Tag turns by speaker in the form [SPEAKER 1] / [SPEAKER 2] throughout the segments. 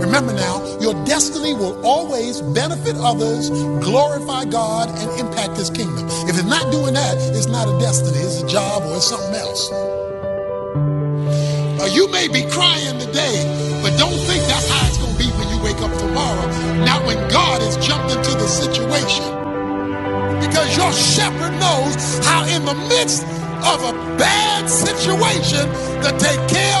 [SPEAKER 1] Remember now, your destiny will always benefit others, glorify God, and impact His kingdom. If it's not doing that, it's not a destiny, it's a job or it's something else. Now, you may be crying today, but don't think that's how it's going to be when you wake up tomorrow. Not when God has jumped into the situation. Because your shepherd knows how, in the midst of a bad situation, to take care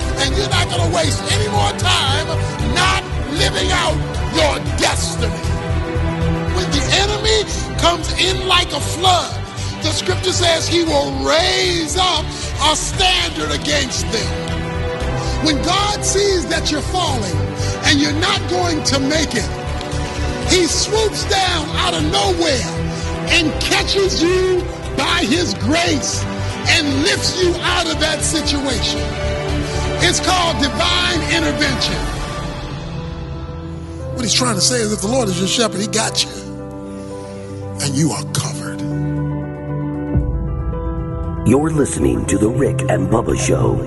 [SPEAKER 1] And you're not going to waste any more time not living out your destiny. When the enemy comes in like a flood, the scripture says he will raise up a standard against them. When God sees that you're falling and you're not going to make it, he swoops down out of nowhere and catches you by his grace and lifts you out of that situation. It's called divine intervention. What he's trying to say is if the Lord is your shepherd, he got you. And you are covered.
[SPEAKER 2] You're listening to The Rick and Bubba Show.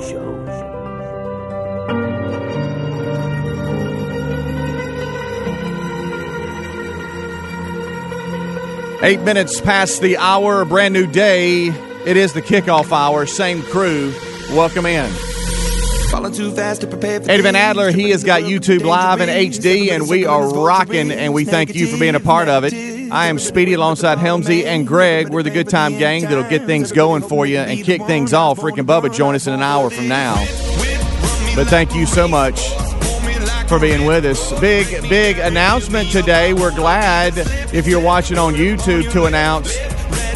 [SPEAKER 3] Eight minutes past the hour, a brand new day. It is the kickoff hour, same crew. Welcome in.
[SPEAKER 4] Falling too fast to prepare for
[SPEAKER 3] Eddie Van Adler,
[SPEAKER 4] things.
[SPEAKER 3] he has got YouTube Live in
[SPEAKER 4] Danger
[SPEAKER 3] HD, and we are rocking, and we thank you for being a part of it. I am Speedy alongside Helmsy and Greg. We're the Good Time Gang that'll get things going for you and kick things off. Rick and Bubba join us in an hour from now. But thank you so much for being with us. Big, big announcement today. We're glad if you're watching on YouTube to announce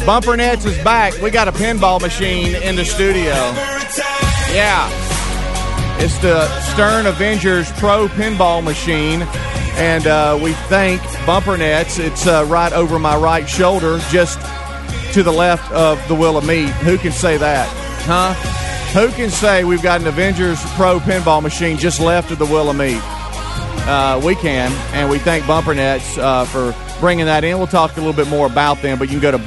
[SPEAKER 3] Bumper Nets is back. We got a pinball machine in the studio. Yeah. It's the Stern Avengers Pro Pinball Machine, and uh, we thank Bumper Nets. It's uh, right over my right shoulder, just to the left of the Will of Meat. Who can say that? Huh? Who can say we've got an Avengers Pro Pinball Machine just left of the Will of Meat? Uh, we can, and we thank Bumper Nets uh, for bringing that in. We'll talk a little bit more about them, but you can go to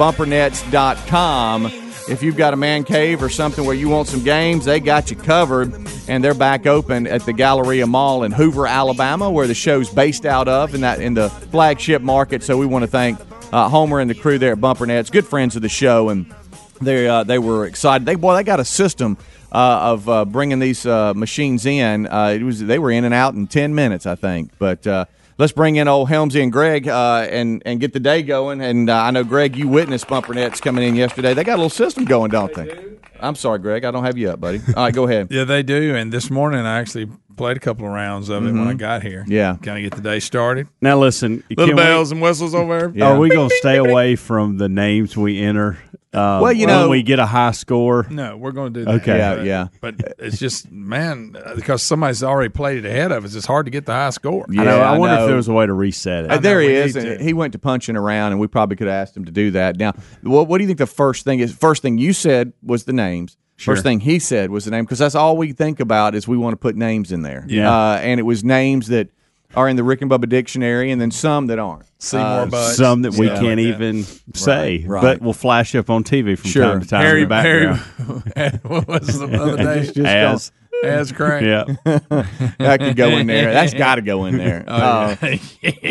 [SPEAKER 3] bumpernets.com. If you've got a man cave or something where you want some games, they got you covered, and they're back open at the Galleria Mall in Hoover, Alabama, where the show's based out of, and that in the flagship market. So we want to thank uh, Homer and the crew there at Bumper Nets, good friends of the show, and they uh, they were excited. They boy, they got a system uh, of uh, bringing these uh, machines in. Uh, it was they were in and out in ten minutes, I think. But uh, let's bring in old Helmsy and Greg uh, and and get the day going. And uh, I know Greg, you witnessed Bumper Nets coming in yesterday. They got a little system going, don't they? I'm sorry, Greg, I don't have you up, buddy. All right, go ahead.
[SPEAKER 5] Yeah, they do. And this morning I actually played a couple of rounds of it when
[SPEAKER 6] Mm-hmm.
[SPEAKER 5] I got here.
[SPEAKER 3] Yeah.
[SPEAKER 5] Kind of get the day started.
[SPEAKER 6] Now listen,
[SPEAKER 5] Little
[SPEAKER 6] can we-
[SPEAKER 5] bells and whistles over there.
[SPEAKER 3] Yeah.
[SPEAKER 6] are we going to stay away from the names we enter? Uh,
[SPEAKER 3] Well, you
[SPEAKER 6] when
[SPEAKER 3] know-
[SPEAKER 6] we get a high score.
[SPEAKER 5] No, we're going to do that.
[SPEAKER 6] Okay.
[SPEAKER 3] Yeah,
[SPEAKER 5] But-
[SPEAKER 3] yeah.
[SPEAKER 5] But it's just, man, uh, because somebody's already played it ahead of us, it's hard to get the high score.
[SPEAKER 3] Yeah.
[SPEAKER 6] I, know, I wonder
[SPEAKER 3] know.
[SPEAKER 6] if there was a way to reset it.
[SPEAKER 3] Uh, there
[SPEAKER 5] know,
[SPEAKER 3] he
[SPEAKER 5] we
[SPEAKER 3] is.
[SPEAKER 5] need
[SPEAKER 3] and
[SPEAKER 5] to.
[SPEAKER 3] He went to punching around, and we probably could have asked him to do that. Now, what, what do you think the first thing is? First thing you said was the names. First thing he said was the name because that's all we think about is we want to put names in there.
[SPEAKER 6] Yeah.
[SPEAKER 3] uh, and it was names that are in the Rick and Bubba dictionary, and then some that aren't.
[SPEAKER 5] Seymour Butts.
[SPEAKER 6] Uh, Some that we
[SPEAKER 5] Yeah.
[SPEAKER 6] can't
[SPEAKER 5] Like that.
[SPEAKER 6] even say,
[SPEAKER 3] right.
[SPEAKER 6] but will flash up on TV from
[SPEAKER 3] Sure.
[SPEAKER 6] time to time.
[SPEAKER 5] Harry,
[SPEAKER 6] in the background.
[SPEAKER 5] Harry, what was the other day?
[SPEAKER 3] just
[SPEAKER 6] As,
[SPEAKER 5] As crank.
[SPEAKER 6] yeah,
[SPEAKER 3] That could go in there. That's got to go in there.
[SPEAKER 5] Oh,
[SPEAKER 3] Uh,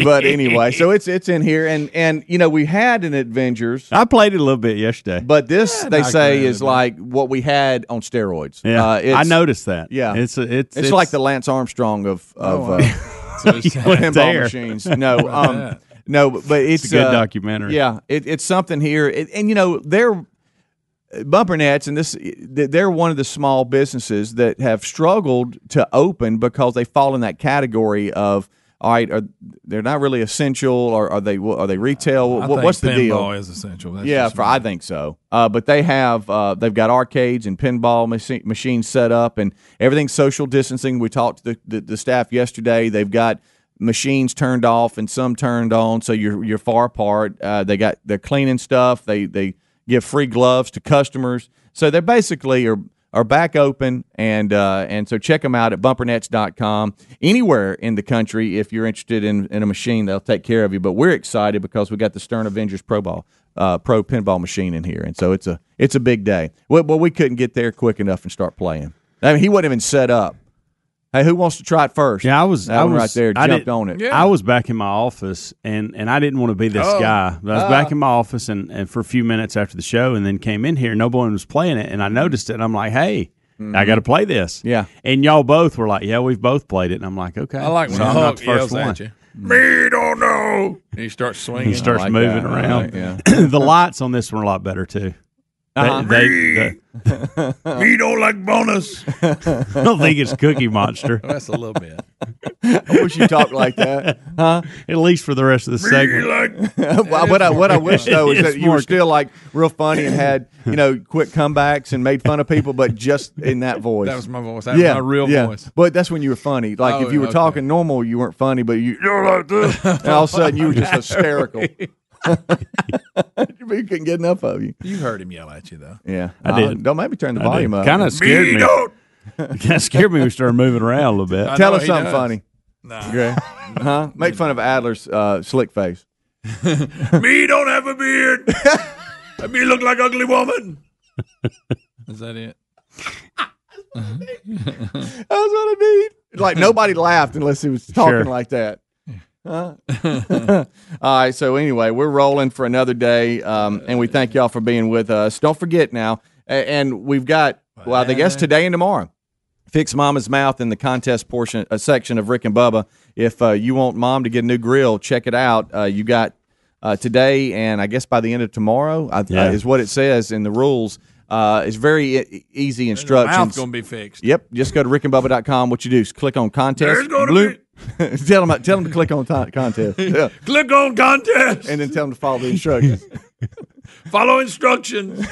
[SPEAKER 3] but anyway, so it's it's in here, and and you know we had an Avengers.
[SPEAKER 6] I played it a little bit yesterday.
[SPEAKER 3] But this, they
[SPEAKER 5] not
[SPEAKER 3] say,
[SPEAKER 5] great,
[SPEAKER 3] is
[SPEAKER 5] but-
[SPEAKER 3] like what we had on steroids.
[SPEAKER 6] Yeah,
[SPEAKER 3] Uh,
[SPEAKER 6] I
[SPEAKER 3] it's-
[SPEAKER 6] noticed that.
[SPEAKER 3] Yeah.
[SPEAKER 6] it's it's
[SPEAKER 3] It's, like the Lance Armstrong of of uh,
[SPEAKER 5] So it's-
[SPEAKER 3] pinball
[SPEAKER 6] there.
[SPEAKER 3] machines. No, um,
[SPEAKER 5] that?
[SPEAKER 3] No, but but it's,
[SPEAKER 6] a good
[SPEAKER 3] uh,
[SPEAKER 6] documentary.
[SPEAKER 3] Yeah, it, it's something here, it, and you know they're uh, bumper nets, and this they're one of the small businesses that have struggled to open because they fall in that category of all right, are, they're not really essential, or are they? Are they retail?
[SPEAKER 5] I
[SPEAKER 3] What,
[SPEAKER 5] think
[SPEAKER 3] what's the deal?
[SPEAKER 5] pinball is essential. That's
[SPEAKER 3] yeah,
[SPEAKER 5] just
[SPEAKER 3] for,
[SPEAKER 5] me.
[SPEAKER 3] I think so. Uh, but they have uh, they've got arcades and pinball machi- machines set up, and everything's social distancing. We talked to the, the, the staff yesterday. They've got machines turned off and some turned on, so you're you're far apart. Uh, they got they're cleaning stuff. They they give free gloves to customers, so they basically are. Are back open and uh, and so check them out at bumpernets.com. Anywhere in the country, if you're interested in, in a machine, they'll take care of you. But we're excited because we got the Stern Avengers Pro Ball uh, pro pinball machine in here, and so it's a it's a big day. Well, well, we couldn't get there quick enough and start playing. I mean, he wasn't even set up. Hey, who wants to try it first?
[SPEAKER 6] Yeah, I was.
[SPEAKER 3] that
[SPEAKER 6] I
[SPEAKER 3] one
[SPEAKER 6] was
[SPEAKER 3] right there.
[SPEAKER 6] I
[SPEAKER 3] jumped
[SPEAKER 6] didn't-
[SPEAKER 3] on it.
[SPEAKER 5] Yeah.
[SPEAKER 6] I was back in my office, and and I didn't want to be this
[SPEAKER 5] Oh.
[SPEAKER 6] guy. But I was
[SPEAKER 3] Ah.
[SPEAKER 6] back in my office, and, and for a few minutes after the show, and then came in here. No one was playing it, and I noticed it. and I'm like, hey. I got to play this.
[SPEAKER 3] Mm-hmm. Yeah.
[SPEAKER 6] and y'all both were like, "Yeah, we've both played it." And I'm like, "Okay."
[SPEAKER 5] I like when
[SPEAKER 6] so
[SPEAKER 5] the
[SPEAKER 6] I'm not
[SPEAKER 5] Hulk
[SPEAKER 6] the first
[SPEAKER 5] yells
[SPEAKER 6] one.
[SPEAKER 5] at you. Me don't know. And you start swinging.
[SPEAKER 6] He starts
[SPEAKER 3] like
[SPEAKER 6] moving
[SPEAKER 3] that. I like
[SPEAKER 6] around.
[SPEAKER 3] that.
[SPEAKER 6] the lights on this one are a lot better too. They-
[SPEAKER 3] Uh-huh.
[SPEAKER 6] they- the-
[SPEAKER 5] Me don't like bonus.
[SPEAKER 6] I don't think it's Cookie Monster,
[SPEAKER 5] That's a little bit.
[SPEAKER 3] I wish you talked like that.
[SPEAKER 6] at least for the rest of the segment.
[SPEAKER 3] Well, what I what I wish though is
[SPEAKER 6] It's
[SPEAKER 3] that you were
[SPEAKER 6] more-
[SPEAKER 3] still like real funny and had you know quick comebacks and made fun of people, but just in that voice.
[SPEAKER 5] That was my voice. That was my real voice.
[SPEAKER 3] But that's when you were funny. Like
[SPEAKER 5] Oh,
[SPEAKER 3] if you were
[SPEAKER 5] okay.
[SPEAKER 3] talking normal, you weren't funny, but you you're like this, and all of a sudden you were just hysterical. you couldn't get enough of you.
[SPEAKER 5] You heard him yell at you though.
[SPEAKER 3] Yeah,
[SPEAKER 6] I did.
[SPEAKER 3] Don't make me turn the volume up.
[SPEAKER 6] Kind of scared me. Kind of scared me. when We started moving around a little bit.
[SPEAKER 5] I
[SPEAKER 3] tell
[SPEAKER 5] know
[SPEAKER 3] us
[SPEAKER 5] he
[SPEAKER 3] something
[SPEAKER 5] does.
[SPEAKER 3] funny. Okay. Huh? Make fun of Adler's uh, slick face.
[SPEAKER 5] Me don't have a beard. me look like ugly woman. Is that it?
[SPEAKER 3] That's what I need. Like nobody laughed unless he was talking
[SPEAKER 6] Sure.
[SPEAKER 3] like that. Huh? All right. So anyway, we're rolling for another day, um, and we thank y'all for being with us. Don't forget now, a- and we've got well, I guess today and tomorrow. Fix Mama's Mouth in the contest portion uh, section of Rick and Bubba. If uh, you want mom to get a new grill, check it out. Uh, you got uh, today, and I guess by the end of tomorrow I,
[SPEAKER 6] Yeah.
[SPEAKER 3] uh, is what it says in the rules. Uh, it's very e- easy instructions.
[SPEAKER 5] Mouth gonna be fixed.
[SPEAKER 3] Yep. Just go to rickandbubba.com. What you do is click on contest.
[SPEAKER 5] There's gonna
[SPEAKER 3] Bloop. tell them tell them to click on ti- contest. Yeah.
[SPEAKER 5] Click on contest.
[SPEAKER 3] And then tell them to follow the instructions.
[SPEAKER 5] Follow instructions.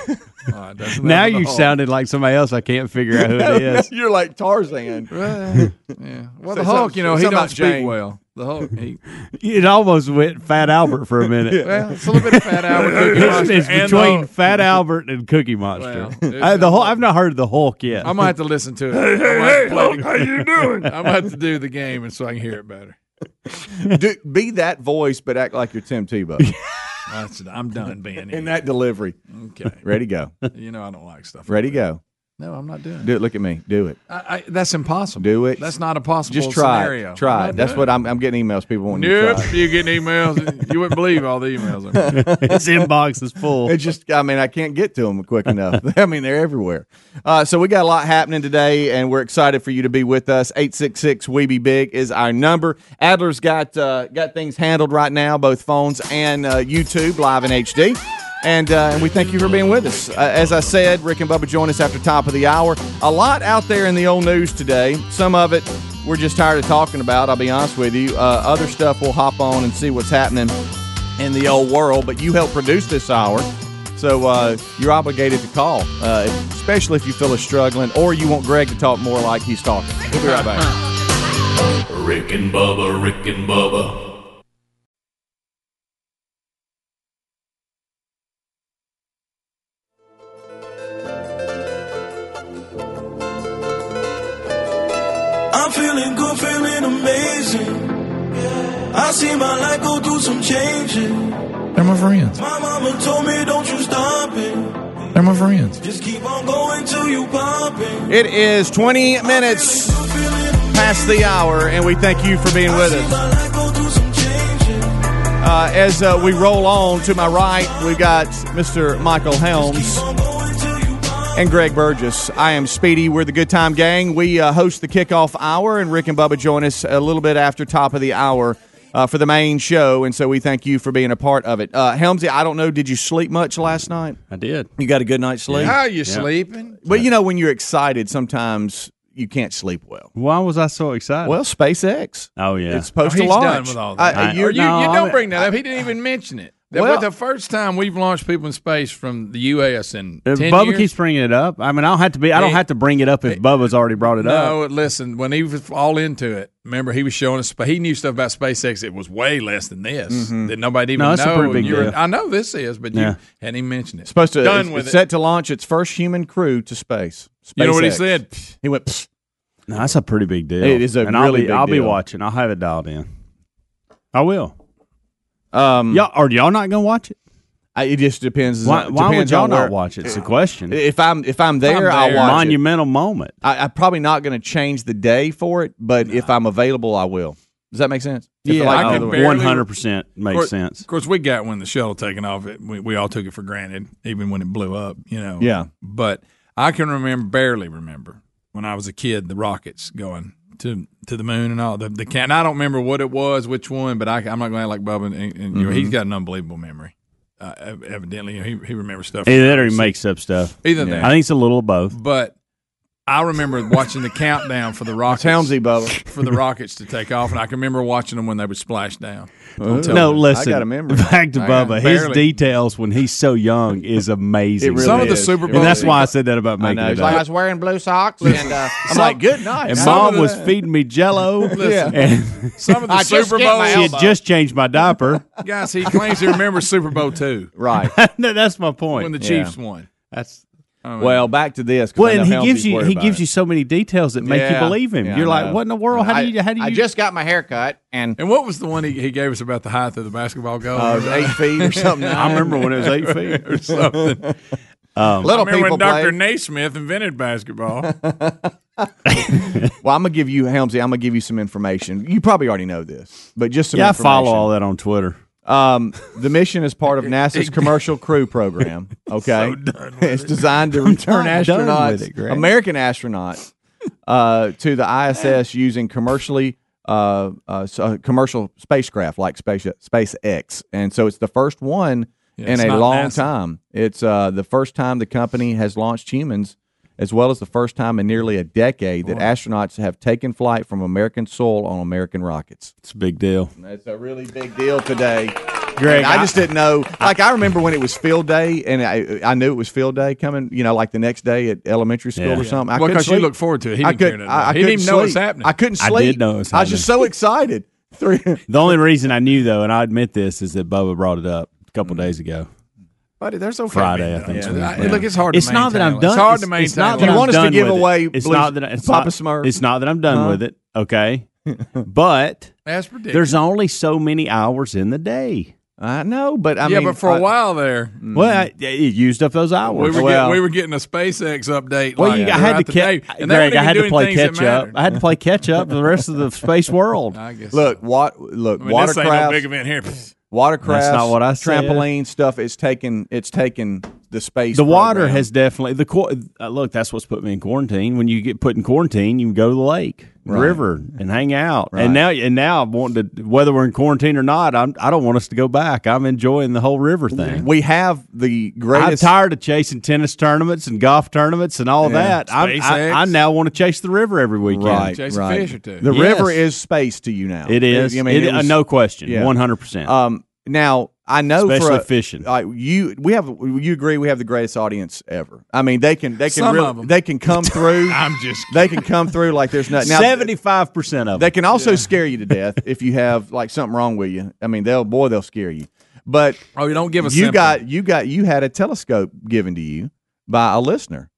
[SPEAKER 5] All right, that's
[SPEAKER 6] Now
[SPEAKER 5] enough of
[SPEAKER 6] you
[SPEAKER 5] the
[SPEAKER 6] sounded like somebody else. I can't figure out who it is.
[SPEAKER 3] You're like Tarzan.
[SPEAKER 5] Hulk. Yeah. Well, the
[SPEAKER 3] Say
[SPEAKER 5] Hulk, you know,
[SPEAKER 3] something-
[SPEAKER 5] he
[SPEAKER 3] something
[SPEAKER 5] don't
[SPEAKER 3] about
[SPEAKER 5] speak
[SPEAKER 3] Jane.
[SPEAKER 5] well. The Hulk, he,
[SPEAKER 6] It almost went Fat Albert for a minute.
[SPEAKER 5] well, it's a little bit of fat Albert. Cookie
[SPEAKER 6] It's,
[SPEAKER 5] Monster
[SPEAKER 6] it's
[SPEAKER 5] and the
[SPEAKER 6] between
[SPEAKER 5] Hulk.
[SPEAKER 6] Fat Albert and Cookie Monster.
[SPEAKER 5] Well, it's-
[SPEAKER 6] I, the Hulk, I've not heard of the Hulk yet.
[SPEAKER 5] I might have to listen to it. Hey, hey, hey Hulk, how you doing? I might have to do the game, and so I can hear it better.
[SPEAKER 3] Do, be that voice, but act like you're Tim Tebow
[SPEAKER 5] That's, I'm done being
[SPEAKER 3] in
[SPEAKER 5] here.
[SPEAKER 3] that delivery.
[SPEAKER 5] Okay,
[SPEAKER 3] Ready go.
[SPEAKER 5] you know I don't like stuff.
[SPEAKER 3] Ready go.
[SPEAKER 5] No, I'm not doing. it.
[SPEAKER 3] Do it. Look at me. Do it.
[SPEAKER 5] I, I, that's impossible.
[SPEAKER 3] Do it.
[SPEAKER 5] That's not a possible
[SPEAKER 3] Just try
[SPEAKER 5] scenario.
[SPEAKER 3] it. Try it. That's what I'm, I'm getting emails. People want you to
[SPEAKER 5] Nope.
[SPEAKER 3] try. it.
[SPEAKER 5] You getting emails? You wouldn't believe all the emails. I'm getting.
[SPEAKER 6] His inbox is full.
[SPEAKER 3] It's just, I mean, I can't get to them quick enough. I mean, they're everywhere. Uh, so we got a lot happening today, and we're excited for you to be with us. Eight six six E we be big is our number. Adler's got uh, got things handled right now, both phones and uh, YouTube live in HD. And, uh, and we thank you for being with us. Uh, as I said, Rick and Bubba join us after top of the hour. A lot out there in the old news today. Some of it we're just tired of talking about. I'll be honest with you. Uh, other stuff we'll hop on and see what's happening in the old world, but you help produce this hour. So uh, you're obligated to call, uh, especially if you feel is struggling or you want Greg to talk more like he's talking. We'll be right back.
[SPEAKER 7] Rick and Bubba, Rick and Bubba.
[SPEAKER 8] I'm feeling good, feeling amazing. I see my life go through some changes.
[SPEAKER 5] They're my friends.
[SPEAKER 8] My mama told me, don't you stop it.
[SPEAKER 5] They're my friends.
[SPEAKER 8] Just keep on going till you pop it.
[SPEAKER 3] It is 20 minutes past the hour, and we thank you for being with us.
[SPEAKER 8] My life go through some changes.
[SPEAKER 3] Uh, as uh, we roll on to my right, we've got Mr. Michael Helms.
[SPEAKER 8] I'm going till you pop
[SPEAKER 3] and Greg Burgess. I am Speedy. We're the Good Time Gang. We uh, host the kickoff hour, and Rick and Bubba join us a little bit after top of the hour uh, for the main show, and so we thank you for being a part of it. Uh, Helmsy, I don't know, did you sleep much last night?
[SPEAKER 6] I did.
[SPEAKER 3] You got a good night's sleep?
[SPEAKER 9] How you sleeping?
[SPEAKER 3] But you know, when you're excited, sometimes you can't sleep well.
[SPEAKER 6] Why was I so excited?
[SPEAKER 3] Well, SpaceX.
[SPEAKER 6] oh yeah.
[SPEAKER 3] It's supposed
[SPEAKER 9] Oh,
[SPEAKER 3] to
[SPEAKER 9] he's
[SPEAKER 3] launch.
[SPEAKER 9] done with all that.
[SPEAKER 3] I- uh,
[SPEAKER 6] I-
[SPEAKER 9] Or
[SPEAKER 3] you're-
[SPEAKER 9] you,
[SPEAKER 6] No,
[SPEAKER 9] you
[SPEAKER 6] I
[SPEAKER 9] don't
[SPEAKER 6] mean-
[SPEAKER 9] bring that up. He didn't even mention it. That
[SPEAKER 3] Well-
[SPEAKER 9] was the first time we've launched people in space from the U.S. in
[SPEAKER 6] if
[SPEAKER 9] 10
[SPEAKER 6] Uh, Bubba
[SPEAKER 9] years.
[SPEAKER 6] keeps bringing it up, I mean, I don't have to be. I don't
[SPEAKER 9] Hey.
[SPEAKER 6] have to bring it up if Bubba's already brought it up.
[SPEAKER 9] no, listen. When he was all into it, remember he was showing us. But he knew stuff about SpaceX. It was way less than this that nobody even
[SPEAKER 6] Mm-hmm. No, that's a
[SPEAKER 9] know.
[SPEAKER 6] pretty big
[SPEAKER 9] You were-
[SPEAKER 6] deal.
[SPEAKER 9] I know this is, but
[SPEAKER 6] Yeah.
[SPEAKER 9] you hadn't even mentioned it.
[SPEAKER 3] supposed to
[SPEAKER 9] done
[SPEAKER 3] it's,
[SPEAKER 9] with
[SPEAKER 3] it's
[SPEAKER 9] it.
[SPEAKER 3] set to launch its first human crew to space.
[SPEAKER 9] you know what he
[SPEAKER 3] SpaceX.
[SPEAKER 9] said?
[SPEAKER 3] He went. "Psst."
[SPEAKER 6] No, that's a pretty big deal.
[SPEAKER 3] It is a
[SPEAKER 6] and I'll
[SPEAKER 3] really
[SPEAKER 6] be,
[SPEAKER 3] big
[SPEAKER 6] I'll be
[SPEAKER 3] deal.
[SPEAKER 6] watching. I'll have it dialed in. I will.
[SPEAKER 3] Um,
[SPEAKER 6] Y'all are y'all not gonna watch it?
[SPEAKER 3] I- it just depends.
[SPEAKER 6] Why, why would
[SPEAKER 3] depends
[SPEAKER 6] y'all
[SPEAKER 3] on where-
[SPEAKER 6] not watch it? It's a question.
[SPEAKER 3] If I'm if I'm there,
[SPEAKER 9] I'm
[SPEAKER 3] I'll
[SPEAKER 9] there.
[SPEAKER 3] watch it.
[SPEAKER 6] Monumental moment.
[SPEAKER 3] I, I'm probably not going to change the day for it, but if I'm available, I will. Does that make sense? If I like
[SPEAKER 9] I
[SPEAKER 3] the
[SPEAKER 9] can
[SPEAKER 3] other
[SPEAKER 9] barely-
[SPEAKER 3] one.
[SPEAKER 6] Oh, One hundred percent
[SPEAKER 9] Of
[SPEAKER 6] makes
[SPEAKER 9] course-
[SPEAKER 6] sense.
[SPEAKER 9] Of course, we got when the shuttle taken off. It, we, we all took it for granted, even when it blew up. You know.
[SPEAKER 3] Yeah.
[SPEAKER 9] But I can remember, barely remember, when I was a kid, the rockets going to to the moon and all the the can. I don't remember what it was, which one, but I, I'm not going to like Bubba. And, and you know, he's
[SPEAKER 6] Mm-hmm.
[SPEAKER 9] got an unbelievable memory. Uh, ev- evidently, you know, he he remembers stuff.
[SPEAKER 6] Either that or he makes up stuff.
[SPEAKER 9] Either that.
[SPEAKER 6] I think it's a little of both.
[SPEAKER 9] But I remember watching the countdown for the rockets
[SPEAKER 3] Helmsy Bubba.
[SPEAKER 9] for the rockets to take off, and I can remember watching them when they would splash down.
[SPEAKER 3] Uh,
[SPEAKER 6] No, listen.
[SPEAKER 3] I got a memory.
[SPEAKER 6] Back to
[SPEAKER 9] I got-
[SPEAKER 6] Bubba. His
[SPEAKER 9] barely.
[SPEAKER 6] details when he's so young is amazing.
[SPEAKER 3] It really
[SPEAKER 9] Some of the
[SPEAKER 3] is.
[SPEAKER 9] Super
[SPEAKER 3] It
[SPEAKER 9] Bowl-
[SPEAKER 6] and that's
[SPEAKER 3] really
[SPEAKER 6] why I
[SPEAKER 3] is.
[SPEAKER 6] said that about
[SPEAKER 3] I
[SPEAKER 6] making
[SPEAKER 3] know.
[SPEAKER 6] it
[SPEAKER 3] It's like I
[SPEAKER 6] up.
[SPEAKER 3] was wearing blue socks, and uh, I'm like, "Good night."
[SPEAKER 6] And
[SPEAKER 3] Some
[SPEAKER 6] mom
[SPEAKER 3] of
[SPEAKER 6] was
[SPEAKER 3] the-
[SPEAKER 6] feeding me Jello.
[SPEAKER 9] Listen.
[SPEAKER 6] and
[SPEAKER 9] Some of the
[SPEAKER 3] I just
[SPEAKER 9] Super
[SPEAKER 3] skipped
[SPEAKER 9] Bowl
[SPEAKER 3] my
[SPEAKER 6] she had
[SPEAKER 3] elbow.
[SPEAKER 6] just changed my diaper.
[SPEAKER 9] guys, he claims he remembers Super Bowl two
[SPEAKER 3] right.
[SPEAKER 6] no, that's my
[SPEAKER 9] when
[SPEAKER 6] point.
[SPEAKER 9] the
[SPEAKER 3] Yeah.
[SPEAKER 9] Chiefs won.
[SPEAKER 6] that's
[SPEAKER 3] Well, back to this. 'cause I
[SPEAKER 6] Oh, well,
[SPEAKER 3] know
[SPEAKER 6] and he
[SPEAKER 3] Helmsy's
[SPEAKER 6] gives you
[SPEAKER 3] worried
[SPEAKER 6] he
[SPEAKER 3] about
[SPEAKER 6] gives
[SPEAKER 3] it.
[SPEAKER 6] you so many details that make
[SPEAKER 9] Yeah.
[SPEAKER 6] you believe him.
[SPEAKER 3] Yeah,
[SPEAKER 6] You're
[SPEAKER 3] I
[SPEAKER 6] like,
[SPEAKER 3] know.
[SPEAKER 6] what in the world? How do you how do you?
[SPEAKER 3] I just got my hair cut, and
[SPEAKER 9] And what was the one he, he gave us about the height of the basketball goal?
[SPEAKER 3] I was Uh, eight feet or something.
[SPEAKER 6] I remember when it was eight feet.
[SPEAKER 9] or something.
[SPEAKER 3] little
[SPEAKER 9] Remember
[SPEAKER 3] people
[SPEAKER 9] when Dr.
[SPEAKER 3] play.
[SPEAKER 9] Naismith invented basketball?
[SPEAKER 3] well, I'm gonna give you Helmsy. I'm gonna give you some information. You probably already know this, but just some.
[SPEAKER 6] yeah, I
[SPEAKER 3] information.
[SPEAKER 6] follow all that on Twitter.
[SPEAKER 3] Um, the mission is part of NASA's Commercial Crew Program. Okay, it's designed to return
[SPEAKER 6] not done with
[SPEAKER 3] astronauts,
[SPEAKER 6] it, Greg.
[SPEAKER 3] American astronauts, uh, to the ISS using commercially uh, uh, s- uh, commercial spacecraft like Space SpaceX, and so it's the first one in
[SPEAKER 9] it's
[SPEAKER 3] a
[SPEAKER 9] not
[SPEAKER 3] long
[SPEAKER 9] NASA.
[SPEAKER 3] time. It's uh, the first time the company has launched humans. As well as the first time in nearly a decade that astronauts have taken flight from American soil on American rockets.
[SPEAKER 6] It's a big deal.
[SPEAKER 3] It's a really big deal today.
[SPEAKER 6] Greg,
[SPEAKER 3] And I, just didn't know. Like I remember when it was field day, and I I knew it was field day coming. You know, like the next day at elementary school
[SPEAKER 6] Yeah.
[SPEAKER 3] or something. I
[SPEAKER 9] Well,
[SPEAKER 3] couldn't
[SPEAKER 9] 'cause you
[SPEAKER 3] sleep.
[SPEAKER 9] looked forward to it. He
[SPEAKER 3] I
[SPEAKER 9] didn't care
[SPEAKER 3] couldn't.
[SPEAKER 9] nothing about
[SPEAKER 3] I, I
[SPEAKER 9] it. He didn't
[SPEAKER 3] couldn't
[SPEAKER 9] even know it was
[SPEAKER 3] sleep.
[SPEAKER 9] happening.
[SPEAKER 3] I couldn't
[SPEAKER 6] I
[SPEAKER 3] sleep.
[SPEAKER 6] did know it was
[SPEAKER 3] I was just so excited. Three.
[SPEAKER 6] the only reason I knew though, and I admit this, is that Bubba brought it up a couple days ago.
[SPEAKER 9] Buddy, there's okay.
[SPEAKER 6] Friday, I think it's when
[SPEAKER 9] Yeah,
[SPEAKER 6] we
[SPEAKER 9] I- look, it's hard.
[SPEAKER 6] It's
[SPEAKER 9] to
[SPEAKER 6] not that
[SPEAKER 9] maintain
[SPEAKER 6] I'm
[SPEAKER 9] it.
[SPEAKER 6] done.
[SPEAKER 9] It's hard to
[SPEAKER 6] it's-
[SPEAKER 9] maintain.
[SPEAKER 6] It's not
[SPEAKER 9] it.
[SPEAKER 6] that
[SPEAKER 3] You
[SPEAKER 6] I'm
[SPEAKER 3] want us to
[SPEAKER 6] done
[SPEAKER 3] give
[SPEAKER 6] with it.
[SPEAKER 3] away
[SPEAKER 6] It's
[SPEAKER 3] Blue-
[SPEAKER 6] not that I- it's
[SPEAKER 3] Papa
[SPEAKER 6] not-
[SPEAKER 3] Smurf?
[SPEAKER 6] It's not that I'm done with it. Okay, but
[SPEAKER 9] That's predicted.
[SPEAKER 6] there's only so many hours in the day.
[SPEAKER 3] I know, but I
[SPEAKER 9] yeah,
[SPEAKER 3] mean,
[SPEAKER 9] but for a
[SPEAKER 3] I-
[SPEAKER 9] while there,
[SPEAKER 6] Well, I, it used up those hours.
[SPEAKER 9] Mm. we were
[SPEAKER 3] well-
[SPEAKER 9] getting, we were getting a SpaceX update.
[SPEAKER 6] Well,
[SPEAKER 9] like,
[SPEAKER 6] you, I had to
[SPEAKER 9] throughout the
[SPEAKER 6] catch.
[SPEAKER 9] day, and they weren't
[SPEAKER 6] Greg, I
[SPEAKER 9] even
[SPEAKER 6] had to
[SPEAKER 9] doing
[SPEAKER 6] play
[SPEAKER 9] things that
[SPEAKER 6] catch up.
[SPEAKER 9] mattered.
[SPEAKER 6] I had to play catch up for the rest of the space world.
[SPEAKER 9] I guess.
[SPEAKER 3] Look, what? Look,
[SPEAKER 9] I mean, this ain't no
[SPEAKER 3] watercraft,
[SPEAKER 9] big event here. Pfft.
[SPEAKER 3] watercraft.
[SPEAKER 6] That's not what I said.
[SPEAKER 3] Trampoline stuff is taken. It's taken the space.
[SPEAKER 6] The water
[SPEAKER 3] program.
[SPEAKER 6] has definitely the qu- uh, look. That's what's put me in quarantine. When you get put in quarantine, you go to the lake, river, and hang out. And now, and now, I'm wanting to whether we're in quarantine or not. I'm. I don't want us to go back. I'm enjoying the whole river thing.
[SPEAKER 3] We have the
[SPEAKER 6] I'm
[SPEAKER 3] greatest.
[SPEAKER 6] tired of chasing tennis tournaments and golf tournaments and all
[SPEAKER 3] Yeah.
[SPEAKER 6] that. I'm, I,
[SPEAKER 9] SpaceX.
[SPEAKER 6] I now want to chase the river every weekend.
[SPEAKER 3] Right,
[SPEAKER 9] Jason
[SPEAKER 3] right.
[SPEAKER 9] Fish or two.
[SPEAKER 3] The
[SPEAKER 6] Yes.
[SPEAKER 3] river is space to you now.
[SPEAKER 6] It is.
[SPEAKER 3] I mean,
[SPEAKER 6] It-
[SPEAKER 3] it was-
[SPEAKER 6] uh, no question.
[SPEAKER 3] yeah.
[SPEAKER 6] One hundred percent.
[SPEAKER 3] Um, now I know
[SPEAKER 6] Especially
[SPEAKER 3] for a,
[SPEAKER 6] fishing.
[SPEAKER 3] Like you, we have. You agree? We have the greatest audience ever. I mean, they can. They can.
[SPEAKER 9] Some
[SPEAKER 3] really-
[SPEAKER 9] of 'em.
[SPEAKER 3] They can come through.
[SPEAKER 9] I'm just.
[SPEAKER 3] they can come through like there's nothing. Now,
[SPEAKER 6] Seventy-five percent of
[SPEAKER 3] They
[SPEAKER 6] them.
[SPEAKER 3] can also scare you to death if you have like something wrong with you. I mean, they'll boy, they'll scare you. But
[SPEAKER 9] Oh, you don't give us.
[SPEAKER 3] you got you got you had a telescope given to you by a listener,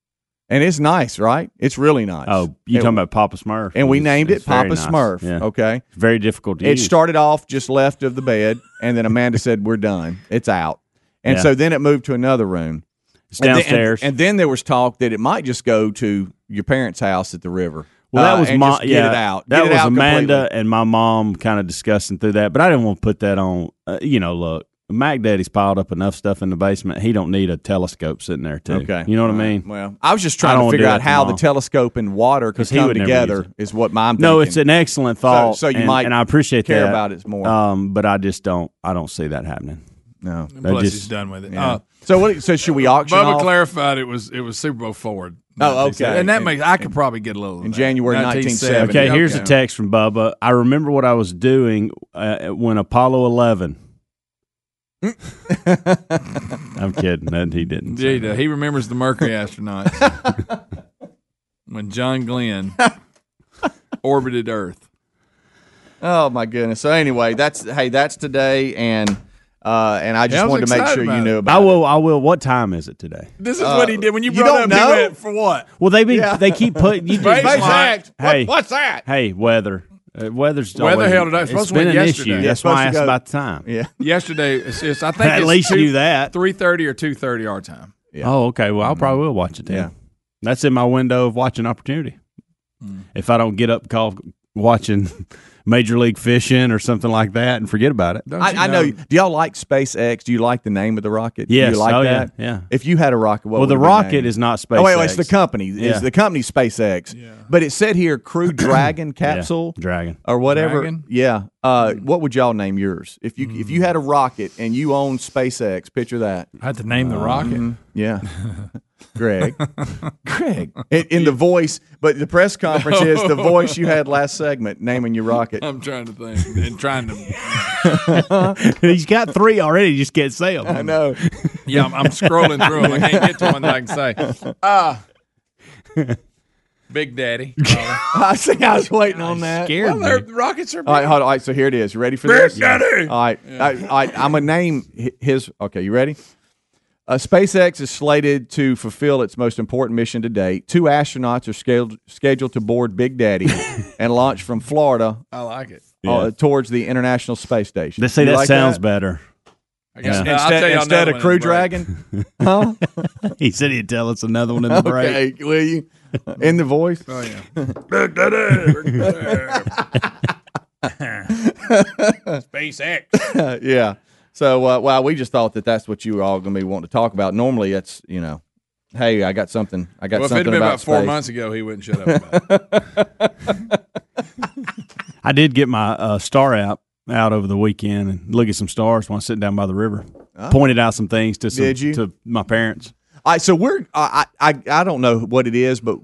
[SPEAKER 3] and it's nice, right? It's really nice.
[SPEAKER 6] Oh, you
[SPEAKER 3] And-
[SPEAKER 6] talking about Papa Smurf?
[SPEAKER 3] And we
[SPEAKER 6] It's-
[SPEAKER 3] named
[SPEAKER 6] it's
[SPEAKER 3] it
[SPEAKER 6] very
[SPEAKER 3] Papa
[SPEAKER 6] nice.
[SPEAKER 3] Smurf.
[SPEAKER 6] Yeah.
[SPEAKER 3] Okay.
[SPEAKER 6] It's very difficult to
[SPEAKER 3] It
[SPEAKER 6] use.
[SPEAKER 3] started off just left of the bed, and then Amanda said, "We're done. It's out." And
[SPEAKER 6] Yeah.
[SPEAKER 3] so then it moved to another room
[SPEAKER 6] It's
[SPEAKER 3] And then- and-
[SPEAKER 6] downstairs.
[SPEAKER 3] And, then there was talk that it might just go to your parents' house at the river.
[SPEAKER 6] well, that
[SPEAKER 3] Uh,
[SPEAKER 6] was
[SPEAKER 3] and
[SPEAKER 6] my
[SPEAKER 3] just
[SPEAKER 6] yeah.
[SPEAKER 3] Get it out.
[SPEAKER 6] That
[SPEAKER 3] Get it
[SPEAKER 6] was
[SPEAKER 3] out
[SPEAKER 6] Amanda
[SPEAKER 3] completely.
[SPEAKER 6] and my mom kind of discussing through that, but I didn't want to put that on. Uh, you know, look, Mac Daddy's piled up enough stuff in the basement. He don't need a telescope sitting there too.
[SPEAKER 3] Okay.
[SPEAKER 6] you know what I mean?
[SPEAKER 3] Well, I was just
[SPEAKER 6] I
[SPEAKER 3] trying
[SPEAKER 6] don't
[SPEAKER 3] to
[SPEAKER 6] wanna
[SPEAKER 3] figure
[SPEAKER 6] do
[SPEAKER 3] out
[SPEAKER 6] that
[SPEAKER 3] how
[SPEAKER 6] tomorrow.
[SPEAKER 3] the telescope and water could
[SPEAKER 6] 'Cause he
[SPEAKER 3] come
[SPEAKER 6] would never use
[SPEAKER 3] together
[SPEAKER 6] it.
[SPEAKER 3] is what my
[SPEAKER 6] no, it's an excellent thought.
[SPEAKER 3] so you
[SPEAKER 6] and-
[SPEAKER 3] might
[SPEAKER 6] and I appreciate
[SPEAKER 3] care
[SPEAKER 6] that.
[SPEAKER 3] about it more.
[SPEAKER 6] Um, but I just don't. I don't see that happening.
[SPEAKER 3] no.
[SPEAKER 9] Plus,
[SPEAKER 6] just-
[SPEAKER 9] he's done with it. Uh,
[SPEAKER 3] So what? So should we auction
[SPEAKER 9] Bubba
[SPEAKER 3] off
[SPEAKER 9] clarified it was it was Super Bowl forward.
[SPEAKER 3] Oh, okay.
[SPEAKER 9] And that
[SPEAKER 3] In-
[SPEAKER 9] makes I could probably get a little of
[SPEAKER 3] in
[SPEAKER 9] that.
[SPEAKER 3] January 1970?
[SPEAKER 6] Okay, here's
[SPEAKER 3] Okay.
[SPEAKER 6] a text from Bubba. I remember what I was doing uh, when Apollo 11. I'm kidding. That he didn't.
[SPEAKER 9] Yeah,
[SPEAKER 6] say
[SPEAKER 9] he,
[SPEAKER 6] that.
[SPEAKER 9] does. He remembers the Mercury astronauts when John Glenn orbited Earth.
[SPEAKER 3] Oh my goodness. So anyway, that's hey, that's today, and uh, and I just
[SPEAKER 9] Yeah, I was
[SPEAKER 3] wanted to make
[SPEAKER 9] excited
[SPEAKER 3] sure you
[SPEAKER 9] about
[SPEAKER 3] knew
[SPEAKER 9] it.
[SPEAKER 3] about.
[SPEAKER 6] I will. I will. What time is it today?
[SPEAKER 9] This is what he did when Uh, you
[SPEAKER 3] you
[SPEAKER 9] brought
[SPEAKER 3] don't
[SPEAKER 9] up.
[SPEAKER 3] know?
[SPEAKER 9] He went, for what?
[SPEAKER 6] Well, they be,
[SPEAKER 3] Yeah.
[SPEAKER 6] they keep putting. You
[SPEAKER 9] Space
[SPEAKER 6] just-
[SPEAKER 9] Act.
[SPEAKER 3] What-
[SPEAKER 6] Hey,
[SPEAKER 3] what's that?
[SPEAKER 6] hey, weather. Uh, weather's
[SPEAKER 9] Weather
[SPEAKER 6] always-
[SPEAKER 9] held it up. It's supposed
[SPEAKER 6] It's
[SPEAKER 9] to
[SPEAKER 6] been
[SPEAKER 9] win
[SPEAKER 6] an
[SPEAKER 9] yesterday.
[SPEAKER 6] issue.
[SPEAKER 9] Yeah,
[SPEAKER 6] That's
[SPEAKER 3] supposed
[SPEAKER 6] why I
[SPEAKER 3] to
[SPEAKER 6] asked
[SPEAKER 3] go-
[SPEAKER 6] about the time.
[SPEAKER 3] Yeah.
[SPEAKER 9] Yesterday, it's, it's, I think
[SPEAKER 6] At
[SPEAKER 9] it's
[SPEAKER 6] least
[SPEAKER 9] two,
[SPEAKER 6] you knew that.
[SPEAKER 9] three thirty or two thirty our time.
[SPEAKER 6] Oh, okay. Well, I probably will watch it. Then.
[SPEAKER 3] Yeah.
[SPEAKER 6] that's in my window of watching opportunity.
[SPEAKER 3] Mm.
[SPEAKER 6] If I don't get up, call watching Major League Fishing or something like that, and forget about it.
[SPEAKER 9] Don't you
[SPEAKER 3] I, I know. Do y'all like SpaceX? Do you like the name of the rocket? Do
[SPEAKER 6] Yes.
[SPEAKER 3] you like
[SPEAKER 6] Oh, yeah.
[SPEAKER 3] that?
[SPEAKER 6] Yeah.
[SPEAKER 3] If you had a rocket, what
[SPEAKER 6] well, the
[SPEAKER 3] would it be
[SPEAKER 6] rocket
[SPEAKER 3] named?
[SPEAKER 6] is not SpaceX.
[SPEAKER 3] Oh wait, wait, it's the company.
[SPEAKER 6] Yeah.
[SPEAKER 3] It's the company SpaceX. But it said here Crew Dragon
[SPEAKER 6] Yeah.
[SPEAKER 3] capsule
[SPEAKER 6] Dragon.
[SPEAKER 3] or whatever.
[SPEAKER 9] Dragon?
[SPEAKER 3] Yeah. Uh, what would y'all name yours if you if you had a rocket and you owned SpaceX? Picture that. Hmm.
[SPEAKER 9] I had to name the rocket.
[SPEAKER 3] Yeah. Greg. Greg. In, in the voice, but the press conference is the voice you had last segment naming your rocket.
[SPEAKER 9] I'm trying to think and trying to.
[SPEAKER 6] He's got three already. Just can't say them.
[SPEAKER 3] I know.
[SPEAKER 9] Yeah, I'm, I'm scrolling through them. I can't get to one that I can say. Ah, Big Daddy.
[SPEAKER 3] I see. I was waiting on that.
[SPEAKER 6] Scared me.
[SPEAKER 9] Well, the rockets are.
[SPEAKER 3] All right, hold on. All right, so here it is. You ready for
[SPEAKER 9] Big
[SPEAKER 3] this?
[SPEAKER 9] Daddy!
[SPEAKER 3] All right, all right, all right. I'm gonna name hi- his. Okay, you ready? Uh, SpaceX is slated to fulfill its most important mission to date. Two astronauts are scheduled scheduled to board Big Daddy and launch from Florida
[SPEAKER 9] I like it.
[SPEAKER 3] uh, towards the International Space Station.
[SPEAKER 6] They say
[SPEAKER 3] You
[SPEAKER 6] that
[SPEAKER 3] like
[SPEAKER 6] sounds better.
[SPEAKER 9] I got,
[SPEAKER 6] Yeah.
[SPEAKER 9] I'll tell
[SPEAKER 3] Instead,
[SPEAKER 9] y'all
[SPEAKER 3] instead
[SPEAKER 9] another
[SPEAKER 3] of
[SPEAKER 9] one in the
[SPEAKER 3] Crew
[SPEAKER 9] break.
[SPEAKER 3] Dragon,
[SPEAKER 6] He said he'd tell us another one in the break.
[SPEAKER 3] okay, will you? In the voice.
[SPEAKER 9] Oh yeah. Big Daddy. Big Daddy. SpaceX.
[SPEAKER 3] Uh, yeah. So, uh, well, we just thought that that's what you were all going to be wanting to talk about. Normally, it's you know, hey, I got something. I got
[SPEAKER 9] Well, if it had
[SPEAKER 3] something
[SPEAKER 9] been about, four
[SPEAKER 3] space.
[SPEAKER 9] months ago, he wouldn't shut up. About it.
[SPEAKER 6] I did get my uh, star app out over the weekend and look at some stars when I was sitting down by the river. Pointed out some things to some,
[SPEAKER 3] Oh. Did you?
[SPEAKER 6] to my parents.
[SPEAKER 3] All right, so we're I, I I- I don't know what it is, but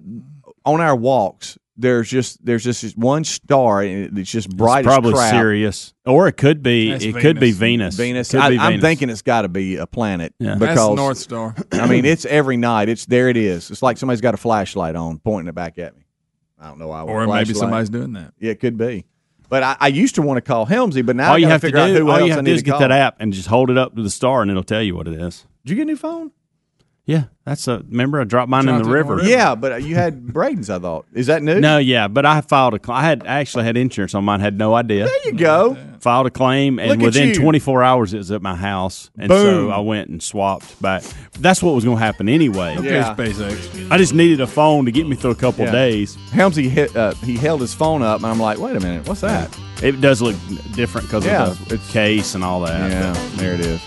[SPEAKER 3] on our walks, there's just there's just this one star and it's just bright.
[SPEAKER 6] it's probably
[SPEAKER 3] as crap.
[SPEAKER 6] Sirius, or it could be
[SPEAKER 9] That's
[SPEAKER 6] it could be
[SPEAKER 9] Venus.
[SPEAKER 6] Venus.
[SPEAKER 3] Venus.
[SPEAKER 6] Could
[SPEAKER 3] I,
[SPEAKER 6] be
[SPEAKER 3] am
[SPEAKER 6] Venus.
[SPEAKER 3] thinking it's got to be a planet
[SPEAKER 6] Yeah. That's
[SPEAKER 9] That's
[SPEAKER 3] because
[SPEAKER 9] North Star.
[SPEAKER 3] I mean it's every night. It's there. It is. It's like somebody's got a flashlight on, pointing it back at me. I don't know. why I want
[SPEAKER 9] Or
[SPEAKER 3] a
[SPEAKER 9] maybe
[SPEAKER 3] flashlight.
[SPEAKER 9] somebody's doing that.
[SPEAKER 3] Yeah, it could be. But I, I used to want to call Helmsy, but now
[SPEAKER 6] all
[SPEAKER 3] I
[SPEAKER 6] you
[SPEAKER 3] gotta
[SPEAKER 6] have to
[SPEAKER 3] figure out
[SPEAKER 6] do,
[SPEAKER 3] who
[SPEAKER 6] all
[SPEAKER 3] else
[SPEAKER 6] you
[SPEAKER 3] I
[SPEAKER 6] have to
[SPEAKER 3] need
[SPEAKER 6] do is get
[SPEAKER 3] call.
[SPEAKER 6] that app and just hold it up to the star, and it'll tell you what it is.
[SPEAKER 3] Did you get a new phone?
[SPEAKER 6] Yeah, that's a. Remember, I dropped mine
[SPEAKER 9] Dropped
[SPEAKER 6] in
[SPEAKER 9] it
[SPEAKER 6] the
[SPEAKER 9] in the
[SPEAKER 6] river.
[SPEAKER 9] river.
[SPEAKER 3] Yeah, but you had Braden's. I thought is that new?
[SPEAKER 6] No, yeah, but I filed a. cl- I had I actually had insurance on mine. Had no idea.
[SPEAKER 3] There you go.
[SPEAKER 6] filed a claim,
[SPEAKER 3] Look
[SPEAKER 6] and
[SPEAKER 3] at
[SPEAKER 6] within
[SPEAKER 3] you.
[SPEAKER 6] 24 hours, it was at my house. And so
[SPEAKER 3] Boom.
[SPEAKER 6] I went and swapped back. That's what was going to happen anyway.
[SPEAKER 3] Yeah.
[SPEAKER 9] SpaceX.
[SPEAKER 6] I just needed a phone to get me through a couple
[SPEAKER 3] Yeah.
[SPEAKER 6] days.
[SPEAKER 3] Helmsy hit. Uh, he held his phone up, and I'm like, wait a minute, what's that?
[SPEAKER 6] It does look different because
[SPEAKER 3] Yeah,
[SPEAKER 6] of the
[SPEAKER 3] it's-
[SPEAKER 6] case and all that.
[SPEAKER 3] Yeah, there it is.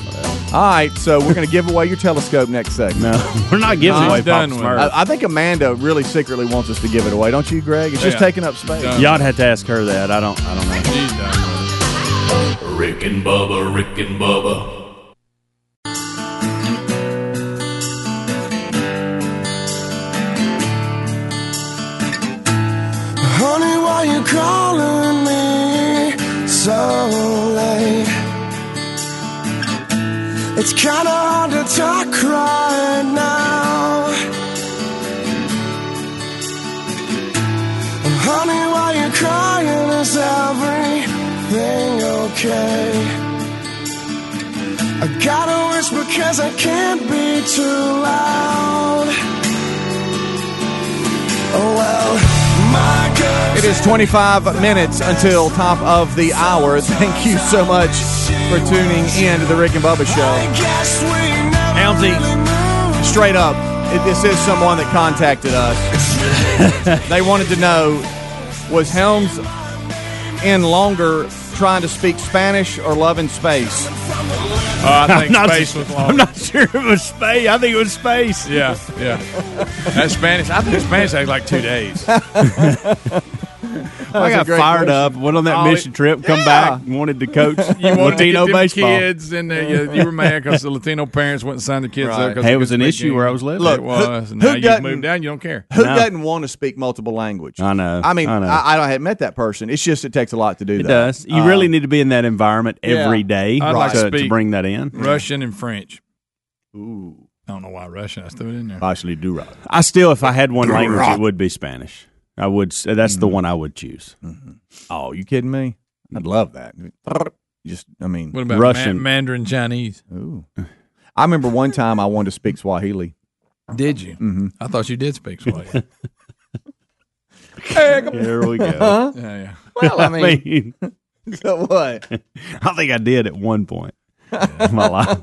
[SPEAKER 3] All right, so we're gonna give away your telescope next segment.
[SPEAKER 6] No, we're not giving
[SPEAKER 9] He's
[SPEAKER 6] away Pop
[SPEAKER 9] done with it.
[SPEAKER 6] Smurf.
[SPEAKER 3] I, I think Amanda really secretly wants us to give it away, don't you, Greg? It's just
[SPEAKER 9] Yeah.
[SPEAKER 3] taking up space.
[SPEAKER 9] Done.
[SPEAKER 6] Y'all had to ask her that. I don't. I don't know.
[SPEAKER 9] He's done.
[SPEAKER 7] Rick and Bubba, Rick and Bubba,
[SPEAKER 8] Honey, why you calling me so late? It's kinda hard to talk right now. Honey, why you crying? Is everything okay? I gotta whisper cause I can't be too loud. Oh well, my girl.
[SPEAKER 3] It is 25 minutes until top of the hour. Thank you so much for tuning in to the Rick and Bubba Show.
[SPEAKER 8] guess we never
[SPEAKER 3] Helmsy.
[SPEAKER 8] knew.
[SPEAKER 3] straight up, it, this is someone that contacted us. they wanted to know was Helms in longer trying to speak Spanish or loving space?
[SPEAKER 9] Uh, I think
[SPEAKER 6] I'm not-
[SPEAKER 9] space was long.
[SPEAKER 6] I'm not sure if it was space. I think it was space.
[SPEAKER 9] Yeah, yeah. That Spanish. I think Spanish takes like two days.
[SPEAKER 6] I got
[SPEAKER 3] a great
[SPEAKER 6] fired
[SPEAKER 3] question.
[SPEAKER 6] up, went on that
[SPEAKER 9] Oh,
[SPEAKER 6] mission trip, come back, and wanted to coach
[SPEAKER 9] You wanted to get
[SPEAKER 6] Latino
[SPEAKER 9] them
[SPEAKER 6] baseball.
[SPEAKER 9] kids, and uh, you, you were mad because the Latino parents wouldn't sign their kids up. 'cause
[SPEAKER 6] Hey, it
[SPEAKER 9] they
[SPEAKER 6] was
[SPEAKER 9] couldn't
[SPEAKER 6] an
[SPEAKER 9] speak
[SPEAKER 6] issue where I was living.
[SPEAKER 9] English.
[SPEAKER 3] Look,
[SPEAKER 9] it
[SPEAKER 3] who-
[SPEAKER 9] was. and
[SPEAKER 3] who
[SPEAKER 9] now you've
[SPEAKER 3] doesn't-
[SPEAKER 9] moved down. You don't care.
[SPEAKER 3] Who
[SPEAKER 6] No.
[SPEAKER 3] doesn't want to speak multiple languages?
[SPEAKER 6] I know.
[SPEAKER 3] I mean,
[SPEAKER 6] I know.
[SPEAKER 3] I, I, haven't met that person. It's just it takes a lot to do
[SPEAKER 6] It
[SPEAKER 3] that.
[SPEAKER 6] does. You
[SPEAKER 3] Uh,
[SPEAKER 6] really need to be in that environment every
[SPEAKER 3] yeah.
[SPEAKER 6] day
[SPEAKER 9] I'd like
[SPEAKER 6] to,
[SPEAKER 9] to
[SPEAKER 6] to
[SPEAKER 9] speak-
[SPEAKER 6] bring that in.
[SPEAKER 9] Russian and French.
[SPEAKER 3] Uh, Ooh,
[SPEAKER 9] I don't know why Russian. I threw it in there.
[SPEAKER 3] actually do right.
[SPEAKER 6] I still, if I had one language, it would be Spanish. I would. s- That's the one I would choose.
[SPEAKER 3] Oh, you kidding me? I'd love that. Just, I mean,
[SPEAKER 9] What about
[SPEAKER 6] Russian.
[SPEAKER 9] Ma- Mandarin Chinese?
[SPEAKER 3] ooh. I remember one time I wanted to speak Swahili.
[SPEAKER 9] Did you?
[SPEAKER 6] Mm-hmm.
[SPEAKER 9] I thought you did speak Swahili. yeah,
[SPEAKER 6] There we go.
[SPEAKER 9] yeah.
[SPEAKER 3] Well, I
[SPEAKER 6] I
[SPEAKER 3] mean,
[SPEAKER 6] mean,
[SPEAKER 3] so what?
[SPEAKER 6] I think I did at one point in my life.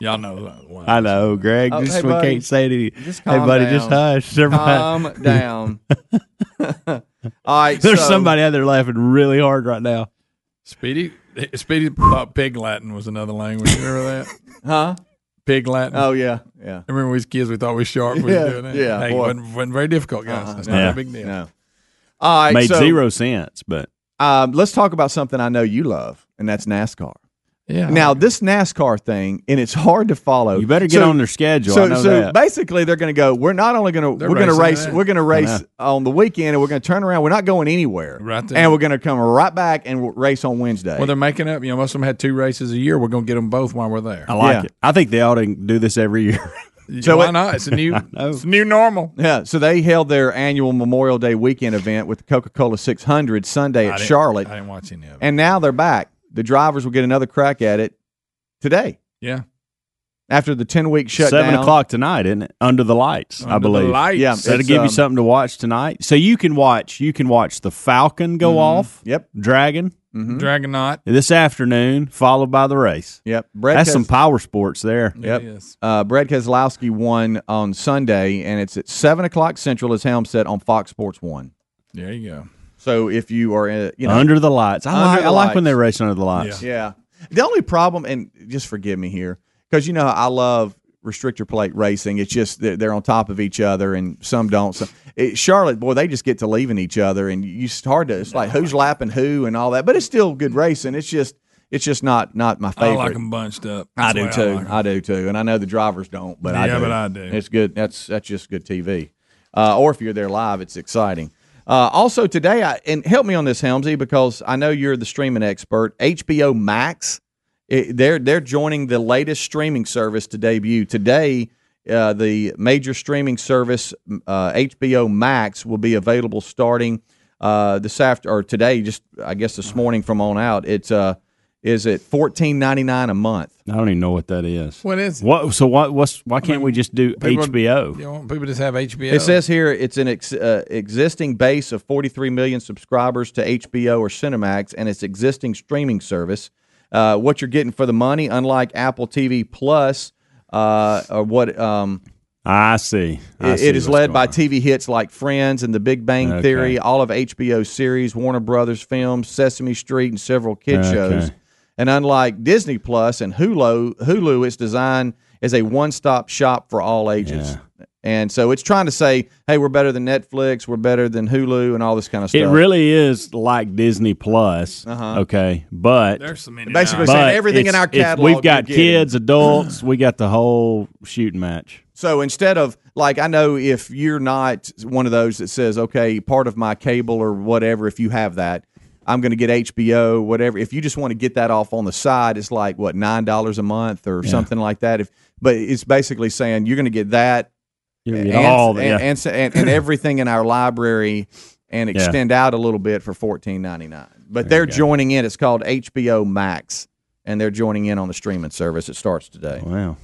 [SPEAKER 9] Y'all know. that one.
[SPEAKER 6] I know, Greg.
[SPEAKER 3] Oh,
[SPEAKER 6] just,
[SPEAKER 3] hey,
[SPEAKER 6] we
[SPEAKER 3] buddy.
[SPEAKER 6] can't say it. Any,
[SPEAKER 3] Just
[SPEAKER 6] hey,
[SPEAKER 3] calm
[SPEAKER 6] buddy,
[SPEAKER 3] down.
[SPEAKER 6] just hush. Everybody,
[SPEAKER 3] Calm down. All right.
[SPEAKER 6] there's
[SPEAKER 3] so-
[SPEAKER 6] somebody out there laughing really hard right now.
[SPEAKER 9] Speedy. Speedy thought Pig Latin was another language. You remember that?
[SPEAKER 3] Huh?
[SPEAKER 9] Pig Latin.
[SPEAKER 3] Oh, yeah. Yeah.
[SPEAKER 9] I remember we was kids, we thought we sharp. We
[SPEAKER 3] Yeah,
[SPEAKER 9] was doing that.
[SPEAKER 3] yeah,
[SPEAKER 9] hey,
[SPEAKER 3] boy.
[SPEAKER 9] wasn't, wasn't very difficult, guys. That's not
[SPEAKER 6] Yeah.
[SPEAKER 9] a big deal.
[SPEAKER 3] No. All right.
[SPEAKER 6] Made
[SPEAKER 3] so,
[SPEAKER 6] zero sense, but
[SPEAKER 3] Um, let's talk about something I know you love, and that's NASCAR.
[SPEAKER 9] Yeah.
[SPEAKER 3] Now, this NASCAR thing, and it's hard to follow.
[SPEAKER 6] you better get
[SPEAKER 3] So-
[SPEAKER 6] on their schedule. I
[SPEAKER 3] So,
[SPEAKER 6] know
[SPEAKER 3] so
[SPEAKER 6] that.
[SPEAKER 3] basically, they're going to go. We're not only going to
[SPEAKER 9] They're
[SPEAKER 3] we're going to
[SPEAKER 9] racing
[SPEAKER 3] race.
[SPEAKER 9] today.
[SPEAKER 3] We're going to race
[SPEAKER 6] know.
[SPEAKER 3] on the weekend, and we're going to turn around. We're not going anywhere.
[SPEAKER 9] Right there.
[SPEAKER 3] And we're going to come right back and we'll race on Wednesday.
[SPEAKER 9] well, they're making up. You know, most of them had two races a year. We're going to get them both while we're there.
[SPEAKER 6] I like
[SPEAKER 3] yeah.
[SPEAKER 6] it. I think they ought to do this every year.
[SPEAKER 9] So
[SPEAKER 3] Oh. So
[SPEAKER 9] why
[SPEAKER 3] it-
[SPEAKER 9] not? It's a new,
[SPEAKER 6] know.
[SPEAKER 9] it's a new normal.
[SPEAKER 3] yeah. So they held their annual Memorial Day weekend event with the Coca Cola 600 Sunday
[SPEAKER 9] I
[SPEAKER 3] at
[SPEAKER 9] didn't-
[SPEAKER 3] Charlotte,
[SPEAKER 9] I didn't watch any of it.
[SPEAKER 3] and now they're back. The drivers will get another crack at it today
[SPEAKER 9] yeah,
[SPEAKER 3] after the 10 week shutdown.
[SPEAKER 6] Seven o'clock tonight, isn't it? Under the lights, I
[SPEAKER 9] Under the
[SPEAKER 6] believe.
[SPEAKER 9] lights. Mm-hmm.
[SPEAKER 3] Yeah,
[SPEAKER 6] That'll
[SPEAKER 3] It's,
[SPEAKER 6] give
[SPEAKER 3] um,
[SPEAKER 6] you something to watch tonight. So you can watch. You can watch the Falcon go off.
[SPEAKER 3] Mm-hmm. Yep.
[SPEAKER 6] Dragon
[SPEAKER 3] Mhm.
[SPEAKER 9] Dragonaut.
[SPEAKER 6] this afternoon, followed by the race.
[SPEAKER 3] Yep. Brett
[SPEAKER 6] That's
[SPEAKER 3] Kes-
[SPEAKER 6] some power sports there.
[SPEAKER 3] Yep.
[SPEAKER 9] Yes.
[SPEAKER 3] Uh, Brad Keselowski won on Sunday, and it's at seven o'clock Central, as Helm said on Fox Sports One.
[SPEAKER 9] There you go.
[SPEAKER 3] So if you are, uh, you know,
[SPEAKER 6] under the lights. I,
[SPEAKER 3] Under
[SPEAKER 6] like,
[SPEAKER 3] the
[SPEAKER 6] I like when
[SPEAKER 3] lights.
[SPEAKER 6] they race under the lights.
[SPEAKER 3] yeah. The only problem, and just forgive me here, because you know I love restrictor plate racing. It's just that they're on top of each other, and some don't. So it, Charlotte, boy, they just get to leaving each other, and you it's hard to. It's like who's lapping who and all that, but it's still good racing. It's just, it's just not not my
[SPEAKER 9] I
[SPEAKER 3] favorite.
[SPEAKER 9] like them bunched up.
[SPEAKER 3] I
[SPEAKER 9] That's
[SPEAKER 3] do
[SPEAKER 9] the
[SPEAKER 3] too.
[SPEAKER 9] way
[SPEAKER 3] I,
[SPEAKER 9] like 'em.
[SPEAKER 3] do too. And I know the drivers don't, but I
[SPEAKER 9] Yeah,
[SPEAKER 3] do.
[SPEAKER 9] but I do.
[SPEAKER 3] It's good. That's that's just good TV. Uh, or if you're there live, it's exciting. Uh, also today, I and help me on this Helmsy because I know you're the streaming expert. HBO Max, it, they're they're joining the latest streaming service to debut today. Uh, the major streaming service uh, HBO Max will be available starting uh, this after or today, just I guess this morning from on out. It's uh, is it fourteen ninety nine a month?
[SPEAKER 6] I don't even know what that is.
[SPEAKER 9] What is it?
[SPEAKER 6] What? So what? What's? Why can't we just do
[SPEAKER 9] People-
[SPEAKER 6] HBO?
[SPEAKER 9] You know, people just have HBO.
[SPEAKER 3] It says here it's an ex- uh, existing base of 43 million subscribers to HBO or Cinemax and its existing streaming service. Uh, what you're getting for the money, unlike Apple TV Plus, uh, or what um,
[SPEAKER 6] I see. I
[SPEAKER 3] it-
[SPEAKER 6] see
[SPEAKER 3] it is
[SPEAKER 6] what's
[SPEAKER 3] led by
[SPEAKER 6] going on.
[SPEAKER 3] TV hits like Friends and The Big Bang
[SPEAKER 6] Okay.
[SPEAKER 3] Theory, all of HBO series, Warner Brothers films, Sesame Street, and several kid
[SPEAKER 6] Okay.
[SPEAKER 3] shows. And unlike Disney Plus and Hulu, Hulu it's designed as a one-stop shop for all ages. And so it's trying to say, hey, we're better than Netflix, we're better than Hulu, and all this kind of stuff.
[SPEAKER 6] It really is like Disney Plus.
[SPEAKER 3] Uh-huh.
[SPEAKER 6] Okay, but
[SPEAKER 9] there's some in
[SPEAKER 3] Basically
[SPEAKER 9] basically.
[SPEAKER 3] saying
[SPEAKER 6] but
[SPEAKER 3] everything in
[SPEAKER 6] it's-
[SPEAKER 3] our
[SPEAKER 6] it's-
[SPEAKER 3] catalog
[SPEAKER 6] We've got
[SPEAKER 3] you're getting.
[SPEAKER 6] kids, adults. we got the whole shooting match.
[SPEAKER 3] So instead of like, I know if you're not one of those that says, okay, part of my cable or whatever, if you have that, I'm going to get HBO, whatever. If you just want to get that off on the side, it's like what nine dollars a month or something like that. If but it's basically saying you're going to get that
[SPEAKER 6] You
[SPEAKER 3] and,
[SPEAKER 6] get all the- yeah.
[SPEAKER 3] and, and, and and everything in our library and
[SPEAKER 6] Yeah.
[SPEAKER 3] extend out a little bit for fourteen ninety nine. But they're joining in. It's called HBO Max, and they're joining in on the streaming service. It starts today.
[SPEAKER 6] Wow.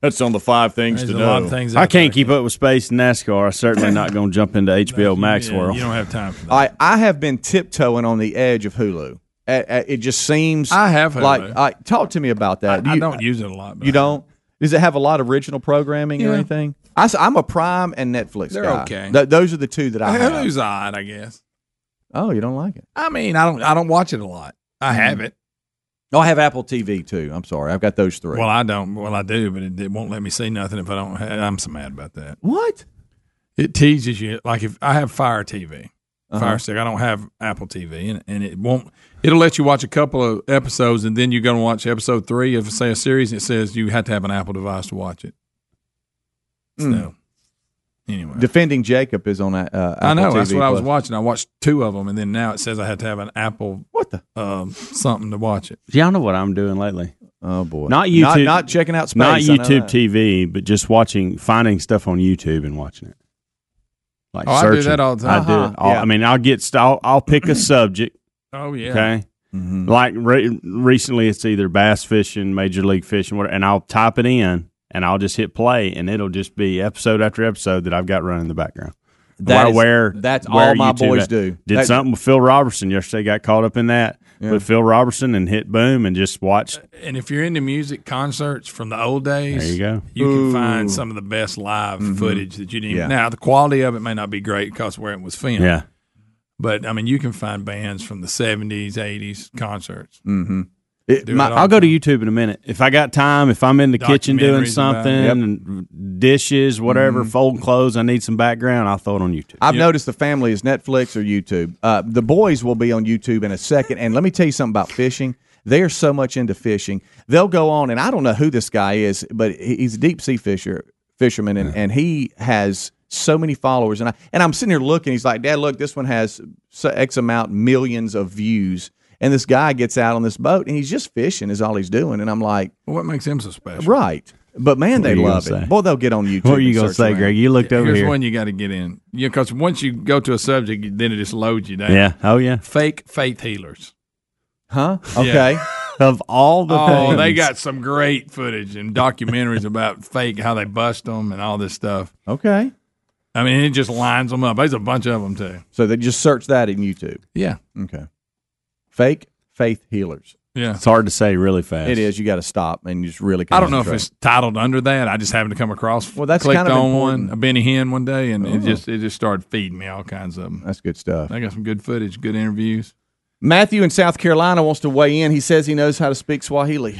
[SPEAKER 3] That's on the five things
[SPEAKER 9] There's a lot of things. out
[SPEAKER 6] I
[SPEAKER 9] there.
[SPEAKER 6] can't keep up with space and NASCAR. I'm certainly not going to jump into HBO Max
[SPEAKER 9] Yeah,
[SPEAKER 6] world.
[SPEAKER 9] You don't have time for that.
[SPEAKER 3] All right, I have been tiptoeing on the edge of Hulu. Uh, uh, It just seems
[SPEAKER 9] I have Hulu.
[SPEAKER 3] like I talk to me about that. Do
[SPEAKER 9] I
[SPEAKER 3] you,
[SPEAKER 9] don't use it a lot. but
[SPEAKER 3] You don't? Does it have a lot of original programming or
[SPEAKER 9] Yeah.
[SPEAKER 3] anything? I, am a Prime and Netflix.
[SPEAKER 9] They're
[SPEAKER 3] guy.
[SPEAKER 9] okay.
[SPEAKER 3] Th- those are the two that I have.
[SPEAKER 9] Hulu's odd, I guess.
[SPEAKER 3] Oh, you don't like it?
[SPEAKER 9] I mean, I don't. I don't watch it a lot. I have it.
[SPEAKER 3] Oh, I have Apple TV too. I'm sorry, I've got those three.
[SPEAKER 9] Well, I don't. Well, I do, but it, it won't let me see nothing if I don't. Have, I'm so mad about that.
[SPEAKER 3] what?
[SPEAKER 9] It teases you. Like if I have Fire TV,
[SPEAKER 3] Uh-huh.
[SPEAKER 9] Fire Stick, I don't have Apple TV, and, and it won't. It'll let you watch a couple of episodes, and then you're going to watch episode three of say a series. And it says you have to have an Apple device to watch it. So
[SPEAKER 3] Hmm.
[SPEAKER 9] anyway,
[SPEAKER 3] Defending Jacob is on uh, Apple
[SPEAKER 9] I know that's
[SPEAKER 3] TV
[SPEAKER 9] what I was
[SPEAKER 3] Plus.
[SPEAKER 9] watching. I watched two of them, and then now it says I had to have an Apple
[SPEAKER 3] What the?
[SPEAKER 9] um, something to watch it.
[SPEAKER 6] Y'all know what I'm doing lately.
[SPEAKER 3] Oh boy,
[SPEAKER 6] Not
[SPEAKER 3] Not,
[SPEAKER 6] YouTube.
[SPEAKER 3] not checking out space.
[SPEAKER 6] Not
[SPEAKER 3] I know
[SPEAKER 6] YouTube
[SPEAKER 3] that.
[SPEAKER 6] TV, but just watching, finding stuff on YouTube and watching it. Like
[SPEAKER 9] Oh, I do
[SPEAKER 6] searching.
[SPEAKER 9] that all the time.
[SPEAKER 6] I do it. all-
[SPEAKER 3] Yeah.
[SPEAKER 6] I mean, I'll get. st- I'll, I'll pick a subject.
[SPEAKER 9] Oh yeah.
[SPEAKER 6] Okay. Like re- recently, it's either bass fishing, major league fishing, whatever, and I'll type it in and I'll just hit play, and it'll just be episode after episode that I've got running in the background.
[SPEAKER 3] That
[SPEAKER 6] where,
[SPEAKER 3] is-
[SPEAKER 6] where-
[SPEAKER 3] that's
[SPEAKER 6] where
[SPEAKER 3] all my
[SPEAKER 6] YouTube
[SPEAKER 3] boys
[SPEAKER 6] at.
[SPEAKER 3] do.
[SPEAKER 6] Did
[SPEAKER 3] That-
[SPEAKER 6] something with Phil Robertson yesterday? Got caught up in that with Phil Robertson and hit boom and just watched.
[SPEAKER 9] And if you're into music concerts from the old days,
[SPEAKER 6] There you go.
[SPEAKER 9] You can find some of the best live
[SPEAKER 6] Mm-hmm.
[SPEAKER 9] footage that you didn't.
[SPEAKER 3] Yeah.
[SPEAKER 9] Now the quality of it may not be great because where it was filmed.
[SPEAKER 6] Yeah.
[SPEAKER 9] But I mean, you can find bands from the '70s, '80s concerts.
[SPEAKER 6] Mm. It-
[SPEAKER 9] Do it
[SPEAKER 6] my-
[SPEAKER 9] all
[SPEAKER 6] I'll
[SPEAKER 9] the
[SPEAKER 6] go to YouTube in a minute. If I got time, if I'm in the kitchen doing
[SPEAKER 9] Documentaries about
[SPEAKER 6] something,
[SPEAKER 9] it.
[SPEAKER 6] and dishes, whatever, folding clothes, I need some background, I'll throw it on YouTube.
[SPEAKER 3] I've noticed the family is Netflix or YouTube. Uh, the boys will be on YouTube in a second. And let me tell you something about fishing. They are so much into fishing. They'll go on, and I don't know who this guy is, but he- he's a deep sea fisher fisherman, and, and he has so many followers. And I and I'm sitting here looking. He's like, Dad, look, this one has so- x amount millions of views. And this guy gets out on this boat, and he's just fishing is all he's doing. And I'm like,
[SPEAKER 9] Well, what makes them so special?
[SPEAKER 3] right. But man,
[SPEAKER 6] What
[SPEAKER 3] they
[SPEAKER 6] are you
[SPEAKER 3] love
[SPEAKER 6] gonna
[SPEAKER 3] it.
[SPEAKER 6] say?
[SPEAKER 3] Boy, they'll get on YouTube.
[SPEAKER 6] what are you
[SPEAKER 3] and
[SPEAKER 6] gonna
[SPEAKER 3] search
[SPEAKER 6] say,
[SPEAKER 3] around.
[SPEAKER 6] Greg? You looked over
[SPEAKER 9] Here's
[SPEAKER 6] here.
[SPEAKER 9] one you got to get in. Yeah, because once you go to a subject, then it just loads you down.
[SPEAKER 6] Yeah. Oh yeah.
[SPEAKER 9] Fake faith healers.
[SPEAKER 3] Huh?
[SPEAKER 9] Yeah.
[SPEAKER 3] Okay.
[SPEAKER 6] Of all the
[SPEAKER 9] Oh,
[SPEAKER 6] things,
[SPEAKER 9] they got some great footage and documentaries about fake how they bust them and all this stuff.
[SPEAKER 3] Okay.
[SPEAKER 9] I mean, it just lines them up. There's a bunch of them too.
[SPEAKER 3] So they just search that in YouTube.
[SPEAKER 9] Yeah,
[SPEAKER 3] Okay. Fake faith healers.
[SPEAKER 9] yeah.
[SPEAKER 6] It's hard to say really fast.
[SPEAKER 3] It is. You got to stop and you just really.
[SPEAKER 9] I don't know if
[SPEAKER 3] concentrate.
[SPEAKER 9] it's titled under that. I just happened to come across.
[SPEAKER 3] Well, that's
[SPEAKER 9] clicked
[SPEAKER 3] kind of
[SPEAKER 9] on
[SPEAKER 3] important.
[SPEAKER 9] one, a Benny Hinn one day, and it just it just started feeding me all kinds of them.
[SPEAKER 3] That's good stuff.
[SPEAKER 9] I got some good footage, good interviews.
[SPEAKER 3] Matthew in South Carolina wants to weigh in. He says he knows how to speak Swahili.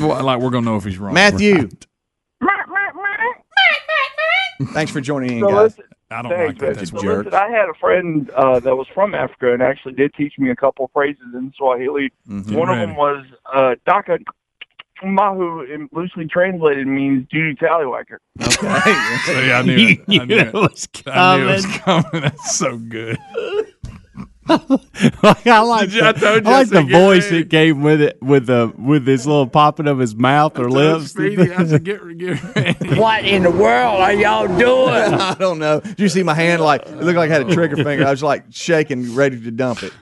[SPEAKER 9] Well, like we're gonna know if he's wrong.
[SPEAKER 3] Matthew, thanks for joining in, guys.
[SPEAKER 9] I don't
[SPEAKER 10] Thanks,
[SPEAKER 9] like that.
[SPEAKER 10] Reggie.
[SPEAKER 9] That's
[SPEAKER 10] So
[SPEAKER 9] weird.
[SPEAKER 10] listen, I had a friend uh, that was from Africa and actually did teach me a couple phrases in Swahili. One of
[SPEAKER 9] Ready.
[SPEAKER 10] them was uh, "Daka Mahu," and loosely translated means "duty tallywhacker."
[SPEAKER 9] See, I knew it. I knew it. I knew it was coming. That's so good.
[SPEAKER 6] I like,
[SPEAKER 9] Did you- I
[SPEAKER 6] the-
[SPEAKER 9] told you
[SPEAKER 6] I like
[SPEAKER 9] I
[SPEAKER 6] the
[SPEAKER 9] said get
[SPEAKER 6] voice
[SPEAKER 9] ready.
[SPEAKER 6] it gave with it with the with this little popping of his mouth or lips.
[SPEAKER 9] Speedy, I said, get, get ready.
[SPEAKER 2] What in the world are y'all doing?
[SPEAKER 3] I don't know. Did you see my hand? Like it looked like I had a trigger finger. I was like shaking, ready to dump it.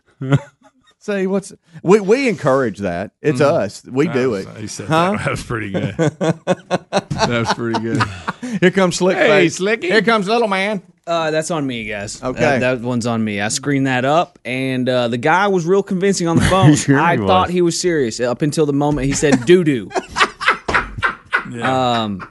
[SPEAKER 3] Say what's we we encourage that. It's
[SPEAKER 9] Mm-hmm.
[SPEAKER 3] us. We do it.
[SPEAKER 9] He said that. that was pretty good. that was pretty good.
[SPEAKER 3] Here comes slick
[SPEAKER 9] Hey,
[SPEAKER 3] face.
[SPEAKER 9] Slicky.
[SPEAKER 3] Here comes little man.
[SPEAKER 11] Uh, that's on me, guys.
[SPEAKER 3] Okay.
[SPEAKER 11] That, that one's on me. I screened that up, and uh, the guy was real convincing on the phone.
[SPEAKER 6] Sure he
[SPEAKER 11] I
[SPEAKER 6] was.
[SPEAKER 11] thought he was serious uh, up until the moment he said doo doo. Um,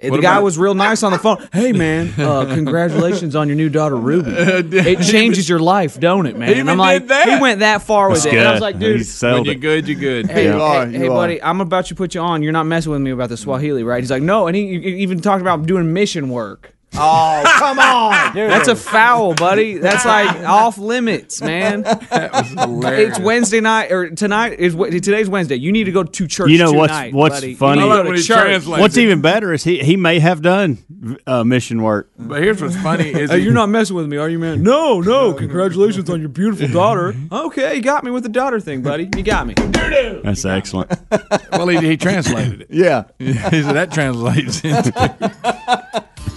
[SPEAKER 11] the
[SPEAKER 9] What
[SPEAKER 11] guy
[SPEAKER 9] about-
[SPEAKER 11] was real nice on the phone. Hey man, uh, congratulations on your new daughter Ruby. It changes your life, don't it, man?
[SPEAKER 9] even
[SPEAKER 11] I'm like,
[SPEAKER 9] did that.
[SPEAKER 11] He went that far with it. And I was
[SPEAKER 6] Good.
[SPEAKER 11] like, dude,
[SPEAKER 6] He sold
[SPEAKER 9] When you're
[SPEAKER 6] it.
[SPEAKER 9] good, you're good.
[SPEAKER 11] Hey,
[SPEAKER 3] You
[SPEAKER 11] hey,
[SPEAKER 3] are,
[SPEAKER 11] hey,
[SPEAKER 3] you are.
[SPEAKER 11] buddy, I'm about to put you on. You're not messing with me about the Swahili, right? He's like, no, and he, he even talked about doing mission work.
[SPEAKER 3] Oh come on, dude.
[SPEAKER 11] That's a foul, buddy. That's like off limits, man. It's Wednesday night or tonight is Wed- today's Wednesday. You need to go to church.
[SPEAKER 6] You know what's-
[SPEAKER 11] tonight,
[SPEAKER 6] what's
[SPEAKER 11] buddy. You
[SPEAKER 6] funny?
[SPEAKER 11] need to
[SPEAKER 9] I
[SPEAKER 11] go
[SPEAKER 9] like
[SPEAKER 11] to
[SPEAKER 9] when he
[SPEAKER 11] church.
[SPEAKER 9] translates
[SPEAKER 6] What's
[SPEAKER 9] it.
[SPEAKER 6] even better is he he may have done uh, mission work.
[SPEAKER 9] But here's what's funny is
[SPEAKER 11] Hey,
[SPEAKER 9] he-
[SPEAKER 11] you're not messing with me, are you, man? No, no. Congratulations on your beautiful daughter. Okay, you got me with the daughter thing, buddy. You got me.
[SPEAKER 6] That's excellent.
[SPEAKER 9] well, he, he translated it.
[SPEAKER 3] Yeah.
[SPEAKER 9] He said that translates into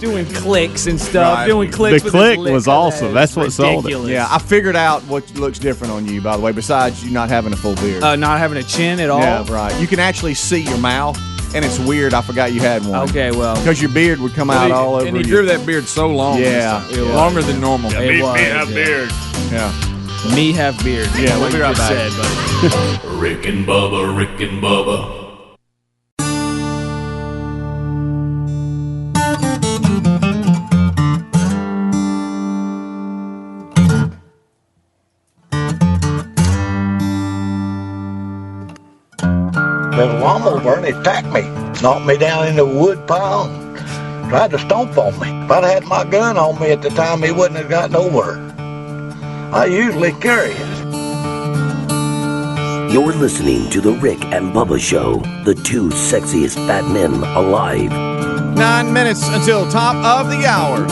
[SPEAKER 11] Doing clicks and stuff.
[SPEAKER 9] Right.
[SPEAKER 11] Doing
[SPEAKER 6] the
[SPEAKER 11] clicks. with his
[SPEAKER 6] click
[SPEAKER 11] lick.
[SPEAKER 6] was awesome. That's what sold it.
[SPEAKER 11] Ridiculous.
[SPEAKER 3] Yeah, I figured out what looks different on you, by the way, besides you not having a full beard.
[SPEAKER 11] uh, not having a chin at all.
[SPEAKER 3] yeah, right. You can actually see your mouth, and it's weird. I forgot you had one.
[SPEAKER 11] Okay, Oh. well,
[SPEAKER 3] Because your beard would come out all over
[SPEAKER 9] And he
[SPEAKER 3] you.
[SPEAKER 9] grew that beard so long. this
[SPEAKER 3] Yeah.
[SPEAKER 9] time. longer than normal.
[SPEAKER 11] it was. yeah.
[SPEAKER 3] Yeah.
[SPEAKER 11] Me have beard.
[SPEAKER 3] Yeah, we'll
[SPEAKER 11] what
[SPEAKER 3] be
[SPEAKER 11] you
[SPEAKER 3] right
[SPEAKER 11] just
[SPEAKER 3] back.
[SPEAKER 11] said, buddy.
[SPEAKER 7] Rick and Bubba, Rick and Bubba.
[SPEAKER 12] But lawnmower Bernie attacked me, knocked me down in the wood pile, tried to stomp on me. If I'd had my gun on me at the time, he wouldn't have gotten over. I usually carry it.
[SPEAKER 2] You're listening to The Rick and Bubba Show, the two sexiest fat men alive.
[SPEAKER 3] Nine minutes until top of the hour.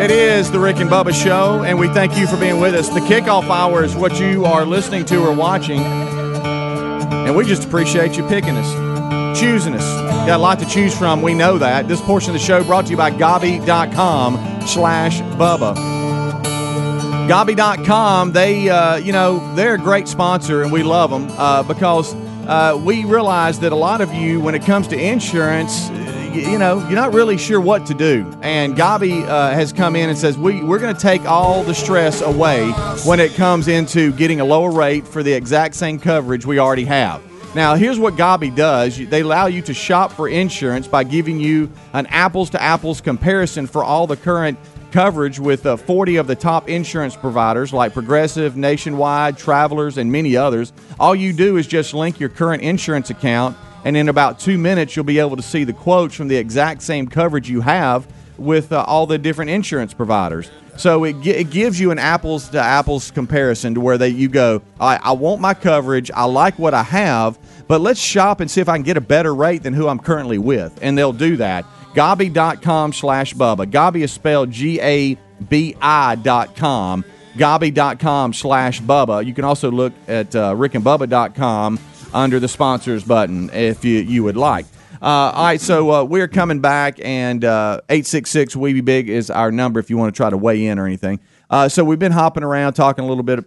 [SPEAKER 3] It is the Rick and Bubba Show, and we thank you for being with us. The kickoff hour is what you are listening to or watching, and we just appreciate you picking us, choosing us. Got a lot to choose from. We know that. This portion of the show brought to you by Gabi.com slash Bubba. Gabi.com, they, uh, you know, they're a great sponsor and we love them uh, because uh, we realize that a lot of you, when it comes to insurance, uh, y- you know, you're not really sure what to do. And Gabi uh, has come in and says, we, we're going to take all the stress away when it comes into getting a lower rate for the exact same coverage we already have. Now, here's what Gabi does. You- They allow you to shop for insurance by giving you an apples to apples comparison for all the current coverage with uh, 40 of the top insurance providers like Progressive, Nationwide, Travelers, and many others. All you do is just link your current insurance account, and in about two minutes, you'll be able to see the quotes from the exact same coverage you have with uh, all the different insurance providers. So it, gi- it gives you an apples to apples comparison to where they, you go, All right, I want my coverage, I like what I have, but let's shop and see if I can get a better rate than who I'm currently with. And they'll do that. Gabi.com slash Bubba. Gabi is spelled G A B I dot com. Gabi.com slash Bubba. You can also look at uh, rickandbubba.com under the sponsors button if you, you would like. Uh, all right, so uh, we're coming back, and uh, 866 Weeby Big is our number if you want to try to weigh in or anything. Uh, so we've been hopping around talking a little bit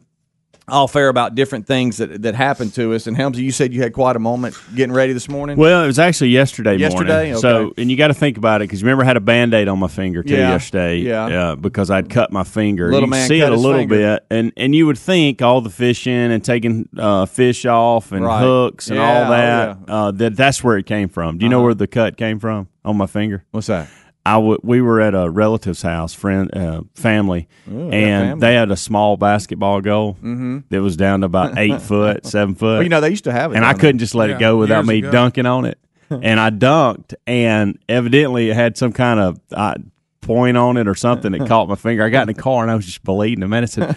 [SPEAKER 3] all fair about different things that, that happened to us. And Helmsy, you said you had quite a moment getting ready this morning.
[SPEAKER 6] Well, it was actually yesterday,
[SPEAKER 3] Yesterday?
[SPEAKER 6] morning. So, and you got to think about it because remember I had a band aid on my finger too
[SPEAKER 3] Yeah.
[SPEAKER 6] yesterday.
[SPEAKER 3] Yeah.
[SPEAKER 6] uh, because I'd cut my finger.
[SPEAKER 3] Little
[SPEAKER 6] you
[SPEAKER 3] man
[SPEAKER 6] see
[SPEAKER 3] cut
[SPEAKER 6] it a
[SPEAKER 3] his
[SPEAKER 6] little
[SPEAKER 3] finger.
[SPEAKER 6] bit, and and you would think all the fishing and taking uh, fish off and
[SPEAKER 3] Right.
[SPEAKER 6] hooks and
[SPEAKER 3] Yeah, Uh-huh.
[SPEAKER 6] all that uh, that that's where it came from. Do you know where the cut came from on my finger?
[SPEAKER 3] What's that?
[SPEAKER 6] I w- we were at a relative's house, friend, uh, family,
[SPEAKER 3] Ooh, that
[SPEAKER 6] and
[SPEAKER 3] family.
[SPEAKER 6] they had a small basketball goal
[SPEAKER 3] Mhm.
[SPEAKER 6] that was down to about eight foot, seven foot.
[SPEAKER 3] Well, you know, they used to have it
[SPEAKER 6] and I
[SPEAKER 3] down there.
[SPEAKER 6] couldn't just let
[SPEAKER 3] Yeah,
[SPEAKER 6] it go without
[SPEAKER 3] years
[SPEAKER 6] me
[SPEAKER 3] ago.
[SPEAKER 6] dunking on it. and I dunked, and evidently it had some kind of uh, point on it or something that caught my finger. I got in the car and I was just bleeding. And man, I said,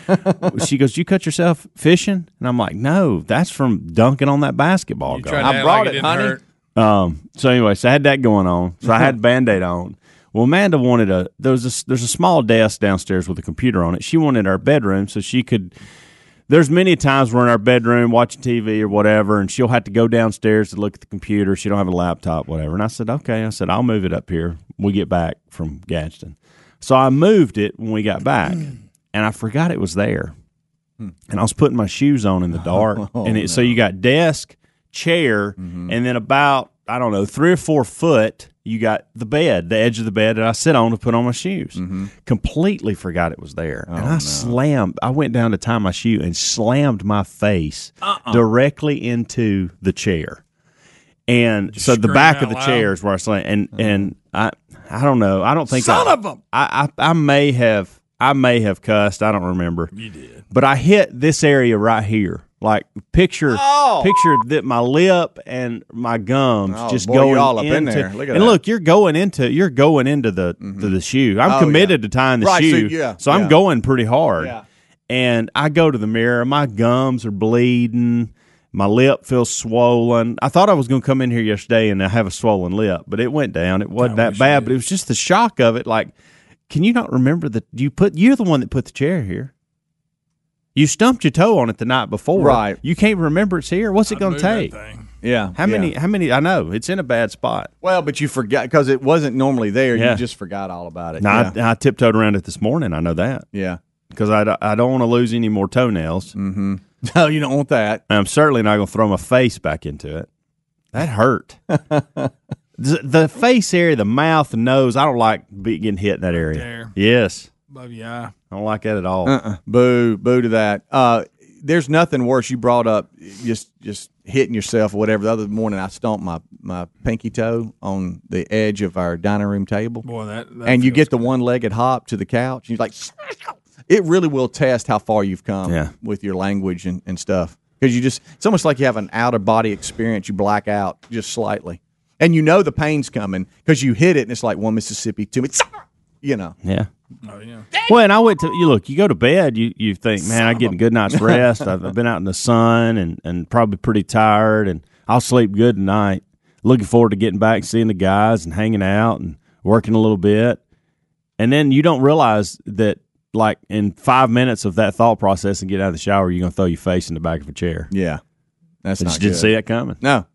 [SPEAKER 6] "She goes, you cut yourself fishing?" And I'm like, "No, that's from dunking on that basketball goal."
[SPEAKER 3] tried to I act like brought it it, didn't honey. hurt.
[SPEAKER 6] Um, so anyway, so I had that going on. So I had band aid on. Well, Amanda wanted a there was a, there's a small desk downstairs with a computer on it. She wanted our bedroom so she could. There's many times we're in our bedroom watching TV or whatever, and she'll have to go downstairs to look at the computer. She don't have a laptop, whatever. And I said, okay. I said I'll move it up here. when We get back from Gadsden, so I moved it when we got back, and I forgot it was there and I was putting my shoes on in the dark.
[SPEAKER 3] Oh, Mm-hmm.
[SPEAKER 6] and it, so you got desk, chair, and then about I don't know three or four foot. You got the bed, the edge of the bed that I sit on to put on my shoes.
[SPEAKER 3] Mm-hmm.
[SPEAKER 6] Completely forgot it was there,
[SPEAKER 3] Oh,
[SPEAKER 6] and I slammed. I went down to tie my shoe and slammed my face
[SPEAKER 3] Uh-uh.
[SPEAKER 6] directly into the chair. And so the
[SPEAKER 3] scream
[SPEAKER 6] back of
[SPEAKER 3] out
[SPEAKER 6] the
[SPEAKER 3] loud? Uh-huh.
[SPEAKER 6] chair is where I slammed, and and I I don't know. I don't think
[SPEAKER 3] Son
[SPEAKER 6] I,
[SPEAKER 3] of a-
[SPEAKER 6] I, I I may have I may have cussed. I don't remember. You did, but I hit this area right here. Like picture
[SPEAKER 3] Oh.
[SPEAKER 6] picture that my lip and my gums
[SPEAKER 3] Oh,
[SPEAKER 6] just
[SPEAKER 3] boy, you
[SPEAKER 6] going
[SPEAKER 3] all up
[SPEAKER 6] into,
[SPEAKER 3] in there. Look at
[SPEAKER 6] and
[SPEAKER 3] that.
[SPEAKER 6] look, you're going into you're going into the to the shoe. I'm
[SPEAKER 3] Oh,
[SPEAKER 6] committed to tying the
[SPEAKER 3] Right, so
[SPEAKER 6] shoe,
[SPEAKER 3] yeah,
[SPEAKER 6] I'm
[SPEAKER 3] yeah.
[SPEAKER 6] going pretty hard.
[SPEAKER 3] Yeah.
[SPEAKER 6] And I go to the mirror. My gums are bleeding. My lip feels swollen. I thought I was going to come in here yesterday and I have a swollen lip, but it went down. It wasn't that bad, but it was just the shock of it. Like, can you not remember that you put? You're the one that put the chair here. You stumped your toe on it the night before,
[SPEAKER 3] Right.
[SPEAKER 6] You can't remember it's here. What's it going to take?
[SPEAKER 3] Yeah.
[SPEAKER 6] How many? How many? I know it's in a bad spot.
[SPEAKER 3] Well, but you forgot because it wasn't normally there.
[SPEAKER 6] Yeah.
[SPEAKER 3] You just forgot all about it.
[SPEAKER 6] No,
[SPEAKER 3] yeah.
[SPEAKER 6] I, I tiptoed around it this morning. I know that.
[SPEAKER 3] Yeah.
[SPEAKER 6] Because I, d- I don't want to lose any more toenails. Mm-hmm.
[SPEAKER 3] No, you don't want that.
[SPEAKER 6] I'm certainly not going to throw my face back into it. That hurt. the, the face area, the mouth, the nose, I don't like be, getting hit in that area.
[SPEAKER 9] there.
[SPEAKER 6] Yes.
[SPEAKER 9] Above your eye.
[SPEAKER 6] I don't like that at all.
[SPEAKER 3] Uh-uh. Boo, boo to that. Uh, there's nothing worse. You brought up just just hitting yourself or whatever. The other morning, I stomped my my pinky toe on the edge of our dining room table.
[SPEAKER 9] Boy, that- that
[SPEAKER 3] and you get the one legged hop to the couch. And you're like, it really will test how far you've come
[SPEAKER 6] Yeah.
[SPEAKER 3] with your language and, and stuff. because you just it's almost like you have an out of body experience. You black out just slightly, and you know the pain's coming because you hit it, and it's like one Mississippi, two, Miss- you know.
[SPEAKER 6] Yeah.
[SPEAKER 3] Oh,
[SPEAKER 6] Well, and I went to you look. You go to bed, you you think, man, I get a good night's rest. I've, I've been out in the sun and and probably pretty tired, and I'll sleep good tonight. Looking forward to getting back, and seeing the guys, and hanging out, and working a little bit. And then you don't realize that, like in five minutes of that thought process and get out of the shower, you're gonna throw your face in the back of a chair.
[SPEAKER 3] Yeah, that's
[SPEAKER 6] I
[SPEAKER 3] not
[SPEAKER 6] just didn't
[SPEAKER 3] good.
[SPEAKER 6] see that coming.
[SPEAKER 3] No,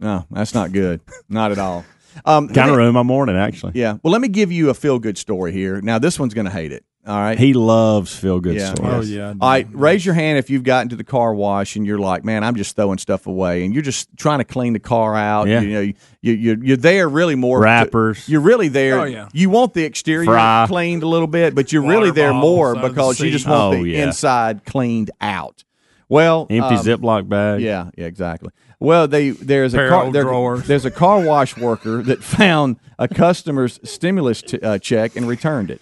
[SPEAKER 3] no, that's not good. Not at all. Um,
[SPEAKER 6] Kind of
[SPEAKER 3] let me-
[SPEAKER 6] ruined my morning actually.
[SPEAKER 3] Yeah. Well, let me give you a feel good story here. Now, this one's going to hate it. All right.
[SPEAKER 6] He loves feel good
[SPEAKER 3] Yeah.
[SPEAKER 9] Oh,
[SPEAKER 6] stories.
[SPEAKER 3] All right. Raise your hand if you've gotten to the car wash and you're like, man, I'm just throwing stuff away, and you're just trying to clean the car out.
[SPEAKER 6] Yeah.
[SPEAKER 3] You know, you, you you're, you're there really more to-
[SPEAKER 6] Wrappers.
[SPEAKER 3] you're really there.
[SPEAKER 6] Oh, yeah.
[SPEAKER 3] You want the exterior
[SPEAKER 6] Fry.
[SPEAKER 3] cleaned a little bit, but you're
[SPEAKER 6] Water
[SPEAKER 3] really there
[SPEAKER 6] bottles,
[SPEAKER 3] more
[SPEAKER 6] so to
[SPEAKER 3] because you
[SPEAKER 6] see.
[SPEAKER 3] just want
[SPEAKER 6] Oh,
[SPEAKER 3] the
[SPEAKER 6] yeah.
[SPEAKER 3] inside cleaned out. Well,
[SPEAKER 6] Empty
[SPEAKER 3] um,
[SPEAKER 6] Ziploc bag.
[SPEAKER 3] Yeah, yeah, exactly. Well, they there's a
[SPEAKER 6] Pair
[SPEAKER 3] car
[SPEAKER 6] of
[SPEAKER 3] there-
[SPEAKER 6] drawers.
[SPEAKER 3] there's a car wash worker that found a customer's stimulus t- uh, check and returned it.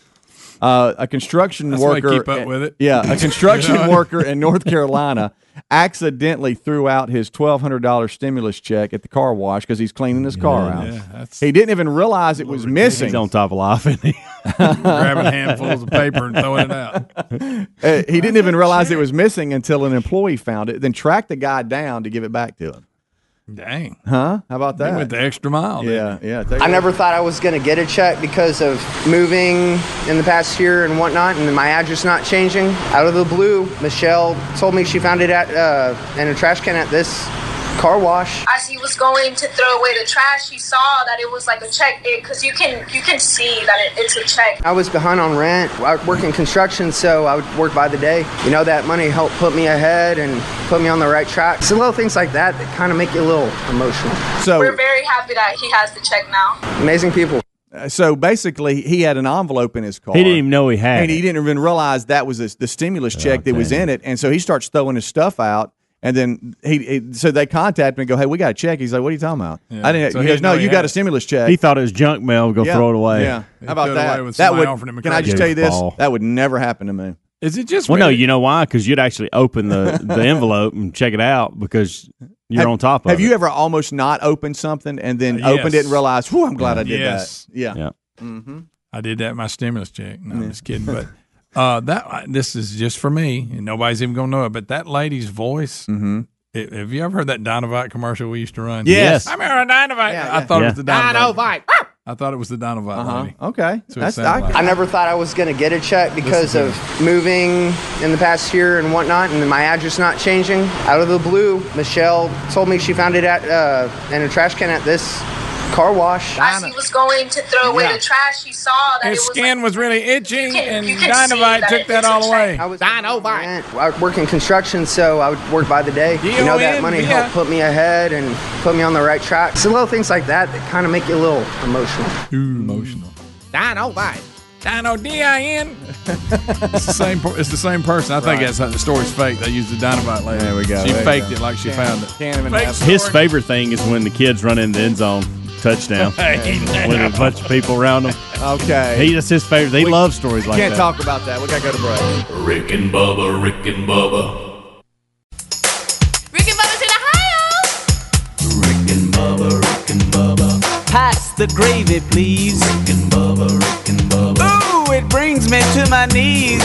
[SPEAKER 3] Uh, a construction
[SPEAKER 9] That's why I
[SPEAKER 3] worker
[SPEAKER 9] keep up with it.
[SPEAKER 3] Yeah, a construction
[SPEAKER 9] You know?
[SPEAKER 3] worker in North Carolina accidentally threw out his twelve hundred dollar stimulus check at the car wash because he's cleaning his car out.
[SPEAKER 9] yeah,
[SPEAKER 3] he didn't even realize it was missing.
[SPEAKER 6] He's on top of life, isn't he?
[SPEAKER 9] grabbing handfuls of paper and throwing it out.
[SPEAKER 3] Uh, he didn't even realize it was missing until an employee found it, then tracked the guy down to give it back to him.
[SPEAKER 9] Dang.
[SPEAKER 3] Huh? How about
[SPEAKER 9] They
[SPEAKER 3] that?
[SPEAKER 9] went the extra mile.
[SPEAKER 3] Yeah, yeah. take
[SPEAKER 13] I
[SPEAKER 3] it.
[SPEAKER 13] never thought I was going to get a check because of moving in the past year and whatnot, and my address not changing. Out of the blue, Michelle told me she found it at uh, in a trash can at this car wash.
[SPEAKER 14] As he was going to throw away the trash, he saw that it was like a check because you can you can see that it, it's a check.
[SPEAKER 13] I was behind on rent. I work in construction, so I would work by the day. You know, that money helped put me ahead and put me on the right track. So little things like that that kind of make you a little emotional.
[SPEAKER 14] we're very happy that he has the check now.
[SPEAKER 13] amazing people.
[SPEAKER 3] So basically, he had an envelope in his car.
[SPEAKER 6] He didn't even Oh, know he had
[SPEAKER 3] and he didn't even realize that was the- the stimulus check that was in it. And so he starts throwing his stuff out. And then he, he- so they contact me and go, "Hey, we got a check." He's like, "What are you talking about?"
[SPEAKER 6] Yeah.
[SPEAKER 3] I didn't.
[SPEAKER 6] So
[SPEAKER 3] he
[SPEAKER 6] he
[SPEAKER 3] goes,
[SPEAKER 6] didn't know
[SPEAKER 3] "No,
[SPEAKER 6] he
[SPEAKER 3] you got
[SPEAKER 6] had
[SPEAKER 3] a
[SPEAKER 6] it.
[SPEAKER 3] stimulus check."
[SPEAKER 6] He thought it was junk mail. Go
[SPEAKER 3] Yeah.
[SPEAKER 6] throw it away.
[SPEAKER 3] Yeah.
[SPEAKER 9] He
[SPEAKER 3] How about
[SPEAKER 9] threw it away
[SPEAKER 3] that?
[SPEAKER 9] with
[SPEAKER 3] That
[SPEAKER 9] somebody
[SPEAKER 3] would.
[SPEAKER 9] offering him a
[SPEAKER 3] Can I
[SPEAKER 6] credit
[SPEAKER 3] just tell you this?
[SPEAKER 6] ball.
[SPEAKER 3] That would never happen to me.
[SPEAKER 9] Is it just
[SPEAKER 6] Well, no, you know why? Because you'd actually open the, the envelope and check it out because you're
[SPEAKER 3] Have-
[SPEAKER 6] on top of
[SPEAKER 3] Have
[SPEAKER 6] it.
[SPEAKER 3] you ever almost not opened something and then
[SPEAKER 9] Uh,
[SPEAKER 3] opened it
[SPEAKER 9] yes.
[SPEAKER 3] and realized, "Whew, I'm glad I did
[SPEAKER 9] Yes.
[SPEAKER 3] that." Yeah.
[SPEAKER 6] Yeah.
[SPEAKER 3] Mm-hmm.
[SPEAKER 9] I did that with my stimulus check. No, I'm just kidding. But uh, that I- this is just for me, and nobody's even gonna know it. But that lady's voice.
[SPEAKER 3] Mm-hmm.
[SPEAKER 9] i- Have you ever heard that Dynavite commercial we used to run?
[SPEAKER 3] Yes.
[SPEAKER 9] I'm a Dynavite.
[SPEAKER 13] Yeah,
[SPEAKER 9] I
[SPEAKER 13] yeah.
[SPEAKER 9] thought
[SPEAKER 13] Yeah.
[SPEAKER 9] it was the Dynavite.
[SPEAKER 13] Dynavite.
[SPEAKER 9] I thought it was the Dynavite
[SPEAKER 3] Uh-huh.
[SPEAKER 9] lady.
[SPEAKER 3] Okay.
[SPEAKER 9] That's what it sounded like.
[SPEAKER 13] I never thought I was going to get a check because
[SPEAKER 9] Listen
[SPEAKER 13] of moving in the past year and whatnot, and my address not changing. Out of the blue, Michelle told me she found it at uh, in a trash can at this car wash.
[SPEAKER 14] As he was going to throw away
[SPEAKER 13] Yeah.
[SPEAKER 14] the trash, he saw that
[SPEAKER 13] His
[SPEAKER 14] it was
[SPEAKER 13] skin
[SPEAKER 14] like,
[SPEAKER 13] was really
[SPEAKER 14] itching,
[SPEAKER 13] and Dynavite took that all away. I was I would work in construction, so I would work by the day. You know that money
[SPEAKER 14] D O N,
[SPEAKER 13] helped put me ahead and put me on the right track. So little things like that that kind of make you a little emotional.
[SPEAKER 9] emotional.
[SPEAKER 13] Dino bite.
[SPEAKER 9] Dino D I N. It's the same. per- It's the same person. I think
[SPEAKER 6] Right.
[SPEAKER 9] that's how the story's fake. They used the Dynavite lady. There we
[SPEAKER 6] go.
[SPEAKER 9] She
[SPEAKER 6] There you
[SPEAKER 9] faked
[SPEAKER 6] go.
[SPEAKER 9] it like she
[SPEAKER 6] Can't-
[SPEAKER 9] found it.
[SPEAKER 3] Can't even
[SPEAKER 9] Fake story.
[SPEAKER 6] His favorite thing is when the kids run in the end zone touchdown
[SPEAKER 3] Hey,
[SPEAKER 6] with a bunch of people around them.
[SPEAKER 3] Okay.
[SPEAKER 6] He, that's his favorite. They love stories like
[SPEAKER 3] Can't
[SPEAKER 6] that.
[SPEAKER 3] talk about that. We got to go to break.
[SPEAKER 7] Rick and Bubba, Rick and Bubba.
[SPEAKER 15] Rick and Bubba's in Ohio.
[SPEAKER 16] Pass the gravy, please.
[SPEAKER 15] Ooh, it brings me to my knees.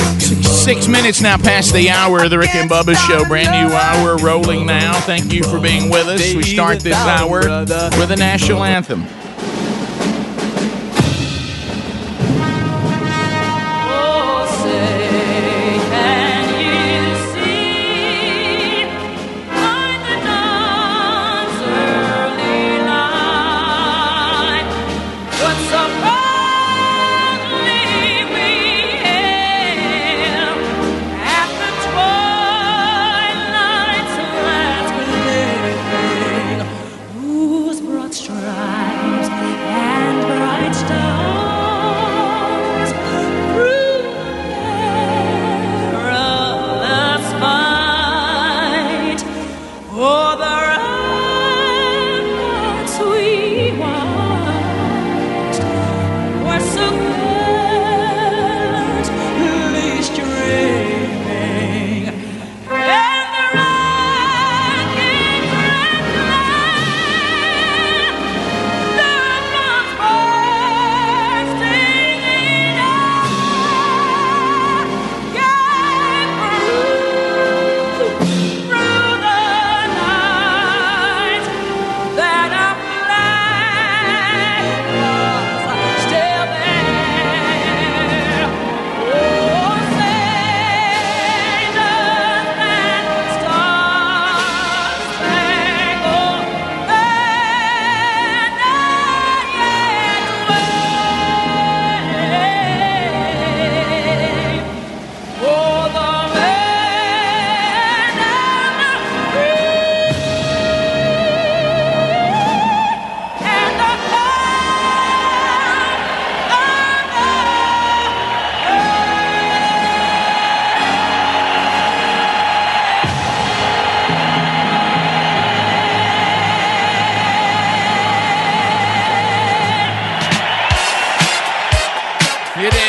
[SPEAKER 17] Six minutes now past the hour of the Rick and Bubba Show. Brand new hour rolling now. Thank you for being with us. We start this hour with a national anthem.
[SPEAKER 15] Oh, say, can you see by the dawn's early light what so proudly we hail at the twilight's last gleaming, whose broad stripes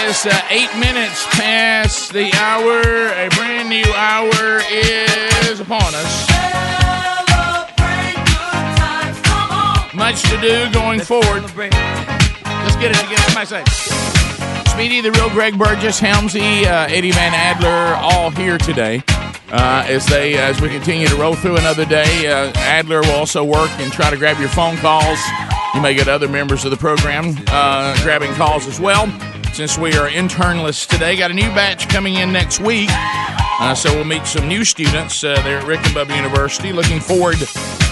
[SPEAKER 17] is uh, eight minutes past the hour. A brand new hour is upon us. Much to do going forward. Let's get it together. Somebody say. Speedy, the real Greg Burgess, Helmsy, uh, Eddie Van Adler, all here today. Uh, as they as we continue to roll through another day, uh, Adler will also work and try to grab your phone calls. You may get other members of the program uh, grabbing calls as well. Since we are internless today, got a new batch coming in next week. Uh, so we'll meet some new students uh, there at Rick and Bubba University. Looking forward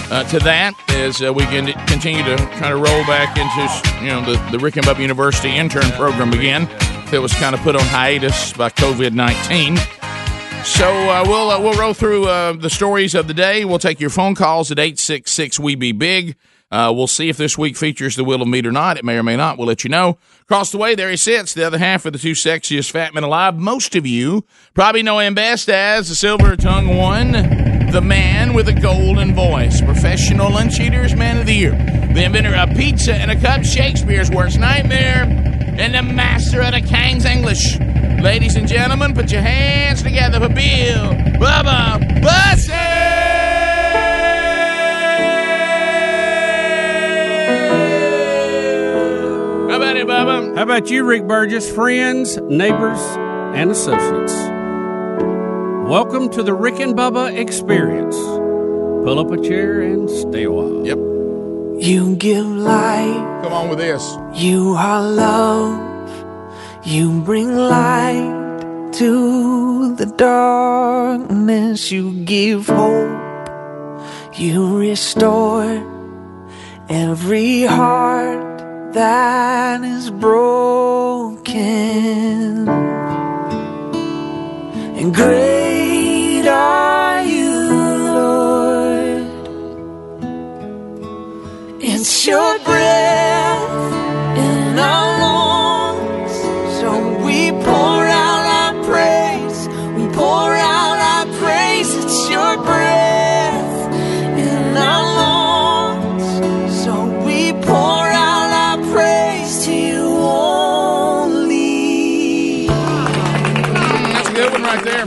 [SPEAKER 17] uh, to that as uh, we can continue to kind of roll back into you know the, the Rick and Bubba University intern program again that was kind of put on hiatus by COVID nineteen. So uh, we'll uh, we'll roll through uh, the stories of the day. We'll take your phone calls at eight six six we be big. Uh, we'll see if this week features the will of meat or not. It may or may not. We'll let you know. Across the way, there he sits, the other half of the two sexiest fat men alive. Most of you probably know him best as the silver tongue one, the man with a golden voice, professional lunch eaters, man of the year, the inventor of pizza and a cup, Shakespeare's worst nightmare, and the master of the King's English. Ladies and gentlemen, put your hands together for Bill Bubba Bussett. How about it, Bubba?
[SPEAKER 18] How about you, Rick Burgess? Friends, neighbors, and associates. Welcome to the Rick and Bubba experience. Pull up a chair and stay a while. Yep.
[SPEAKER 19] You give light.
[SPEAKER 17] Come on with this.
[SPEAKER 19] You are love. You bring light to the darkness. You give hope. You restore every heart that is broken. And great are you, Lord. It's your breath in our lungs. So we pour out our praise. We pour out our praise. It's your breath in our lungs. So we pour out our praise to you only.
[SPEAKER 17] That's a good one right there.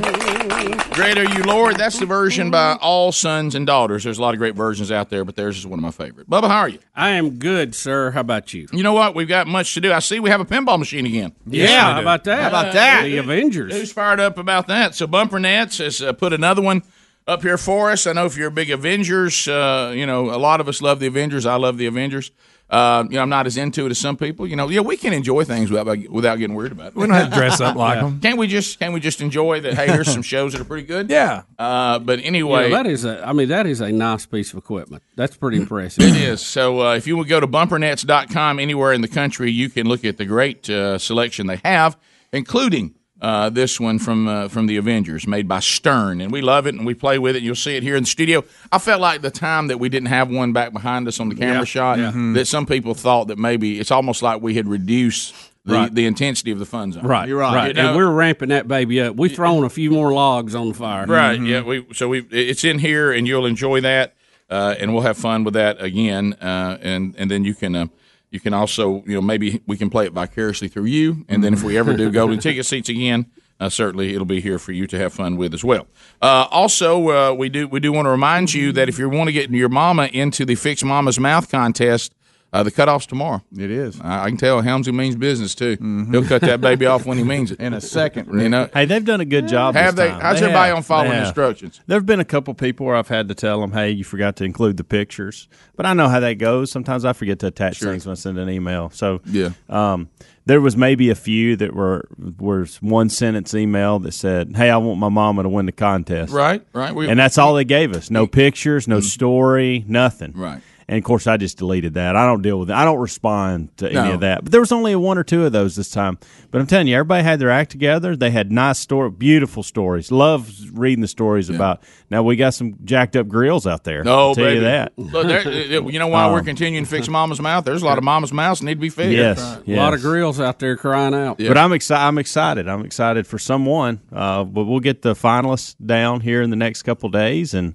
[SPEAKER 17] Great are you, Lord. That's the version by all sons and daughters. There's a lot of great versions out there, but theirs is one of my favorite. Bubba, how are you?
[SPEAKER 18] I am good, sir. How about you?
[SPEAKER 17] You know what? We've got much to do. I see we have a pinball machine again.
[SPEAKER 18] Yeah, Yes, we how do. about that?
[SPEAKER 17] How about that?
[SPEAKER 18] The Avengers.
[SPEAKER 17] Who's fired up about that? So Bumper Nets has uh, put another one up here for us. I know if you're a big Avengers, uh, you know a lot of us love the Avengers. I love the Avengers. Uh, you know, I'm not as into it as some people. You know, yeah, we can enjoy things without without getting weird about it.
[SPEAKER 9] We don't have to dress up like 'em.
[SPEAKER 17] Can't we just can't we just enjoy that? Hey, here's some shows that are pretty good.
[SPEAKER 9] Yeah.
[SPEAKER 17] Uh, but
[SPEAKER 18] You know,
[SPEAKER 17] anyway,
[SPEAKER 18] that is a. I mean, that is a nice piece of equipment. That's pretty impressive.
[SPEAKER 17] Mm. It is. So uh, if you would go to bumpernets.com anywhere in the country, you can look at the great uh, selection they have, including uh, this one from uh, from the Avengers, made by Stern, and we love it and we play with it. You'll see it here in the studio. I felt like the time that we didn't have one back behind us on the camera
[SPEAKER 9] Yeah.
[SPEAKER 17] shot,
[SPEAKER 9] Yeah. Mhm.
[SPEAKER 18] Mm-hmm.
[SPEAKER 17] that some people thought that maybe it's almost like we had reduced. The,
[SPEAKER 18] Right.
[SPEAKER 17] the intensity of the fun zone.
[SPEAKER 18] Right, right.
[SPEAKER 17] You know?
[SPEAKER 18] And we're ramping that baby up. We've thrown a few more logs on the fire.
[SPEAKER 17] Right. Yeah. We so we it's in here, and you'll enjoy that, uh, and we'll have fun with that again, uh, and and then you can. Uh, you can also, you know, maybe we can play it vicariously through you, and then if we ever do golden ticket seats again, uh, certainly it'll be here for you to have fun with as well. Uh, also, uh, we do we do want to remind you that if you want to get your mama into the Fix Mama's Mouth contest, uh, the cutoff's tomorrow. It is. I, I can tell Helmsy means business too. He'll cut that baby off when he means it in a second. You know,
[SPEAKER 6] Hey, they've done a good job.
[SPEAKER 17] Have
[SPEAKER 6] this
[SPEAKER 17] they-
[SPEAKER 6] time.
[SPEAKER 17] how's
[SPEAKER 6] They
[SPEAKER 17] everybody
[SPEAKER 6] have.
[SPEAKER 17] on following
[SPEAKER 6] They have.
[SPEAKER 17] instructions?
[SPEAKER 6] There've been a couple people where I've had to tell them, "Hey, you forgot to include the pictures." But I know how that goes. Sometimes I forget to attach things when I send an email. So
[SPEAKER 17] Yeah.
[SPEAKER 6] um, there was maybe a few that were was one sentence email that said, "Hey, I want my mama to win the contest."
[SPEAKER 17] Right, right. We- Mm-hmm.
[SPEAKER 6] and that's all they gave us. No pictures, no story, nothing.
[SPEAKER 17] Right.
[SPEAKER 6] And of course, I just deleted that. I don't deal with it. I don't respond to any
[SPEAKER 17] No.
[SPEAKER 6] of that. But there was only one or two of those this time. But I'm telling you, everybody had their act together. They had nice story, beautiful stories. Love reading the stories about. Now we got some jacked up grills out there.
[SPEAKER 17] No,
[SPEAKER 6] I'll tell
[SPEAKER 17] baby.
[SPEAKER 6] you that.
[SPEAKER 17] Look, there, you know why we're
[SPEAKER 6] Um, uh,
[SPEAKER 17] continuing to fix mama's mouth? There's a lot of mama's mouths that need to be fed.
[SPEAKER 6] Yes, Right. yes.
[SPEAKER 18] A lot of grills out there crying out.
[SPEAKER 6] But I'm excited. I'm excited. I'm excited for someone. Uh, but we'll get the finalists down here in the next couple days, and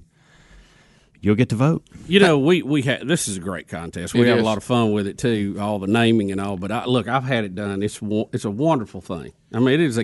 [SPEAKER 6] you'll get to vote.
[SPEAKER 18] You know, we we had this is a great contest. We
[SPEAKER 6] It
[SPEAKER 18] had
[SPEAKER 6] is.
[SPEAKER 18] a lot of fun with it too, all the naming and all. But I, look, I've had it done. It's wo- it's a wonderful thing. I mean, it is a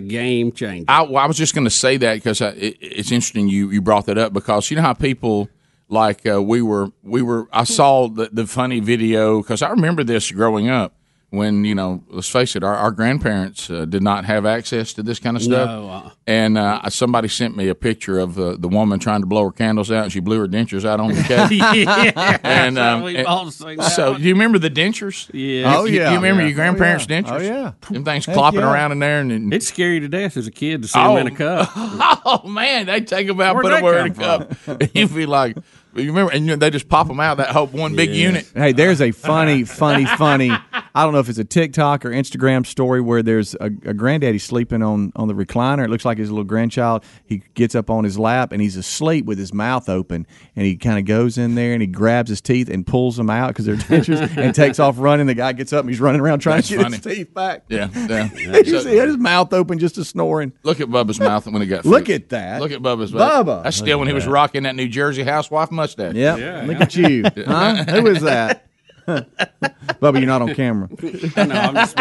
[SPEAKER 18] game changer.
[SPEAKER 17] I, well, I was just going to say that because it, it's interesting you, you brought that up because you know how people like uh, we were we were I saw the, the funny video because I remember this growing up when you know let's face it our, our grandparents uh, did not have access to this kind of stuff
[SPEAKER 18] No, uh-uh.
[SPEAKER 17] and uh, somebody sent me a picture of uh, the woman trying to blow her candles out and she blew her dentures out on the cake
[SPEAKER 18] Yeah,
[SPEAKER 17] and,
[SPEAKER 18] so
[SPEAKER 17] um,
[SPEAKER 18] we've
[SPEAKER 17] and-
[SPEAKER 18] all seen that
[SPEAKER 17] so do you remember the dentures
[SPEAKER 18] Oh, Yeah.
[SPEAKER 17] You- you- you remember your grandparents
[SPEAKER 18] yeah.
[SPEAKER 17] dentures
[SPEAKER 18] Oh, yeah.
[SPEAKER 17] them things clopping around in there and, and
[SPEAKER 18] it's scary to death as a kid to see them in a cup.
[SPEAKER 17] Oh man, they take them out,
[SPEAKER 18] Where'd
[SPEAKER 17] put them
[SPEAKER 18] that
[SPEAKER 17] where in a
[SPEAKER 18] come
[SPEAKER 17] cup. you be like, you remember? And you- they just pop them out. That whole one big unit.
[SPEAKER 3] Hey, there's a funny, funny, funny. I don't know if it's a TikTok or Instagram story where there's a, a granddaddy sleeping on on the recliner. It looks like his little grandchild. He gets up on his lap and he's asleep with his mouth open, and he kind of goes in there and he grabs his teeth and pulls them out because they're dentures and takes off running. The guy gets up and he's running around trying
[SPEAKER 17] That's
[SPEAKER 3] to get
[SPEAKER 17] funny.
[SPEAKER 3] his teeth back.
[SPEAKER 17] Yeah, yeah.
[SPEAKER 3] you see, he had his mouth open, just a snoring.
[SPEAKER 17] Look at Bubba's mouth when he got.
[SPEAKER 3] Look
[SPEAKER 17] through.
[SPEAKER 3] at that.
[SPEAKER 17] Look at Bubba's mouth.
[SPEAKER 3] Bubba.
[SPEAKER 17] That's still
[SPEAKER 3] Look
[SPEAKER 17] when
[SPEAKER 3] at
[SPEAKER 17] he was
[SPEAKER 3] that.
[SPEAKER 17] rocking that New Jersey housewife mustache.
[SPEAKER 3] Yep. Look at you. huh? Who is that? Bubba, you're not on camera.
[SPEAKER 18] I know, I'm just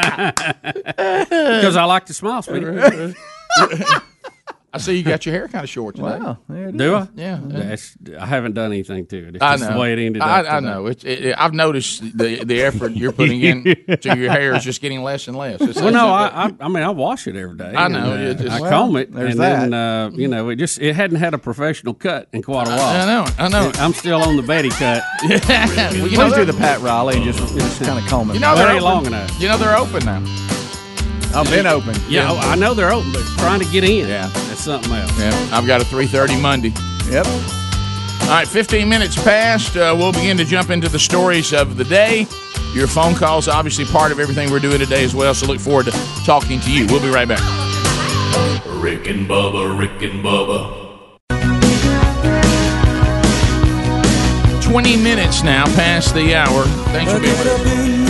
[SPEAKER 18] smiling. because I like to smile, sweetie.
[SPEAKER 17] I see you got your hair kind of short today. Wow,
[SPEAKER 18] Do I?
[SPEAKER 17] Yeah.
[SPEAKER 18] That's, I haven't done anything to it. It's
[SPEAKER 17] I
[SPEAKER 18] just
[SPEAKER 17] know.
[SPEAKER 18] the way it ended.
[SPEAKER 17] I,
[SPEAKER 18] up
[SPEAKER 17] I
[SPEAKER 18] today.
[SPEAKER 17] know. It's it, it- I've noticed the the effort you're putting in to your hair is just getting less and less. It's-
[SPEAKER 18] well,
[SPEAKER 17] it's-
[SPEAKER 18] no, I, I, I mean, I wash it every day.
[SPEAKER 17] I know,
[SPEAKER 18] and, uh,
[SPEAKER 17] it just-
[SPEAKER 18] I
[SPEAKER 17] Well,
[SPEAKER 18] comb it,
[SPEAKER 17] there's
[SPEAKER 18] and then uh, you know, it just it hadn't had a professional cut in quite a
[SPEAKER 17] I-
[SPEAKER 18] while.
[SPEAKER 17] I know, I know.
[SPEAKER 18] And I'm still on the Betty cut.
[SPEAKER 17] Well, you
[SPEAKER 18] Please
[SPEAKER 17] know that-
[SPEAKER 18] do the Pat Riley and just, just kind
[SPEAKER 3] of comb
[SPEAKER 18] it.
[SPEAKER 17] You know
[SPEAKER 18] That
[SPEAKER 17] they're
[SPEAKER 18] ain't
[SPEAKER 17] open.
[SPEAKER 18] long enough.
[SPEAKER 17] You know they're open now.
[SPEAKER 3] I've been open.
[SPEAKER 18] Yeah, I know they're open, but trying to get in.
[SPEAKER 17] Yeah,
[SPEAKER 18] that's something else.
[SPEAKER 17] Yeah, I've got a three thirty Monday.
[SPEAKER 3] Yep.
[SPEAKER 17] All right, fifteen minutes past. Uh, we'll begin to jump into the stories of the day. Your phone calls obviously part of everything we're doing today as well. So look forward to talking to you. We'll be right back.
[SPEAKER 7] Rick and Bubba, Rick and Bubba,
[SPEAKER 17] 20 minutes now past the hour. Thanks for being with us.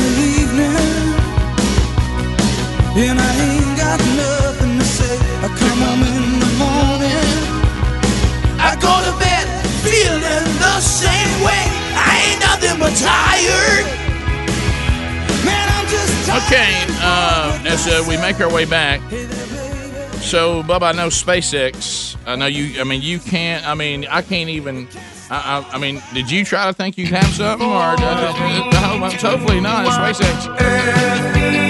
[SPEAKER 19] And I ain't got nothing to say. I come home in the morning. I go to bed feeling the same way. I ain't nothing but tired. Man, I'm just
[SPEAKER 17] Okay, uh, as uh, we make our way back, so Bubba, I know SpaceX. I know you. I mean, you can't. I mean, I can't even. I, I, I mean, did you try to think you'd have something, or I just- I hope- hopefully not? It's SpaceX.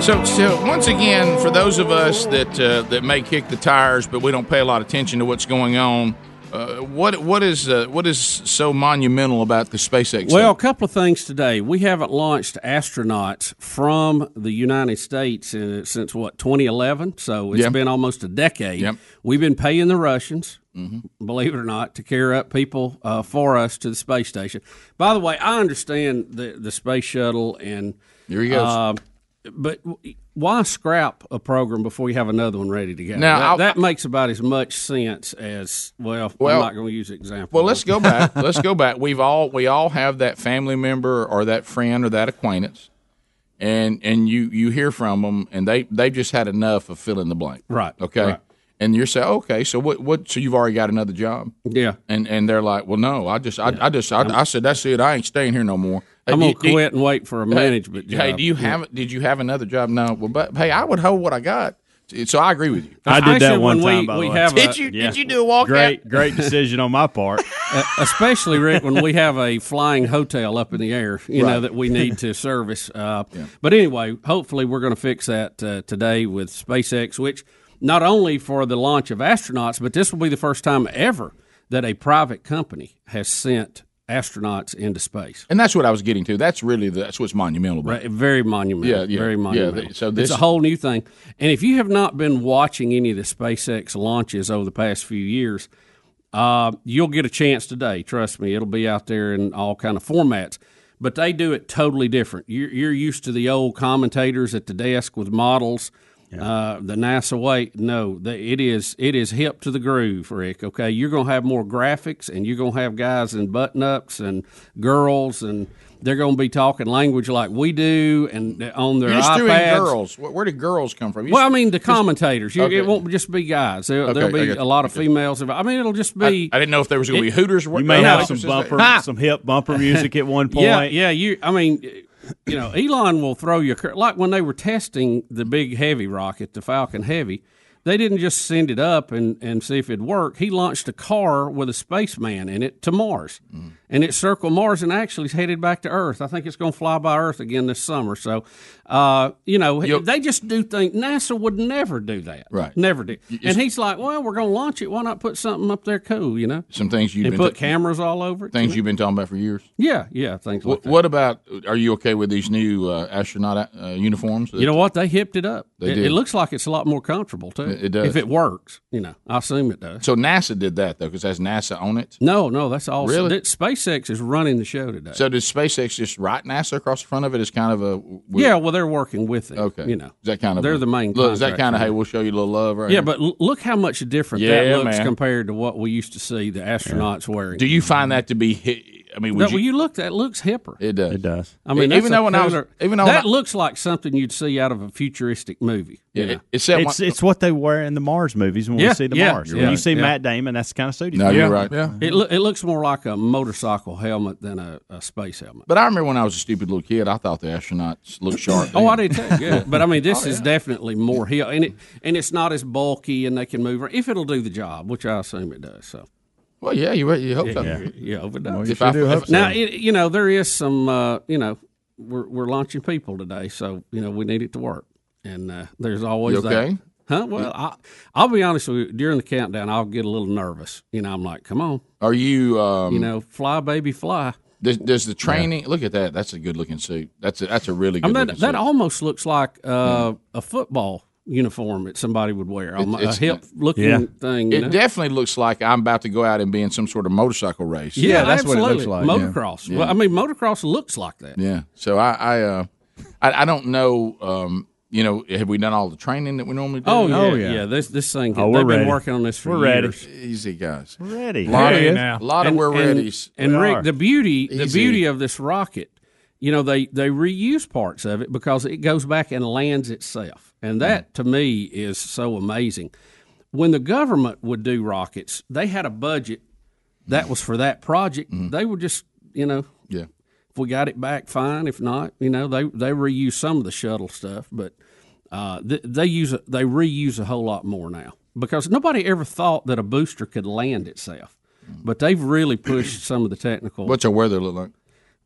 [SPEAKER 17] So, so once again, for those of us that uh, that may kick the tires, but we don't pay a lot of attention to what's going on, uh, what what is uh, what is so monumental about the SpaceX?
[SPEAKER 18] Well, a couple of things today. We haven't launched astronauts from the United States uh, since what 2011, so it's
[SPEAKER 17] Yeah.
[SPEAKER 18] been almost a decade.
[SPEAKER 17] Yep.
[SPEAKER 18] We've been paying the Russians,
[SPEAKER 17] Mhm.
[SPEAKER 18] believe it or not, to carry up people uh, for us to the space station. By the way, I understand the the space shuttle and um,
[SPEAKER 17] here he goes.
[SPEAKER 18] but w- why scrap a program before you have another one ready to go?
[SPEAKER 17] Now, I'll-
[SPEAKER 18] that, that makes about as much sense as well.
[SPEAKER 17] Well-
[SPEAKER 18] I'm not going to use the example.
[SPEAKER 17] Well, let's go back. let's go back. We've all we all have that family member or that friend or that acquaintance, and and you you hear from them, and they they've just had enough of fill in the blank.
[SPEAKER 18] Right.
[SPEAKER 17] Okay.
[SPEAKER 18] Right.
[SPEAKER 17] And you're saying, okay, so what? What? So you've already got another job?
[SPEAKER 18] Yeah.
[SPEAKER 17] And and they're like, well, no, I just, I, I just, I, I said, that's it. I ain't staying here no more.
[SPEAKER 18] I'm
[SPEAKER 17] Hey,
[SPEAKER 18] going to
[SPEAKER 17] do- do-
[SPEAKER 18] quit and wait for a
[SPEAKER 17] Hey,
[SPEAKER 18] management job.
[SPEAKER 17] uh, Hey, do you
[SPEAKER 18] Yeah.
[SPEAKER 17] have? Did you have another job? No. Well, but hey, I would hold what I got. So I agree with you.
[SPEAKER 6] I did that one
[SPEAKER 18] when we-
[SPEAKER 6] time. by the
[SPEAKER 18] we
[SPEAKER 6] way.
[SPEAKER 18] have
[SPEAKER 6] did
[SPEAKER 18] a-
[SPEAKER 6] you?
[SPEAKER 18] Uh, yeah.
[SPEAKER 6] Did you do a walkout?
[SPEAKER 18] Great- great
[SPEAKER 6] decision on my part.
[SPEAKER 18] especially Rick when we have a flying hotel up in the air, you
[SPEAKER 6] Right.
[SPEAKER 18] know that we need to service. Uh, But anyway, hopefully we're going to fix that uh, today with SpaceX, which not only for the launch of astronauts, but this will be the first time ever that a private company has sent astronauts into space.
[SPEAKER 17] And that's what I was getting to. That's really the, that's what's monumental. About.
[SPEAKER 18] Right, very monumental.
[SPEAKER 17] Yeah, yeah,
[SPEAKER 18] very
[SPEAKER 17] yeah,
[SPEAKER 18] monumental.
[SPEAKER 17] they- so this-
[SPEAKER 18] it's a whole new thing. And if you have not been watching any of the SpaceX launches over the past few years, uh, you'll get a chance today. Trust me, it'll be out there in all kind of formats. But they do it totally different. You're, you're used to the old commentators at the desk with models Uh, the NASA way, no, the, it is it is hip to the groove, Rick. Okay, you're gonna have more graphics, and you're gonna have guys in button ups and girls, and they're gonna be talking language like we do, and on their
[SPEAKER 17] You're just doing
[SPEAKER 18] iPads.
[SPEAKER 17] girls. Where, where did girls come from? You
[SPEAKER 18] Well, I
[SPEAKER 17] just-
[SPEAKER 18] mean the
[SPEAKER 17] just-
[SPEAKER 18] commentators. You,
[SPEAKER 17] Okay.
[SPEAKER 18] It won't just be guys. There,
[SPEAKER 17] Okay,
[SPEAKER 18] will
[SPEAKER 17] I
[SPEAKER 18] be
[SPEAKER 17] got
[SPEAKER 18] a lot of females. I mean, it'll just be.
[SPEAKER 17] I didn't know if there was gonna be
[SPEAKER 18] It-
[SPEAKER 17] Hooters.
[SPEAKER 18] You may have some bumper-
[SPEAKER 6] some hip bumper music at one point.
[SPEAKER 18] Yeah, yeah. You, I mean, you know, Elon will throw you a cur- like when they were testing the big heavy rocket, the Falcon Heavy. They didn't just send it up and, and see if it'd work. He launched a car with a spaceman in it to Mars,
[SPEAKER 17] Mm.
[SPEAKER 18] and it circled Mars and actually is headed back to Earth. I think it's going to fly by Earth again this summer. So, uh, you know, they just do things. NASA would never do that.
[SPEAKER 17] Right.
[SPEAKER 18] Never do. And he's like, well, we're going to launch it. Why not put something up there cool, you know?
[SPEAKER 17] Some things you've
[SPEAKER 18] And
[SPEAKER 17] been
[SPEAKER 18] put
[SPEAKER 17] ta-
[SPEAKER 18] cameras all over it. you
[SPEAKER 17] Things
[SPEAKER 18] know?
[SPEAKER 17] you've been talking about for years.
[SPEAKER 18] Yeah, yeah, things like
[SPEAKER 17] What, what about? Are you okay with these new uh, astronaut uh, uniforms?
[SPEAKER 18] You know what? They hipped it up.
[SPEAKER 17] They
[SPEAKER 18] it,
[SPEAKER 17] did.
[SPEAKER 18] it looks like it's a lot more comfortable too.
[SPEAKER 17] It- it does.
[SPEAKER 18] If it works, you know, I assume it does.
[SPEAKER 17] So NASA did that though, because has NASA on it.
[SPEAKER 18] No, no, that's all.
[SPEAKER 17] Really?
[SPEAKER 18] that- SpaceX is running the show today.
[SPEAKER 17] So did SpaceX just write NASA across the front of it as kind of a?
[SPEAKER 18] yeah, well, they're working with it. Okay, you know,
[SPEAKER 17] Is that kind of
[SPEAKER 18] they're
[SPEAKER 17] a-
[SPEAKER 18] the main.
[SPEAKER 17] Look, is that
[SPEAKER 18] contractor.
[SPEAKER 17] kind of hey, we'll show you a little love right
[SPEAKER 18] yeah,
[SPEAKER 17] here?
[SPEAKER 18] but l- look how much different
[SPEAKER 17] Yeah,
[SPEAKER 18] that looks
[SPEAKER 17] man.
[SPEAKER 18] compared to what we used to see the astronauts wearing.
[SPEAKER 17] do you find that to be? hi- I mean, would
[SPEAKER 18] That- well, you look that looks hipper.
[SPEAKER 17] It does. It
[SPEAKER 6] does.
[SPEAKER 18] I mean,
[SPEAKER 17] even though when I was, even though when
[SPEAKER 18] that
[SPEAKER 17] I-
[SPEAKER 18] looks like something you'd see out of a futuristic movie. you
[SPEAKER 17] Yeah,
[SPEAKER 18] know?
[SPEAKER 17] it- it said
[SPEAKER 6] It's, it's what they wear in the Mars movies when
[SPEAKER 18] Yeah,
[SPEAKER 6] we see the
[SPEAKER 18] yeah,
[SPEAKER 6] Mars.
[SPEAKER 18] you're
[SPEAKER 6] When you
[SPEAKER 18] right,
[SPEAKER 6] see
[SPEAKER 18] yeah.
[SPEAKER 6] Matt Damon, that's the kind of suit. he's
[SPEAKER 17] No, you're
[SPEAKER 6] wearing.
[SPEAKER 17] right. Yeah.
[SPEAKER 18] It, loo- it looks more like a motorcycle helmet than a, a space helmet.
[SPEAKER 17] But I remember when I was a stupid little kid, I thought the astronauts looked sharp.
[SPEAKER 18] Oh, I did too. Yeah, but I mean, this is definitely more hill, and it and it's not as bulky, and they can move. ar- If it'll do the job, which I assume it does. So.
[SPEAKER 17] Well, yeah, you, you hope
[SPEAKER 18] yeah,
[SPEAKER 17] so.
[SPEAKER 18] Yeah, yeah, if it does.
[SPEAKER 17] Well, you If sure I- do if- hope so.
[SPEAKER 18] now, it, you know, there is some. Uh, you know, we're we're launching people today, so you know we need it to work, and uh, there's always
[SPEAKER 17] You okay?
[SPEAKER 18] that. Huh? Well, I, I'll be honest with you. During the countdown, I'll get a little nervous. You know, I'm like, come on.
[SPEAKER 17] Are you? Um,
[SPEAKER 18] You know, fly baby fly.
[SPEAKER 17] Does, does the training? Look at that. That's a good looking suit. That's a, that's a really good.
[SPEAKER 18] I mean, that,
[SPEAKER 17] looking
[SPEAKER 18] that
[SPEAKER 17] suit.
[SPEAKER 18] almost looks like uh, a football uniform that somebody would wear. Um, a hip looking thing. you
[SPEAKER 17] It
[SPEAKER 18] know?
[SPEAKER 17] definitely looks like I'm about to go out and be in some sort of motorcycle race.
[SPEAKER 18] yeah, absolutely. Motocross.
[SPEAKER 17] Yeah.
[SPEAKER 18] Well, I mean, motocross looks like that.
[SPEAKER 17] Yeah. So I I uh, I, I don't know. Um, you know, have we done all the training that we normally do?
[SPEAKER 18] Oh, yeah, yeah. This this thing.
[SPEAKER 17] Oh, we're
[SPEAKER 18] they've
[SPEAKER 17] ready.
[SPEAKER 18] been working on this for
[SPEAKER 17] We're ready.
[SPEAKER 18] years.
[SPEAKER 17] Easy guys.
[SPEAKER 6] We're ready.
[SPEAKER 17] Lot of- There it is. lot of we're readies.
[SPEAKER 18] And,
[SPEAKER 17] We
[SPEAKER 18] Rick,
[SPEAKER 17] are.
[SPEAKER 18] the beauty, the
[SPEAKER 17] Easy.
[SPEAKER 18] beauty of this rocket, you know, they they reuse parts of it because it goes back and lands itself, and that to me is so amazing. When the government would do rockets, they had a budget that was for that project.
[SPEAKER 17] Mm-hmm.
[SPEAKER 18] They were just, you know,
[SPEAKER 17] yeah.
[SPEAKER 18] If we got it back, fine. If not, you know, they they reuse some of the shuttle stuff, but uh, th- they use a, they reuse a whole lot more now because nobody ever thought that a booster could land itself, but they've really pushed some of the technical.
[SPEAKER 17] What's our weather look like?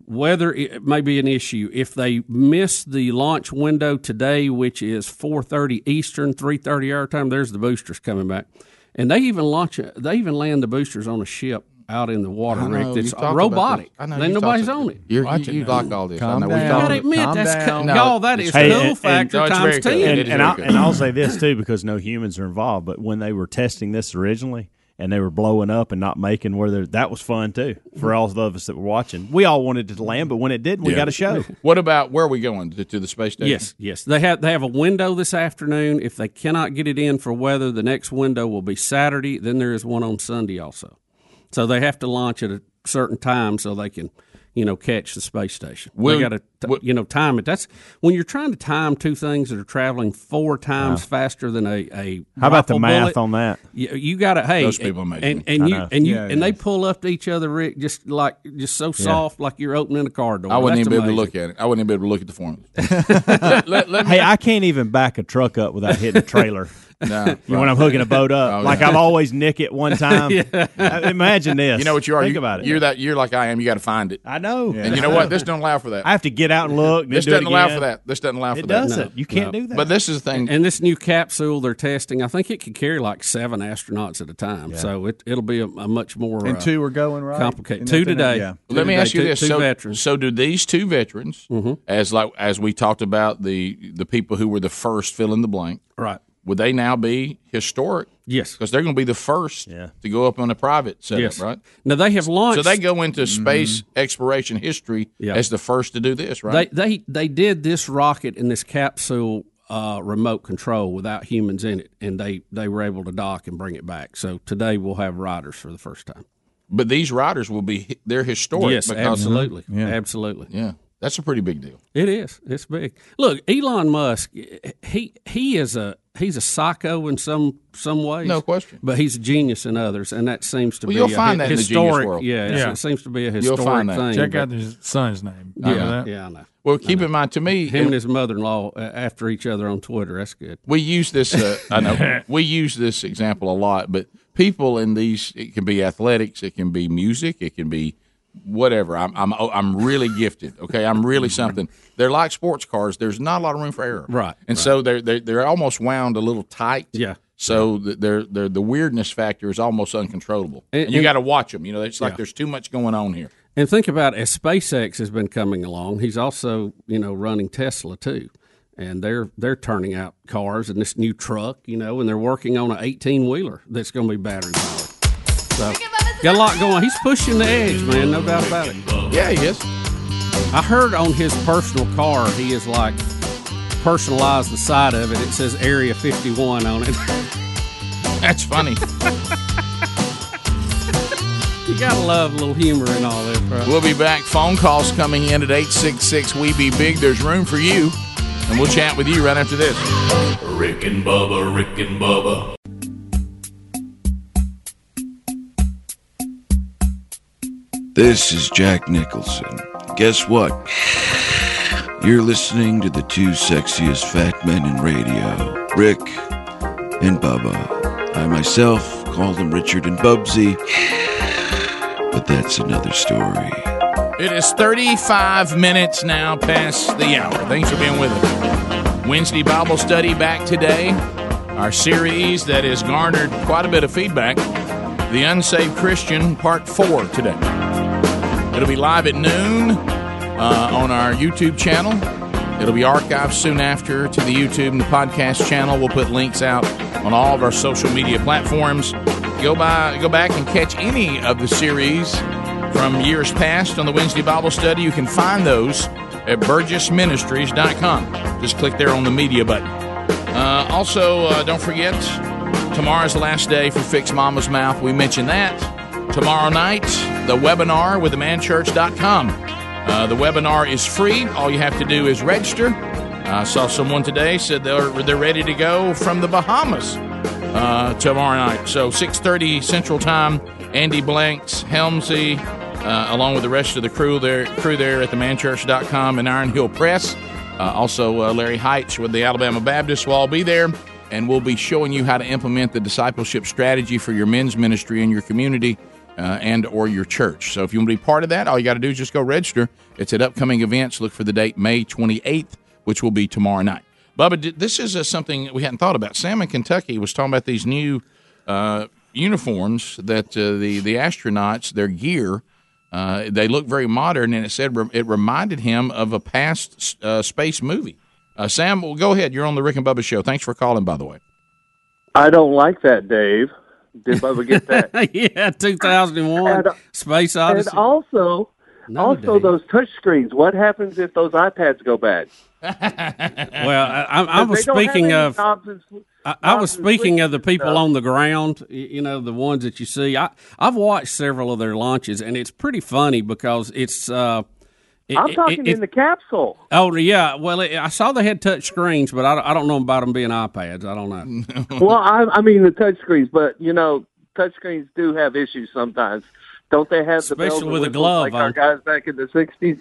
[SPEAKER 18] Weather it may be an issue if they miss the launch window today, which is four thirty Eastern, three thirty our time. There's the boosters coming back, and they even launch a, they even land the boosters on a ship out in the water,
[SPEAKER 17] I
[SPEAKER 18] Rick.
[SPEAKER 17] know, you
[SPEAKER 18] That's
[SPEAKER 17] talked about
[SPEAKER 18] robotic.
[SPEAKER 17] this. I know,
[SPEAKER 18] Then
[SPEAKER 17] you talked
[SPEAKER 18] nobody's
[SPEAKER 17] about-
[SPEAKER 18] on it.
[SPEAKER 17] You're, you you like all this.
[SPEAKER 6] Calm
[SPEAKER 17] I know. We
[SPEAKER 6] down.
[SPEAKER 17] talked
[SPEAKER 18] Gotta
[SPEAKER 17] about-
[SPEAKER 18] admit,
[SPEAKER 6] Calm
[SPEAKER 18] that's
[SPEAKER 6] down.
[SPEAKER 18] co- y'all, that is
[SPEAKER 6] Hey,
[SPEAKER 18] cool
[SPEAKER 6] and- and-
[SPEAKER 18] factor
[SPEAKER 6] no, it's
[SPEAKER 18] times
[SPEAKER 6] very
[SPEAKER 18] ten.
[SPEAKER 6] good. And, and, I, and I'll say this too, because no humans are involved. But when they were testing this originally, and they were blowing up and not making where they're- that was fun too for all of us that were watching. We all wanted it to land, but when it did, we
[SPEAKER 17] Yeah.
[SPEAKER 6] got a show.
[SPEAKER 17] What about where are we going to, to the space station?
[SPEAKER 18] Yes, yes. They have they have a window this afternoon. If they cannot get it in for weather, the next window will be Saturday. Then there is one on Sunday also. So they have to launch at a certain time so they can, you know, catch the space station.
[SPEAKER 17] Will-
[SPEAKER 18] we got to, you know, time it. That's when you're trying to time two things that are traveling four times
[SPEAKER 6] Wow.
[SPEAKER 18] faster than a. a
[SPEAKER 6] How about the
[SPEAKER 18] rifle
[SPEAKER 6] math
[SPEAKER 18] bullet.
[SPEAKER 6] on that?
[SPEAKER 18] You, got to hey,
[SPEAKER 6] Those people are amazing.
[SPEAKER 18] and and,
[SPEAKER 6] I
[SPEAKER 18] you
[SPEAKER 6] know.
[SPEAKER 18] and you
[SPEAKER 6] Yeah,
[SPEAKER 18] and they pull up to each other, Rick, just like just so soft, like you're opening a car door.
[SPEAKER 17] I wouldn't
[SPEAKER 18] That's
[SPEAKER 17] even be able to
[SPEAKER 18] amazing.
[SPEAKER 17] look at it. I wouldn't even be able to look at the form.
[SPEAKER 6] hey, I can't even back a truck up without hitting a trailer.
[SPEAKER 17] No,
[SPEAKER 6] You know, when
[SPEAKER 17] right.
[SPEAKER 6] I'm hooking a boat up,
[SPEAKER 17] Oh,
[SPEAKER 6] like
[SPEAKER 17] yeah.
[SPEAKER 6] I've always nick it one time. I- Imagine this.
[SPEAKER 17] You know what you are.
[SPEAKER 6] Think
[SPEAKER 17] you,
[SPEAKER 6] about it.
[SPEAKER 17] You're that. You're like I am. You got to find it.
[SPEAKER 6] I know.
[SPEAKER 17] And you know what? This don't allow for that.
[SPEAKER 6] I have to get out and look. and then
[SPEAKER 17] This
[SPEAKER 6] do it
[SPEAKER 17] doesn't allow
[SPEAKER 6] again.
[SPEAKER 17] for that. This doesn't allow for
[SPEAKER 6] It
[SPEAKER 17] that.
[SPEAKER 6] doesn't. You can't
[SPEAKER 18] No.
[SPEAKER 6] do that.
[SPEAKER 17] But this is the thing.
[SPEAKER 18] And this new capsule they're testing, I think it could carry like seven astronauts at a time. So it, it'll be a, a much more uh,
[SPEAKER 17] And two
[SPEAKER 18] are going
[SPEAKER 17] right?
[SPEAKER 18] Complicated.
[SPEAKER 17] Isn't
[SPEAKER 18] Two
[SPEAKER 17] that the name?
[SPEAKER 18] today.
[SPEAKER 17] Yeah.
[SPEAKER 18] Two
[SPEAKER 17] Let me
[SPEAKER 18] today,
[SPEAKER 17] ask you
[SPEAKER 18] two-
[SPEAKER 17] this:
[SPEAKER 18] two
[SPEAKER 17] so,
[SPEAKER 18] veterans.
[SPEAKER 17] so do these two veterans, as like as we talked about the the people who were the first fill in the blank,
[SPEAKER 18] Right.
[SPEAKER 17] Would they now be historic?
[SPEAKER 18] Yes,
[SPEAKER 17] because they're going to be the first to go up on a private setup,
[SPEAKER 18] Yes.
[SPEAKER 17] right?
[SPEAKER 18] Now they have
[SPEAKER 17] So
[SPEAKER 18] launched.
[SPEAKER 17] they go into space
[SPEAKER 18] Mm-hmm.
[SPEAKER 17] exploration history as the first to do this, right?
[SPEAKER 18] They they they did this rocket and this capsule uh, remote control without humans in it, and they they were able to dock and bring it back. So today we'll have riders for the first time.
[SPEAKER 17] But these riders will be they're historic.
[SPEAKER 18] Yes,
[SPEAKER 17] because-
[SPEAKER 18] absolutely, absolutely.
[SPEAKER 17] Yeah, that's a pretty big deal.
[SPEAKER 18] It is. It's big. Look, Elon Musk. He he is a he's a psycho in some some ways.
[SPEAKER 17] No question.
[SPEAKER 18] But he's a genius in others, and that seems to
[SPEAKER 17] Well,
[SPEAKER 18] be
[SPEAKER 17] you'll
[SPEAKER 18] a
[SPEAKER 17] find
[SPEAKER 18] hi-
[SPEAKER 17] that in the genius
[SPEAKER 18] historic.
[SPEAKER 17] world.
[SPEAKER 18] Yeah, it's-
[SPEAKER 17] Yeah.
[SPEAKER 18] it seems to be a
[SPEAKER 17] You'll
[SPEAKER 18] historic
[SPEAKER 17] find that.
[SPEAKER 18] thing.
[SPEAKER 17] Check
[SPEAKER 18] but-
[SPEAKER 17] out his son's name. I know
[SPEAKER 18] Yeah,
[SPEAKER 17] that.
[SPEAKER 18] yeah, I know.
[SPEAKER 17] Well, keep in mind, to me,
[SPEAKER 18] Him and his mother-in-law uh, after each other on Twitter. That's good.
[SPEAKER 17] we use this. Uh, I know we use this example a lot, but people in these it can be athletics, it can be music, it can be whatever. I'm I'm oh, I'm really gifted. Okay, I'm really something. They're like sports cars. There's not a lot of room for error.
[SPEAKER 18] Right.
[SPEAKER 17] And so they're, they're they're almost wound a little tight.
[SPEAKER 18] Yeah.
[SPEAKER 17] So th they're, they're, the weirdness factor is almost uncontrollable.
[SPEAKER 18] And-
[SPEAKER 17] And, you
[SPEAKER 18] and-
[SPEAKER 17] got to watch them. You know, it's like
[SPEAKER 18] Yeah.
[SPEAKER 17] there's too much going on here.
[SPEAKER 18] And think about as SpaceX has been coming along, he's also you know running Tesla too, and they're they're turning out cars and this new truck, you know, and they're working on an eighteen wheeler that's going to be battery powered. So got a lot going. He's pushing the edge, man, no doubt about it.
[SPEAKER 17] Yeah, he is.
[SPEAKER 18] I heard on his personal car, he is like personalized the side of it. It says Area Fifty One on it.
[SPEAKER 17] That's funny.
[SPEAKER 18] you gotta love a little humor and all that, bro.
[SPEAKER 17] We'll be back. Phone calls coming in at 866 We Be Big. There's room for you. And we'll chat with you right after this.
[SPEAKER 7] Rick and Bubba, Rick and Bubba.
[SPEAKER 20] This is Jack Nicholson. Guess what? You're listening to the two sexiest fat men in radio, Rick and Bubba. I myself call them Richard and Bubsy, but that's another story.
[SPEAKER 17] It is 35 minutes now past the hour. Thanks for being with us. Wednesday Bible study back today. Our series that has garnered quite a bit of feedback The Unsaved Christian, Part 4 today. It'll be live at noon uh, on our YouTube channel. It'll be archived soon after to the YouTube and the podcast channel. We'll put links out on all of our social media platforms. Go by, go back and catch any of the series from years past on the Wednesday Bible Study. You can find those at burgessministries.com. Just click there on the media button. Uh, also, uh, don't forget, tomorrow's the last day for Fix Mama's Mouth. We mentioned that. Tomorrow night, the webinar with themanchurch.com. Uh, the webinar is free. All you have to do is register. I saw someone today said they're, they're ready to go from the Bahamas uh, tomorrow night. So 6.30 Central Time, Andy Blanks, Helmsy, uh, along with the rest of the crew there, crew there at themanchurch.com and Iron Hill Press. Uh, also, uh, Larry Heights with the Alabama Baptist will all be there, and we'll be showing you how to implement the discipleship strategy for your men's ministry in your community uh, and or your church. So if you want to be part of that, all you got to do is just go register. It's at upcoming events. Look for the date May 28th, which will be tomorrow night. Bubba, did- this is uh, something we hadn't thought about. Sam in Kentucky was talking about these new uh, uniforms that uh, the the astronauts, their gear, uh, they look very modern, and it said re- it reminded him of a past uh, space movie. Uh, Sam, well, go ahead. You're on the Rick and Bubba show. Thanks for calling, by the way.
[SPEAKER 21] I don't like that, Dave. Did Bubba get that?
[SPEAKER 18] yeah, two thousand and one Space Odyssey.
[SPEAKER 21] uh, And also, also those touch screens. What happens if those iPads go bad?
[SPEAKER 18] Well, I, I, I
[SPEAKER 21] They
[SPEAKER 18] was
[SPEAKER 21] don't have
[SPEAKER 18] speaking
[SPEAKER 21] any
[SPEAKER 18] of.
[SPEAKER 21] knobs and sw-
[SPEAKER 18] I, I was
[SPEAKER 21] knobs and
[SPEAKER 18] speaking of the
[SPEAKER 21] switches and
[SPEAKER 18] people
[SPEAKER 21] stuff.
[SPEAKER 18] on the ground. y- You know, the ones that you see. I I've watched several of their launches, and it's pretty funny because it's. Uh, it-
[SPEAKER 21] I'm
[SPEAKER 18] it-
[SPEAKER 21] talking
[SPEAKER 18] it-
[SPEAKER 21] in the capsule.
[SPEAKER 18] Oh yeah, well, it, I saw they had touch screens, but I, don't- I don't know about them being iPads. I
[SPEAKER 21] Mm.
[SPEAKER 18] don't know.
[SPEAKER 21] well, I, I mean the touch screens, but you know, touch screens do have issues sometimes. Don't they have the bells
[SPEAKER 18] Especially
[SPEAKER 21] and
[SPEAKER 18] with a
[SPEAKER 21] whistles
[SPEAKER 18] glove
[SPEAKER 21] like our
[SPEAKER 18] on.
[SPEAKER 21] guys back in the '60s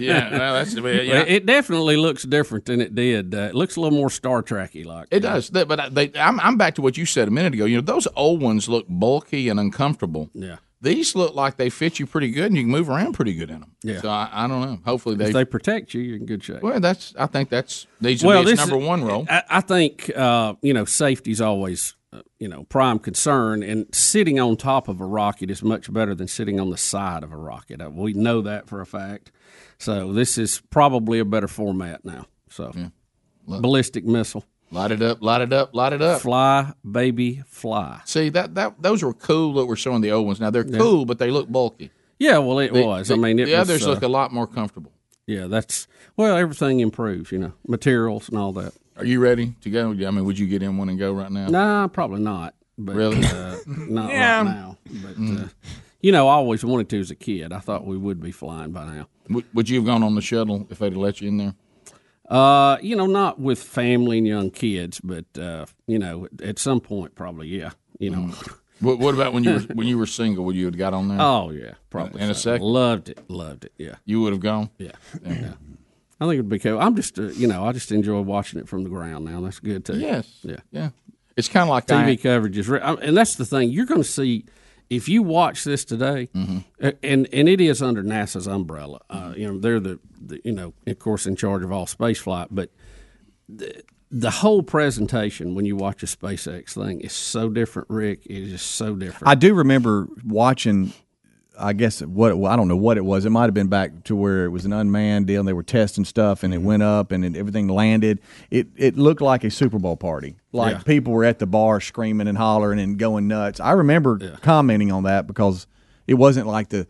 [SPEAKER 17] Yeah, well, that's the way- yeah.
[SPEAKER 18] It- It definitely looks different than it did. Uh, it looks a little more Star Trekky like.
[SPEAKER 17] It does, They- but I- they, I'm, I'm back to what you said a minute ago. You know, those old ones look bulky and uncomfortable.
[SPEAKER 18] Yeah.
[SPEAKER 17] These look like they fit you pretty good, and you can move around pretty good in them.
[SPEAKER 18] Yeah.
[SPEAKER 17] So I, I don't know. Hopefully
[SPEAKER 18] If
[SPEAKER 17] they.
[SPEAKER 18] they protect you, you're in good shape.
[SPEAKER 17] well, that's. I think that's. These
[SPEAKER 18] Well,
[SPEAKER 17] well, be its
[SPEAKER 18] this is-
[SPEAKER 17] number one role.
[SPEAKER 18] I, I think uh, you know safety's always uh, you know prime concern, and sitting on top of a rocket is much better than sitting on the side of a rocket. Uh, We know that for a fact. So this is probably a better format now. So ballistic missile,
[SPEAKER 17] light it up, light it up, light it up.
[SPEAKER 18] fly baby fly.
[SPEAKER 17] See that that those were cool that were showing the old ones. Now they're cool, but they look bulky.
[SPEAKER 18] Yeah, well it
[SPEAKER 17] The-
[SPEAKER 18] was. I
[SPEAKER 17] the-
[SPEAKER 18] mean, it
[SPEAKER 17] the
[SPEAKER 18] was,
[SPEAKER 17] others
[SPEAKER 18] uh,
[SPEAKER 17] look a lot more comfortable.
[SPEAKER 18] Yeah, that's well, everything improves, you know, materials and all that.
[SPEAKER 17] Are you ready to go? I mean, would you get in one and go right now?
[SPEAKER 18] Nah, probably not. But,
[SPEAKER 17] Really? Mm.
[SPEAKER 18] Uh, not
[SPEAKER 17] Yeah.
[SPEAKER 18] right now. But uh, you know, I always wanted to as a kid. I thought we would be flying by now.
[SPEAKER 17] Would, would you have gone on the shuttle if they'd have let you in there?
[SPEAKER 18] Uh, you know, not with family and young kids, but uh, you know, at some point, probably, yeah. You know,
[SPEAKER 17] Mm. What, what about when you were when you were single? Would you have got on there?
[SPEAKER 18] Oh, yeah, probably
[SPEAKER 17] In a
[SPEAKER 18] so.
[SPEAKER 17] second,
[SPEAKER 18] loved it, loved it. Yeah,
[SPEAKER 17] you would have gone.
[SPEAKER 18] Yeah, yeah. I think it'd be cool. I'm just, uh, you know, I just enjoy watching it from the ground now. That's good too.
[SPEAKER 17] Yes.
[SPEAKER 18] Yeah.
[SPEAKER 17] Yeah. It's kind of like
[SPEAKER 18] TV
[SPEAKER 17] I-
[SPEAKER 18] coverage is, re- I- and that's the thing. You're going to see if you watch this today,
[SPEAKER 3] Mm-hmm.
[SPEAKER 18] a- and and it is under NASA's umbrella. Uh, you know, they're the, the you know, of course, in charge of all space flight, but. The, the whole presentation when you watch a SpaceX thing is so different, Rick. It is just so different.
[SPEAKER 3] I do remember watching. I guess what I don't know what it was. It might have been back to where it was an unmanned deal. and They were testing stuff,
[SPEAKER 18] Mm-hmm.
[SPEAKER 3] and it went up, and it, everything landed. It it looked like a Super Bowl party. Like
[SPEAKER 18] Yeah.
[SPEAKER 3] people were at the bar screaming and hollering and going nuts. I remember commenting on that because it wasn't like the,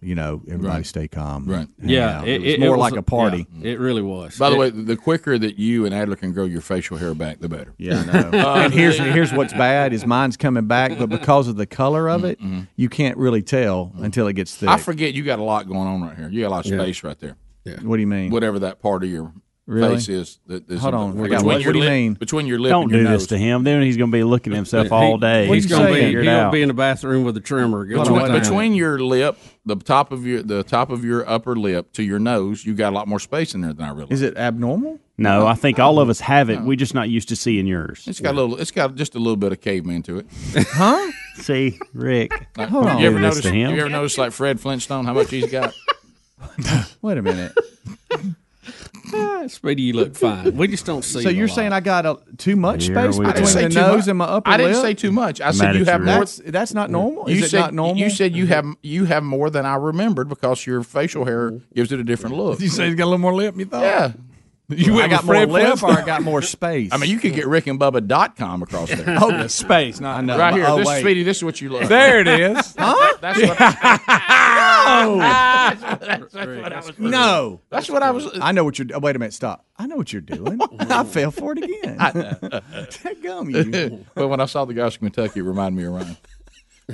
[SPEAKER 3] you know, everybody stay calm. Right.
[SPEAKER 18] Yeah,
[SPEAKER 3] It, was more like a party.
[SPEAKER 18] yeah, it really was.
[SPEAKER 17] By the
[SPEAKER 18] It-
[SPEAKER 17] way, the quicker that you and Adler can grow your facial hair back, the better.
[SPEAKER 3] Yeah, I know. and here's here's what's bad is mine's coming back, but because of the color of it, you can't really tell until it gets thick.
[SPEAKER 17] I forget you got a lot going on right here. You got a lot of
[SPEAKER 3] Yeah.
[SPEAKER 17] space right there.
[SPEAKER 18] Yeah.
[SPEAKER 3] What do you mean?
[SPEAKER 17] Whatever that part of your
[SPEAKER 3] Really?
[SPEAKER 17] face is. That is
[SPEAKER 3] Hold on,
[SPEAKER 17] between
[SPEAKER 3] we got- what-
[SPEAKER 17] your
[SPEAKER 3] what do you
[SPEAKER 17] lip-
[SPEAKER 3] mean?
[SPEAKER 17] Between your lip
[SPEAKER 6] Don't
[SPEAKER 17] and your
[SPEAKER 6] do
[SPEAKER 17] nose.
[SPEAKER 6] this to him. Then he's going to be looking at himself
[SPEAKER 17] He-
[SPEAKER 6] all day.
[SPEAKER 17] he's gonna
[SPEAKER 6] gonna
[SPEAKER 17] be-
[SPEAKER 6] figure it
[SPEAKER 17] he'll
[SPEAKER 6] out.
[SPEAKER 18] be in the bathroom with a trimmer. Get
[SPEAKER 17] Between,
[SPEAKER 18] one down.
[SPEAKER 17] between your lip, the top of your the top of your upper lip to your nose, you got a lot more space in there than I realized.
[SPEAKER 3] Is it abnormal?
[SPEAKER 6] No, I think all of us have it. We're just not used to seeing yours.
[SPEAKER 17] It's got a little. It's got just a little bit of caveman to it.
[SPEAKER 3] Huh?
[SPEAKER 6] See, Rick.
[SPEAKER 17] Like,
[SPEAKER 6] Hold
[SPEAKER 3] Oh,
[SPEAKER 6] on.
[SPEAKER 17] you ever
[SPEAKER 6] Do this
[SPEAKER 17] notice?
[SPEAKER 6] to him.
[SPEAKER 17] You ever notice like Fred Flintstone? How much he's got?
[SPEAKER 3] Wait a minute.
[SPEAKER 18] Ah, Speedy, you look fine. We just don't see.
[SPEAKER 3] So
[SPEAKER 18] it a
[SPEAKER 3] you're
[SPEAKER 18] lot.
[SPEAKER 3] saying I got a, too much
[SPEAKER 18] Here
[SPEAKER 3] space
[SPEAKER 18] we go. I
[SPEAKER 3] between
[SPEAKER 18] didn't say
[SPEAKER 3] the
[SPEAKER 18] too
[SPEAKER 3] nose
[SPEAKER 18] much.
[SPEAKER 3] and my upper
[SPEAKER 17] I didn't
[SPEAKER 3] lip?
[SPEAKER 17] say too much. I
[SPEAKER 3] I'm mad
[SPEAKER 17] said you
[SPEAKER 3] at you,
[SPEAKER 17] have
[SPEAKER 3] Rick.
[SPEAKER 17] more.
[SPEAKER 3] That's- that's not normal?
[SPEAKER 17] You
[SPEAKER 3] Is it
[SPEAKER 17] said
[SPEAKER 3] not normal?
[SPEAKER 17] You said you have you have more than I remembered because your facial hair gives it a different look.
[SPEAKER 9] You say he's got a little more lip. You thought?
[SPEAKER 17] Yeah. You
[SPEAKER 9] I
[SPEAKER 17] went
[SPEAKER 9] got
[SPEAKER 17] with Fred
[SPEAKER 9] more lip or I
[SPEAKER 17] Flintstone.
[SPEAKER 3] got more space.
[SPEAKER 17] I mean, you could get rickandbubba.com across there.
[SPEAKER 9] Oh, space, not- I know.
[SPEAKER 17] right here.
[SPEAKER 9] Oh,
[SPEAKER 17] this,
[SPEAKER 9] wait.
[SPEAKER 17] Speedy, this is what you love.
[SPEAKER 9] There it is.
[SPEAKER 17] Huh? That's what I, that's, that's what I was.
[SPEAKER 3] No,
[SPEAKER 17] that's what I was.
[SPEAKER 3] I know what you're. oh, Wait a minute, stop. I know what you're doing. I fell for it again. That gum you.
[SPEAKER 17] but when I saw the guys from Kentucky, it reminded me of Ryan.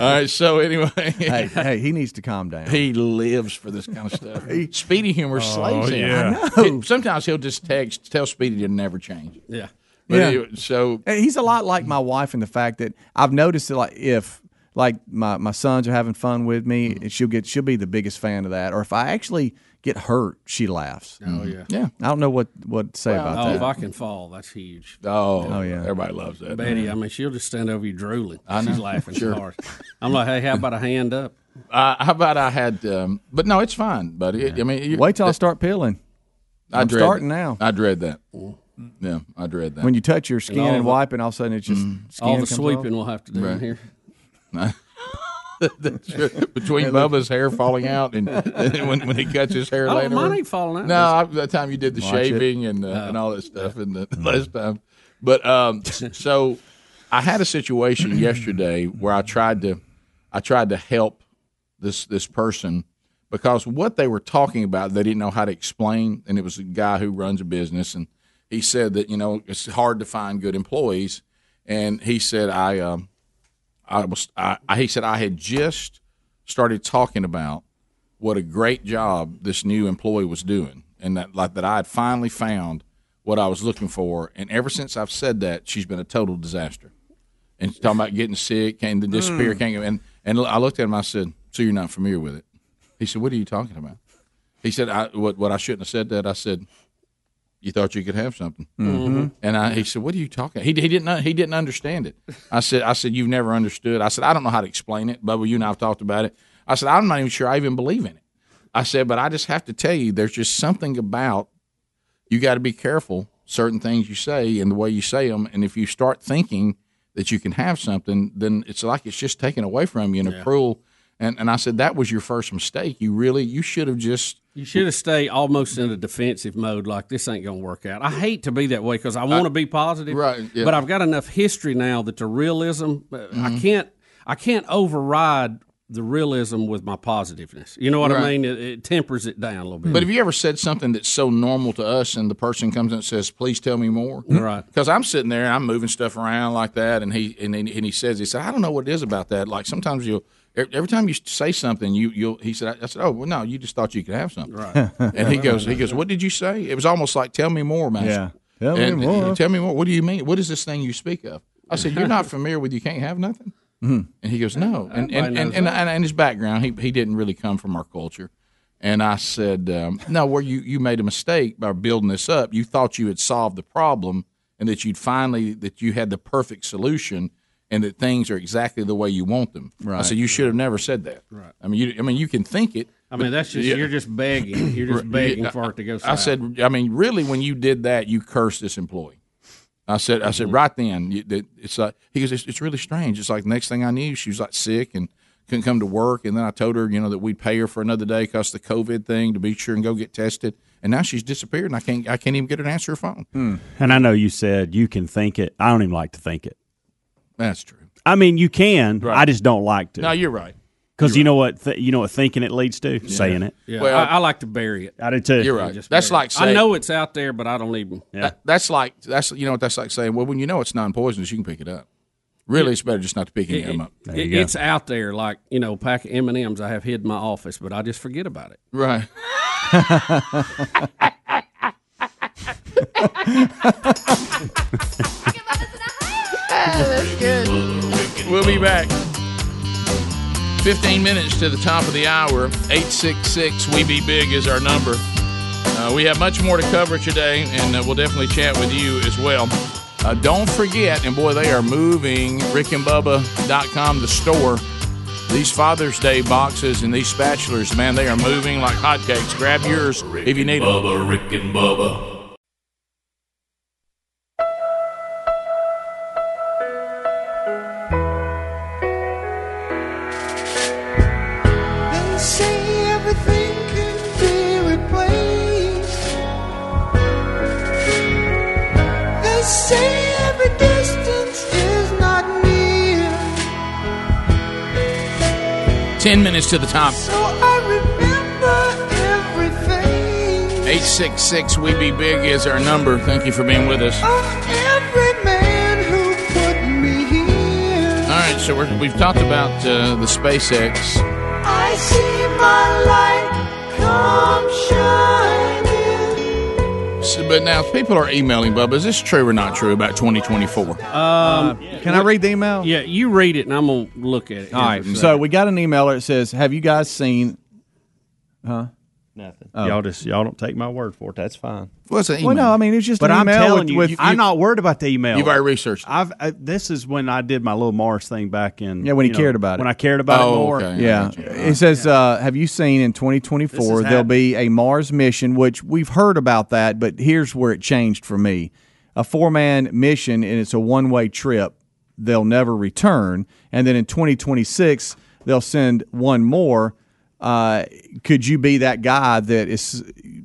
[SPEAKER 17] All right. So anyway,
[SPEAKER 3] hey, hey, he needs to calm down.
[SPEAKER 17] He lives for this kind of stuff. Speedy
[SPEAKER 18] Oh,
[SPEAKER 17] humor slays him.
[SPEAKER 3] yeah.
[SPEAKER 17] He- sometimes he'll just text, tell Speedy to never change.
[SPEAKER 18] Yeah.
[SPEAKER 17] But
[SPEAKER 3] Yeah.
[SPEAKER 17] anyway, so
[SPEAKER 3] And he's a lot like my wife in the fact that I've noticed that like if like my, my sons are having fun with me,
[SPEAKER 17] Mm-hmm.
[SPEAKER 3] and she'll get she'll be the biggest fan of that. Or if I actually get hurt, she laughs.
[SPEAKER 18] Oh yeah.
[SPEAKER 17] Yeah.
[SPEAKER 3] I don't know what what to say about
[SPEAKER 18] Oh,
[SPEAKER 3] that.
[SPEAKER 18] if I can fall, that's huge.
[SPEAKER 17] Oh,
[SPEAKER 3] Oh, yeah.
[SPEAKER 17] everybody loves that.
[SPEAKER 18] Betty, I mean, she'll just stand over you drooling.
[SPEAKER 17] Uh-huh. I
[SPEAKER 18] She's
[SPEAKER 17] know.
[SPEAKER 18] laughing
[SPEAKER 17] Sure.
[SPEAKER 18] so hard. I'm like, hey, how about a hand up?
[SPEAKER 17] Uh, how about I had, um, but no, it's fine, buddy. It- I mean, you,
[SPEAKER 3] Wait till I start peeling.
[SPEAKER 17] I
[SPEAKER 3] I'm
[SPEAKER 17] dread
[SPEAKER 3] starting
[SPEAKER 17] that.
[SPEAKER 3] now.
[SPEAKER 17] I dread that. Yeah, I dread that.
[SPEAKER 3] When you touch your skin
[SPEAKER 17] all
[SPEAKER 3] and,
[SPEAKER 17] the-
[SPEAKER 3] wipe, and all of a sudden it's just
[SPEAKER 6] Mm.
[SPEAKER 3] skin
[SPEAKER 18] All the
[SPEAKER 3] comes
[SPEAKER 18] sweeping
[SPEAKER 3] off.
[SPEAKER 18] we'll have to do in
[SPEAKER 17] Right.
[SPEAKER 18] here.
[SPEAKER 17] between Bubba's hair falling out and, and when, when he cuts his hair
[SPEAKER 18] Oh,
[SPEAKER 17] later.
[SPEAKER 18] mine
[SPEAKER 17] on.
[SPEAKER 18] ain't falling out.
[SPEAKER 17] No, I, that time you did the
[SPEAKER 18] Watch it. Oh. Mm-hmm.
[SPEAKER 17] shaving and uh, and all that stuff and the last time. But um, so I had a situation yesterday where I tried to I tried to help this this person because what they were talking about they didn't know how to explain and it was a guy who runs a business and he said that you know it's hard to find good employees and he said I um I was I, I he said I had just started talking about what a great job this new employee was doing and that like that I had finally found what I was looking for and ever since I've said that she's been a total disaster and she's talking about getting sick and to disappear
[SPEAKER 9] Mm.
[SPEAKER 17] can't go and and I looked at him I said so you're not familiar with it he said what are you talking about he said I what what I shouldn't have said that I said you thought you could have something Mm-hmm.
[SPEAKER 9] Mhm.
[SPEAKER 17] and I, he said what are you talking he, he didn't he didn't understand it I said, I said, you've never understood. I said, I don't know how to explain it. Bubba, you and I have talked about it. I said, I'm not even sure I even believe in it. I said, but I just have to tell you, there's just something about you got to be careful certain things you say and the way you say them. And if you start thinking that you can have something, then it's like it's just taken away from you in a
[SPEAKER 18] Yeah.
[SPEAKER 17] cruel. And, and I said, that was your first mistake. You really, you should have just.
[SPEAKER 18] You should have stayed almost in a defensive mode, like this ain't going to work out. I hate to be that way because I want to be positive,
[SPEAKER 17] right, yeah. Mm-hmm.
[SPEAKER 18] But I've got enough history now that the realism, uh I can't, I can't override the realism with my positiveness. You know what I
[SPEAKER 17] Right.
[SPEAKER 18] mean? It, it tempers it down a little bit.
[SPEAKER 17] But have you ever said something that's so normal to us, and the person comes and says, "Please tell me more"?
[SPEAKER 6] Mm-hmm.
[SPEAKER 18] Right.
[SPEAKER 17] Because I'm sitting there and I'm moving stuff around like that, and he and, then- and he says, "He said I don't know what it is about that." Like sometimes you'll ev- every time you say something, you you'll he said I- I said, "Oh well, no, you just thought you could have something."
[SPEAKER 18] Right.
[SPEAKER 17] And he goes, he goes, "What did you say?" It was almost like, "Tell me more, master."
[SPEAKER 6] Yeah. Tell me
[SPEAKER 17] And-
[SPEAKER 6] more.
[SPEAKER 17] Tell me more. What do you mean? What is this thing you speak of? I said, "You're not familiar with. You can't have nothing."
[SPEAKER 6] Mm-hmm.
[SPEAKER 17] And he goes, no. And and,
[SPEAKER 18] Everybody
[SPEAKER 17] and,
[SPEAKER 18] knows
[SPEAKER 17] and,
[SPEAKER 18] that.
[SPEAKER 17] and his background, he, he didn't really come from our culture. And I said, um, no, where you, you made a mistake by building this up. You thought you had solved the problem and that you'd finally, that you had the perfect solution and that things are exactly the way you want them. I
[SPEAKER 18] Right.
[SPEAKER 17] said, you should have never said that. Right. I mean, you, I mean, you can think it.
[SPEAKER 18] I mean, that's just you're just begging. You're just begging for it to go.
[SPEAKER 17] I
[SPEAKER 18] south.
[SPEAKER 17] said, I mean, really, when you did that, you cursed this employee. I said, I
[SPEAKER 18] Mm-hmm.
[SPEAKER 17] said, right then, you, that it's like he goes, it's, it's really strange. It's like next thing I knew, she was like sick and couldn't come to work, and then I told her, you know, that we'd pay her for another day because the COVID thing to be sure and go get tested, and now she's disappeared, and I can't, I can't even get her to answer her phone.
[SPEAKER 18] Mm.
[SPEAKER 6] And I know you said you can think it. I don't even like to think it.
[SPEAKER 17] That's true.
[SPEAKER 6] I mean, you can. I just don't like to.
[SPEAKER 17] No, you're right.
[SPEAKER 6] Because you know what? Th- you know what thinking it leads to? Saying it.
[SPEAKER 18] Yeah,
[SPEAKER 17] Well-
[SPEAKER 18] I, I like to bury it.
[SPEAKER 6] I do too.
[SPEAKER 17] You're right. That's
[SPEAKER 18] bury it.
[SPEAKER 17] like saying,
[SPEAKER 18] I know it's out there, but I don't even.
[SPEAKER 17] that- that's like that's you know what that's like saying. Well, when you know it's non poisonous, you can pick it up. Really, it's better just not to pick any of them up.
[SPEAKER 18] It- it's out there, like you know, a pack of M and M's I have hid in my office, but I just forget about it.
[SPEAKER 17] Right.
[SPEAKER 19] that's good.
[SPEAKER 17] We'll be back. 15 minutes to the top of the hour. 866 We Be Big is our number. Uh, we have much more to cover today, and uh, we'll definitely chat with you as well. Uh, don't forget, and boy, they are moving rickandbubba.com, the store. These Father's Day boxes and these spatulas, man, they are moving like hotcakes. Grab yours if you need them.
[SPEAKER 7] Bubba, Rick and Bubba.
[SPEAKER 19] They say everything can be replaced. They say every distance is not near.
[SPEAKER 17] 10 minutes to the top.
[SPEAKER 19] So I remember everything,
[SPEAKER 17] 866 We Be Big is our number. Thank you for being with us.
[SPEAKER 19] every man who put me here.
[SPEAKER 17] All right, so we're, we've talked about uh, the SpaceX.
[SPEAKER 19] I see my light come shining.
[SPEAKER 17] S- But now people are emailing, Bubba. Is this true or not true about 2024?
[SPEAKER 18] Um,
[SPEAKER 3] Can I read the email?
[SPEAKER 18] Yeah, you read it, and I'm gonna look at it.
[SPEAKER 3] All right. So we got an emailer that says, "Have you guys seen?" Huh?
[SPEAKER 6] Nothing.
[SPEAKER 3] Oh.
[SPEAKER 6] Y'all just y'all don't take my word for it. That's fine.
[SPEAKER 17] What's an
[SPEAKER 3] Well, no, I mean it's just
[SPEAKER 6] But
[SPEAKER 3] an
[SPEAKER 6] I'm
[SPEAKER 3] email
[SPEAKER 6] telling
[SPEAKER 3] with-
[SPEAKER 6] you,
[SPEAKER 3] with-
[SPEAKER 6] you- I'm not worried about the email.
[SPEAKER 17] You've already researched.
[SPEAKER 6] I've I, this is when I did my little Mars thing back in.
[SPEAKER 3] Yeah, when he
[SPEAKER 6] you know,
[SPEAKER 3] cared about it.
[SPEAKER 6] When I cared about it more.
[SPEAKER 3] Yeah. It says, uh, have you seen in
[SPEAKER 6] This
[SPEAKER 3] 2024
[SPEAKER 6] is
[SPEAKER 3] there'll be a Mars mission, which we've heard about that, but here's where it changed for me. A four man mission, and it's a one way trip. They'll never return. And then in 2026, they'll send one more. Uh, could you be that guy that is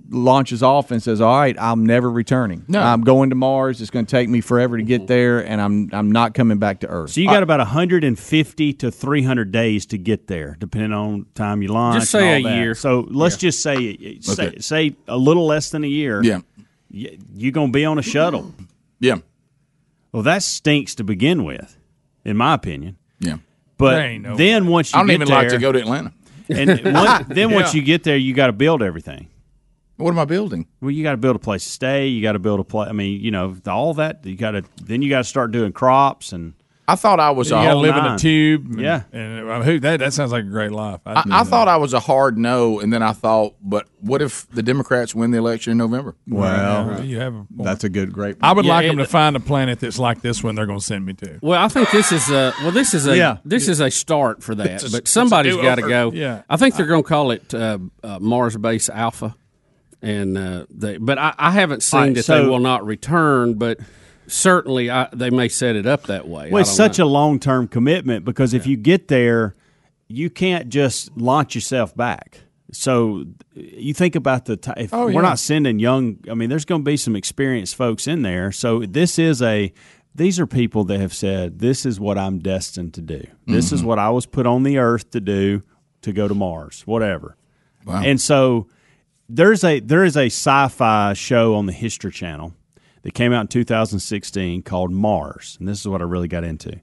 [SPEAKER 3] launches off and says, "All right, I'm never returning.
[SPEAKER 6] No. Mm-hmm.
[SPEAKER 3] I'm going to Mars. It's going to take me forever to get there, and I'm I'm not coming back to Earth."
[SPEAKER 6] So you got about 150 to 300 days to get there, depending on time you launch.
[SPEAKER 18] Just say
[SPEAKER 6] and all
[SPEAKER 18] a
[SPEAKER 6] that.
[SPEAKER 18] year.
[SPEAKER 6] So let's just say, say
[SPEAKER 18] Okay.
[SPEAKER 6] say a little less than a year.
[SPEAKER 17] Yeah.
[SPEAKER 6] Y- You're gonna be on a shuttle.
[SPEAKER 17] Yeah.
[SPEAKER 6] Well, that stinks to begin with, in my opinion.
[SPEAKER 17] Yeah.
[SPEAKER 6] But
[SPEAKER 17] There ain't no
[SPEAKER 6] then
[SPEAKER 17] way.
[SPEAKER 6] once you
[SPEAKER 17] I don't
[SPEAKER 6] get
[SPEAKER 17] even like to
[SPEAKER 6] there-
[SPEAKER 17] go to Atlanta.
[SPEAKER 6] And one, then once
[SPEAKER 17] Yeah.
[SPEAKER 6] you get there, you got to build everything.
[SPEAKER 17] What am I building?
[SPEAKER 6] Well, you got to build a place to stay. You got to build a place. I mean, you know, all that. You got to then you got to start doing crops and.
[SPEAKER 17] I thought I was
[SPEAKER 6] You
[SPEAKER 17] a
[SPEAKER 6] gotta
[SPEAKER 17] whole
[SPEAKER 6] live in a
[SPEAKER 17] nine.
[SPEAKER 6] tube and-
[SPEAKER 17] yeah.
[SPEAKER 9] And uh, who that that sounds like a great life.
[SPEAKER 17] I, I
[SPEAKER 3] Mm-hmm.
[SPEAKER 17] thought I was a hard no, and then I thought, but what if the Democrats win the election in November?
[SPEAKER 3] Well,
[SPEAKER 9] Yeah, you have a point.
[SPEAKER 3] that's a good, great.
[SPEAKER 9] I would
[SPEAKER 3] Yeah,
[SPEAKER 9] like them
[SPEAKER 3] it-
[SPEAKER 9] to find a planet that's like this one they're going to send me to.
[SPEAKER 18] Well, I think this is a well. This is a
[SPEAKER 9] Yeah.
[SPEAKER 18] this is a start for that,
[SPEAKER 9] It's a-
[SPEAKER 18] but somebody's
[SPEAKER 9] it's a
[SPEAKER 18] got to go.
[SPEAKER 9] do-over. Yeah.
[SPEAKER 18] I think they're going to call it uh, uh, Mars Base Alpha, and uh, they, but I, I haven't seen
[SPEAKER 6] All right,
[SPEAKER 18] that they
[SPEAKER 6] so-
[SPEAKER 18] will not return, but certainly I, they may set it up that way.
[SPEAKER 6] Well, it's such a long term commitment because if you get there, you can't just launch yourself back. So you think about the ti if
[SPEAKER 18] Oh,
[SPEAKER 6] we're
[SPEAKER 18] yeah.
[SPEAKER 6] not sending young. I mean, there's going to be some experienced folks in there. So this is a these are people that have said, "This is what I'm destined to do. This
[SPEAKER 17] Mhm.
[SPEAKER 6] is
[SPEAKER 18] Mm-hmm.
[SPEAKER 6] what I was put on the earth to do, to go to Mars, whatever." And so there's a there is a sci-fi show on the History Channel that came out in 2016 called Mars, and this is what I really got into.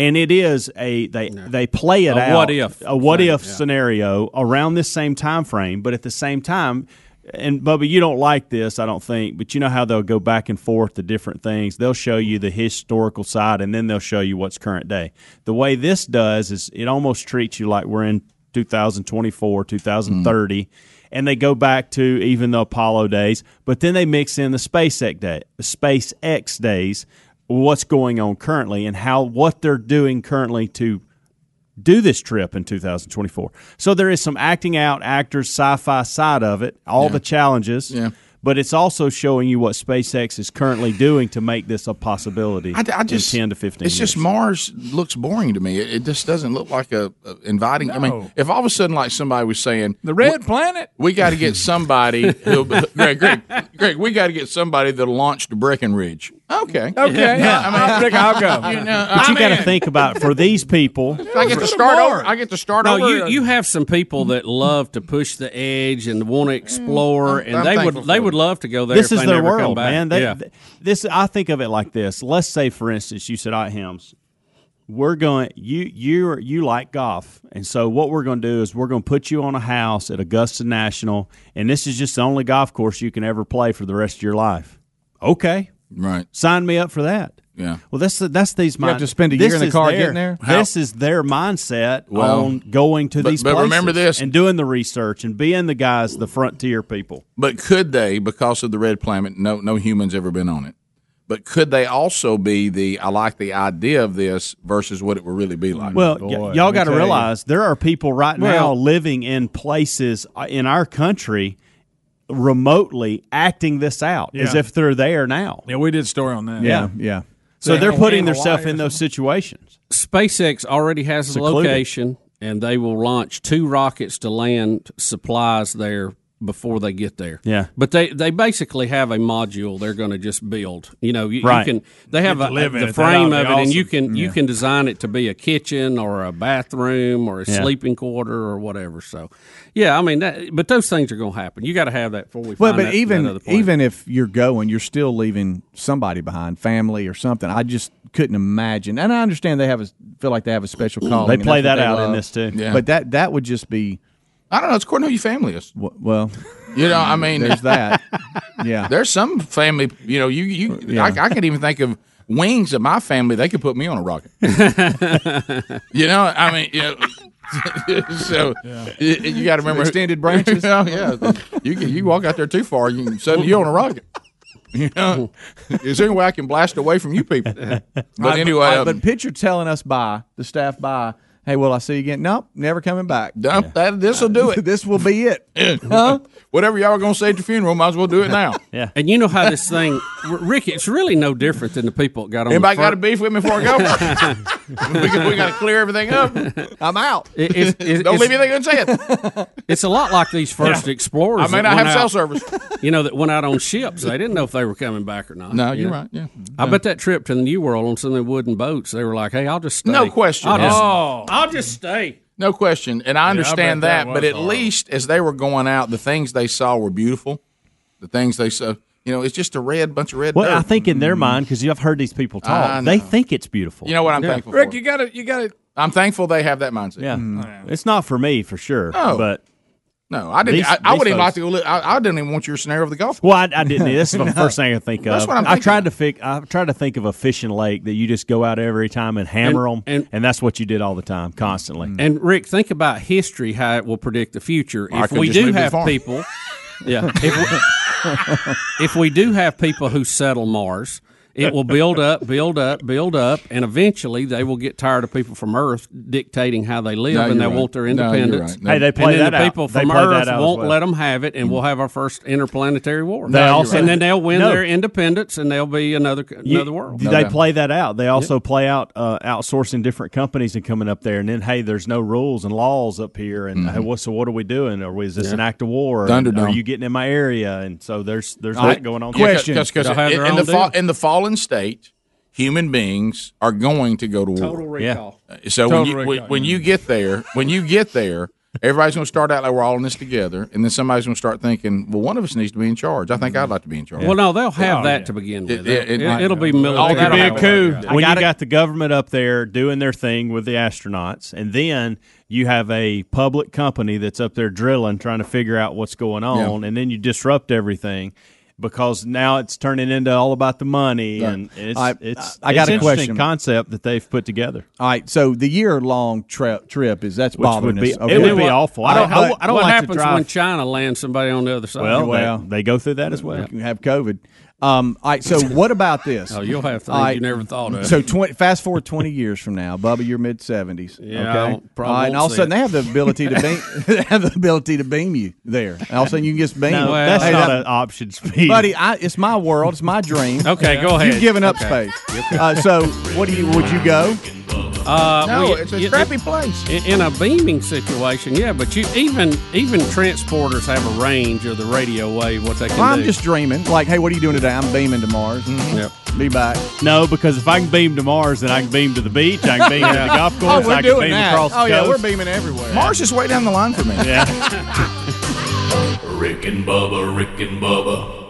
[SPEAKER 6] And it is a they they play it
[SPEAKER 18] A
[SPEAKER 6] out
[SPEAKER 18] what if
[SPEAKER 6] a what
[SPEAKER 18] thing,
[SPEAKER 6] if
[SPEAKER 18] yeah.
[SPEAKER 6] scenario around this same time frame, but at the same time. And Bubba, you don't like this, I don't think, but you know how they'll go back and forth to different things. They'll show you the historical side, and then they'll show you what's current day. The way this does is it almost treats you like we're in 2024, 2030, and they go back to even the Apollo days, but then they mix in the SpaceX day, SpaceX days, what's going on currently, and how what they're doing currently to do this trip in 2024. So there is some acting out, actors, sci-fi side of it, all the challenges. Yeah. But it's also showing you what SpaceX is currently doing to make this a possibility
[SPEAKER 17] I, I just
[SPEAKER 6] in 10 to 15
[SPEAKER 17] It's
[SPEAKER 6] years.
[SPEAKER 17] just Mars looks boring to me. It, it just doesn't look like a, a inviting. I mean, if all of a sudden, like somebody was saying,
[SPEAKER 9] the red planet.
[SPEAKER 17] we got to get somebody. Who, Greg, Greg, Greg, we got to get somebody that launched Breckenridge. Okay,
[SPEAKER 9] Okay.
[SPEAKER 17] Yeah, I mean,
[SPEAKER 9] I'll pick- I'll go.
[SPEAKER 17] You know,
[SPEAKER 6] but
[SPEAKER 17] I'm
[SPEAKER 6] you got to
[SPEAKER 17] in.
[SPEAKER 6] think about for these people.
[SPEAKER 17] I get to start over. I get to start
[SPEAKER 18] No,
[SPEAKER 17] over.
[SPEAKER 18] you, you have some people that love to push the edge and want to explore, and
[SPEAKER 17] Mm. I'm
[SPEAKER 18] they
[SPEAKER 17] thankful
[SPEAKER 18] would they would love to go there.
[SPEAKER 6] This
[SPEAKER 18] if
[SPEAKER 6] is
[SPEAKER 18] they
[SPEAKER 6] their
[SPEAKER 18] never come
[SPEAKER 6] world,
[SPEAKER 18] back.
[SPEAKER 6] man. They,
[SPEAKER 18] yeah.
[SPEAKER 6] th- this I think of it like this. Let's say, for instance, you said, "I hams, we're going you you you like golf, and so what we're going to do is we're going to put you on a house at Augusta National, and this is just the only golf course you can ever play for the rest of your life." Okay,
[SPEAKER 17] right.
[SPEAKER 6] Sign me up for that.
[SPEAKER 17] Yeah.
[SPEAKER 6] Well, that's the, that's these.
[SPEAKER 3] You have
[SPEAKER 6] min-
[SPEAKER 3] to spend a
[SPEAKER 6] this
[SPEAKER 3] year in the
[SPEAKER 6] is
[SPEAKER 3] car
[SPEAKER 6] their-
[SPEAKER 3] getting there?
[SPEAKER 6] This is their mindset
[SPEAKER 17] Well,
[SPEAKER 6] on going to
[SPEAKER 17] but-
[SPEAKER 6] these.
[SPEAKER 17] but remember
[SPEAKER 6] places
[SPEAKER 17] this.
[SPEAKER 6] and doing the research and being the guys, the frontier people.
[SPEAKER 17] But could they, because of the red planet, no no humans ever been on it. But could they also be the I like the idea of this versus what it would really be like?
[SPEAKER 6] Well, y- y'all got to realize there are people right now
[SPEAKER 17] Well-
[SPEAKER 6] living in places uh, in our country remotely acting this out as
[SPEAKER 9] Yeah.
[SPEAKER 6] if they're there now.
[SPEAKER 9] Yeah, we did a story on that.
[SPEAKER 6] Yeah, yeah. So they're putting themselves in those situations.
[SPEAKER 18] SpaceX already has the
[SPEAKER 6] Secluded.
[SPEAKER 18] location, and they will launch two rockets to land supplies there before they get there.
[SPEAKER 6] Yeah.
[SPEAKER 18] but they they basically have a module they're going to just build. You know, you, you
[SPEAKER 6] Right.
[SPEAKER 18] can they have
[SPEAKER 6] Get
[SPEAKER 18] a,
[SPEAKER 6] to live in
[SPEAKER 18] the
[SPEAKER 6] it. That ought
[SPEAKER 18] frame
[SPEAKER 6] to
[SPEAKER 18] of it,
[SPEAKER 6] be
[SPEAKER 18] and you
[SPEAKER 6] awesome.
[SPEAKER 18] can you
[SPEAKER 6] Yeah.
[SPEAKER 18] can design it to be a kitchen or a bathroom or a
[SPEAKER 6] Yeah.
[SPEAKER 18] sleeping quarter or whatever. So, yeah, I mean, that, but those things are going to happen. You got to have that before we.
[SPEAKER 3] Well,
[SPEAKER 18] find
[SPEAKER 3] but
[SPEAKER 18] that- that
[SPEAKER 3] even
[SPEAKER 18] other planet.
[SPEAKER 3] even if you're going, you're still leaving somebody behind, family or something. I just couldn't imagine, and I understand they have a feel like they have a special call.
[SPEAKER 6] They play that out in this, too. Yeah.
[SPEAKER 3] But that that would just be
[SPEAKER 17] I don't know. It's according to who your family is.
[SPEAKER 3] w- well.
[SPEAKER 17] You know, I mean,
[SPEAKER 3] There's that. Yeah,
[SPEAKER 17] there's some family. You know, you you.
[SPEAKER 3] Yeah.
[SPEAKER 17] I, I could even think of wings of my family. They could put me on a rocket. you know, I mean, you know, so you, you got to remember
[SPEAKER 3] extended branches.
[SPEAKER 17] yeah, yeah. You can, you walk out there too far, you can, suddenly you're on a rocket. You know, is there any way I can blast away from you people? But
[SPEAKER 3] I-
[SPEAKER 17] anyway,
[SPEAKER 3] I-
[SPEAKER 17] um,
[SPEAKER 3] but picture telling us by the staff by, hey, will I see you again? Nope, never coming back.
[SPEAKER 17] Nope, that this will do it.
[SPEAKER 3] this will be it.
[SPEAKER 17] huh? Whatever y'all are gonna say at your funeral, might as well do it now.
[SPEAKER 6] Yeah.
[SPEAKER 18] And you know how this thing, R- Rick, it's really no different than the people that got on
[SPEAKER 17] Anybody
[SPEAKER 18] the
[SPEAKER 17] got a beef with me before I go? we, got- we got to clear everything up.
[SPEAKER 3] I'm out.
[SPEAKER 18] It- it's- it's-
[SPEAKER 17] Don't leave
[SPEAKER 18] it's-
[SPEAKER 17] anything unsaid.
[SPEAKER 18] It's a lot like these first explorers.
[SPEAKER 17] I may
[SPEAKER 18] that
[SPEAKER 17] not
[SPEAKER 18] went
[SPEAKER 17] have cell
[SPEAKER 18] out-
[SPEAKER 17] service.
[SPEAKER 18] You know that went out on ships. They didn't know if they were coming back or not.
[SPEAKER 17] No,
[SPEAKER 18] you
[SPEAKER 17] you're
[SPEAKER 18] know?
[SPEAKER 17] right, yeah.
[SPEAKER 18] I bet that trip to the New World on some of the wooden boats, they were like, "Hey, I'll just stay.
[SPEAKER 17] No question.
[SPEAKER 18] I'll just,
[SPEAKER 17] Oh.
[SPEAKER 18] I'll just stay."
[SPEAKER 17] No question, and I
[SPEAKER 18] Yeah, I
[SPEAKER 17] understand
[SPEAKER 18] bet
[SPEAKER 17] that,
[SPEAKER 18] that
[SPEAKER 17] but
[SPEAKER 18] was
[SPEAKER 17] at
[SPEAKER 18] horrible.
[SPEAKER 17] least as they were going out, the things they saw were beautiful. The things they saw, you know, it's just a red bunch of red.
[SPEAKER 6] Well,
[SPEAKER 17] dirt.
[SPEAKER 6] I think in their mind, because I've heard these people
[SPEAKER 17] Mm. I
[SPEAKER 6] talk,
[SPEAKER 17] know.
[SPEAKER 6] they think it's beautiful.
[SPEAKER 17] You know what I'm thankful
[SPEAKER 9] Rick,
[SPEAKER 17] for?
[SPEAKER 9] you got to you got to
[SPEAKER 17] I'm thankful they have that mindset.
[SPEAKER 6] Oh, Yeah. It's not for me, for sure.
[SPEAKER 17] No.
[SPEAKER 6] But
[SPEAKER 17] No, I didn't.
[SPEAKER 6] These-
[SPEAKER 17] I, I
[SPEAKER 6] these
[SPEAKER 17] wouldn't even
[SPEAKER 6] folks-
[SPEAKER 17] like to. go li- I, I didn't even want your scenario of the golf.
[SPEAKER 6] Well, I, I didn't. This is the
[SPEAKER 17] No.
[SPEAKER 6] first thing I think of.
[SPEAKER 17] That's what I'm
[SPEAKER 6] I
[SPEAKER 17] thinking
[SPEAKER 6] tried to think. I tried to think of a fishing lake that you just go out every time and hammer
[SPEAKER 18] And-
[SPEAKER 6] them, and, that's what you did all the time, constantly.
[SPEAKER 18] And Rick, think about history, how it will predict the future.
[SPEAKER 6] I
[SPEAKER 18] if
[SPEAKER 6] could
[SPEAKER 18] we
[SPEAKER 6] just
[SPEAKER 18] do
[SPEAKER 6] leave the
[SPEAKER 18] have
[SPEAKER 6] farm.
[SPEAKER 18] people, yeah. If we, if we do have people who settle Mars, it will build up, build up, build up, and eventually they will get tired of people from Earth dictating how they live,
[SPEAKER 6] No,
[SPEAKER 18] and they
[SPEAKER 6] you're right.
[SPEAKER 18] want their
[SPEAKER 6] No, you're right.
[SPEAKER 18] independence.
[SPEAKER 6] No. Hey, they play
[SPEAKER 18] and then
[SPEAKER 6] that
[SPEAKER 18] the
[SPEAKER 6] out.
[SPEAKER 18] people
[SPEAKER 6] They
[SPEAKER 18] from
[SPEAKER 6] play that
[SPEAKER 18] Earth
[SPEAKER 6] out as
[SPEAKER 18] won't
[SPEAKER 6] well.
[SPEAKER 18] let them have it, and we'll have our first interplanetary war.
[SPEAKER 6] They also-
[SPEAKER 18] and then they'll win
[SPEAKER 6] No.
[SPEAKER 18] their independence, and they'll be another
[SPEAKER 6] You-
[SPEAKER 18] another world.
[SPEAKER 6] They play that out. They also play out uh, outsourcing different companies and coming up there, and then hey, there's no rules and laws up here, and hey, what so what are we doing? Or is this
[SPEAKER 17] Yeah.
[SPEAKER 6] an act of war? And,
[SPEAKER 17] Thunderdome.
[SPEAKER 6] are you getting in my area? And so there's there's
[SPEAKER 17] All right.
[SPEAKER 6] that going on.
[SPEAKER 17] Yeah, 'cause- 'cause in, in the fall, in the fallen state, human beings are going to go to war.
[SPEAKER 18] Total recall.
[SPEAKER 17] Uh, So
[SPEAKER 18] Total
[SPEAKER 17] when you,
[SPEAKER 18] recall,
[SPEAKER 17] when, when you get there, when you get there, everybody's going to start out like we're all in this together, and then somebody's going to start thinking, well, one of us needs to be in charge. I think I'd like to be in charge.
[SPEAKER 18] Mm-hmm. Well, no, they'll have that to begin with.
[SPEAKER 17] it- it-
[SPEAKER 18] It- it'll be
[SPEAKER 17] All
[SPEAKER 18] military.
[SPEAKER 17] could be a
[SPEAKER 18] That'll
[SPEAKER 17] coup.
[SPEAKER 18] happen.
[SPEAKER 6] when you got the government up there doing their thing with the astronauts, and then you have a public company that's up there drilling, trying to figure out what's going on, and then you disrupt everything because now it's turning into all about the money, and
[SPEAKER 3] Right.
[SPEAKER 6] it's
[SPEAKER 3] I-
[SPEAKER 6] it's
[SPEAKER 3] I got
[SPEAKER 6] it's
[SPEAKER 3] a
[SPEAKER 6] an
[SPEAKER 3] question.
[SPEAKER 6] interesting concept that they've put together.
[SPEAKER 3] All right, so the year long tri- trip is that's
[SPEAKER 6] Which would
[SPEAKER 3] bothering
[SPEAKER 6] be-
[SPEAKER 3] us.
[SPEAKER 6] it would be awful. I don't- I don't- I don't
[SPEAKER 18] what
[SPEAKER 6] like to
[SPEAKER 18] happens
[SPEAKER 6] drive-
[SPEAKER 18] when China lands somebody on the other side?
[SPEAKER 6] Well, they, go through that as
[SPEAKER 3] well. You have COVID. Um, all right, so what about this?
[SPEAKER 18] Oh, you'll have things
[SPEAKER 3] All right,
[SPEAKER 18] you never thought of.
[SPEAKER 3] So 20, fast forward twenty years from now, Bubba, you're mid seventies.
[SPEAKER 18] Yeah,
[SPEAKER 3] okay?
[SPEAKER 18] I don't- probably
[SPEAKER 3] All right, and
[SPEAKER 18] won't
[SPEAKER 3] all of a
[SPEAKER 18] see
[SPEAKER 3] sudden
[SPEAKER 18] it.
[SPEAKER 3] they have the ability to beam, they have the ability to beam you there. And all of a sudden you can just beam.
[SPEAKER 6] No,
[SPEAKER 3] Hey,
[SPEAKER 6] that's not
[SPEAKER 3] that-
[SPEAKER 6] an option, Speedy.
[SPEAKER 3] buddy. I, it's my world. It's my dream.
[SPEAKER 6] Okay, go ahead.
[SPEAKER 3] You've given up
[SPEAKER 6] Okay.
[SPEAKER 3] space. Uh, so what do you? Would you go?
[SPEAKER 18] Uh,
[SPEAKER 17] No,
[SPEAKER 18] well,
[SPEAKER 17] it's a
[SPEAKER 18] you-
[SPEAKER 17] crappy place.
[SPEAKER 18] In, in a beaming situation, yeah, but you even even transporters have a range of the radio wave what they can
[SPEAKER 3] Well, I'm
[SPEAKER 18] do.
[SPEAKER 3] just dreaming. Like, hey, what are you doing today? I'm beaming to Mars.
[SPEAKER 18] Yep.
[SPEAKER 3] Be back.
[SPEAKER 6] No, because if I can beam to Mars, then I can beam to the beach. I can beam to the golf
[SPEAKER 3] Oh,
[SPEAKER 6] course.
[SPEAKER 3] we're
[SPEAKER 6] I can
[SPEAKER 3] doing
[SPEAKER 6] beam
[SPEAKER 3] that.
[SPEAKER 6] across
[SPEAKER 3] Oh,
[SPEAKER 6] the
[SPEAKER 3] yeah,
[SPEAKER 6] coast.
[SPEAKER 3] we're beaming everywhere.
[SPEAKER 17] Mars is way down the line for me.
[SPEAKER 6] Yeah.
[SPEAKER 7] Rick and Bubba, Rick and Bubba.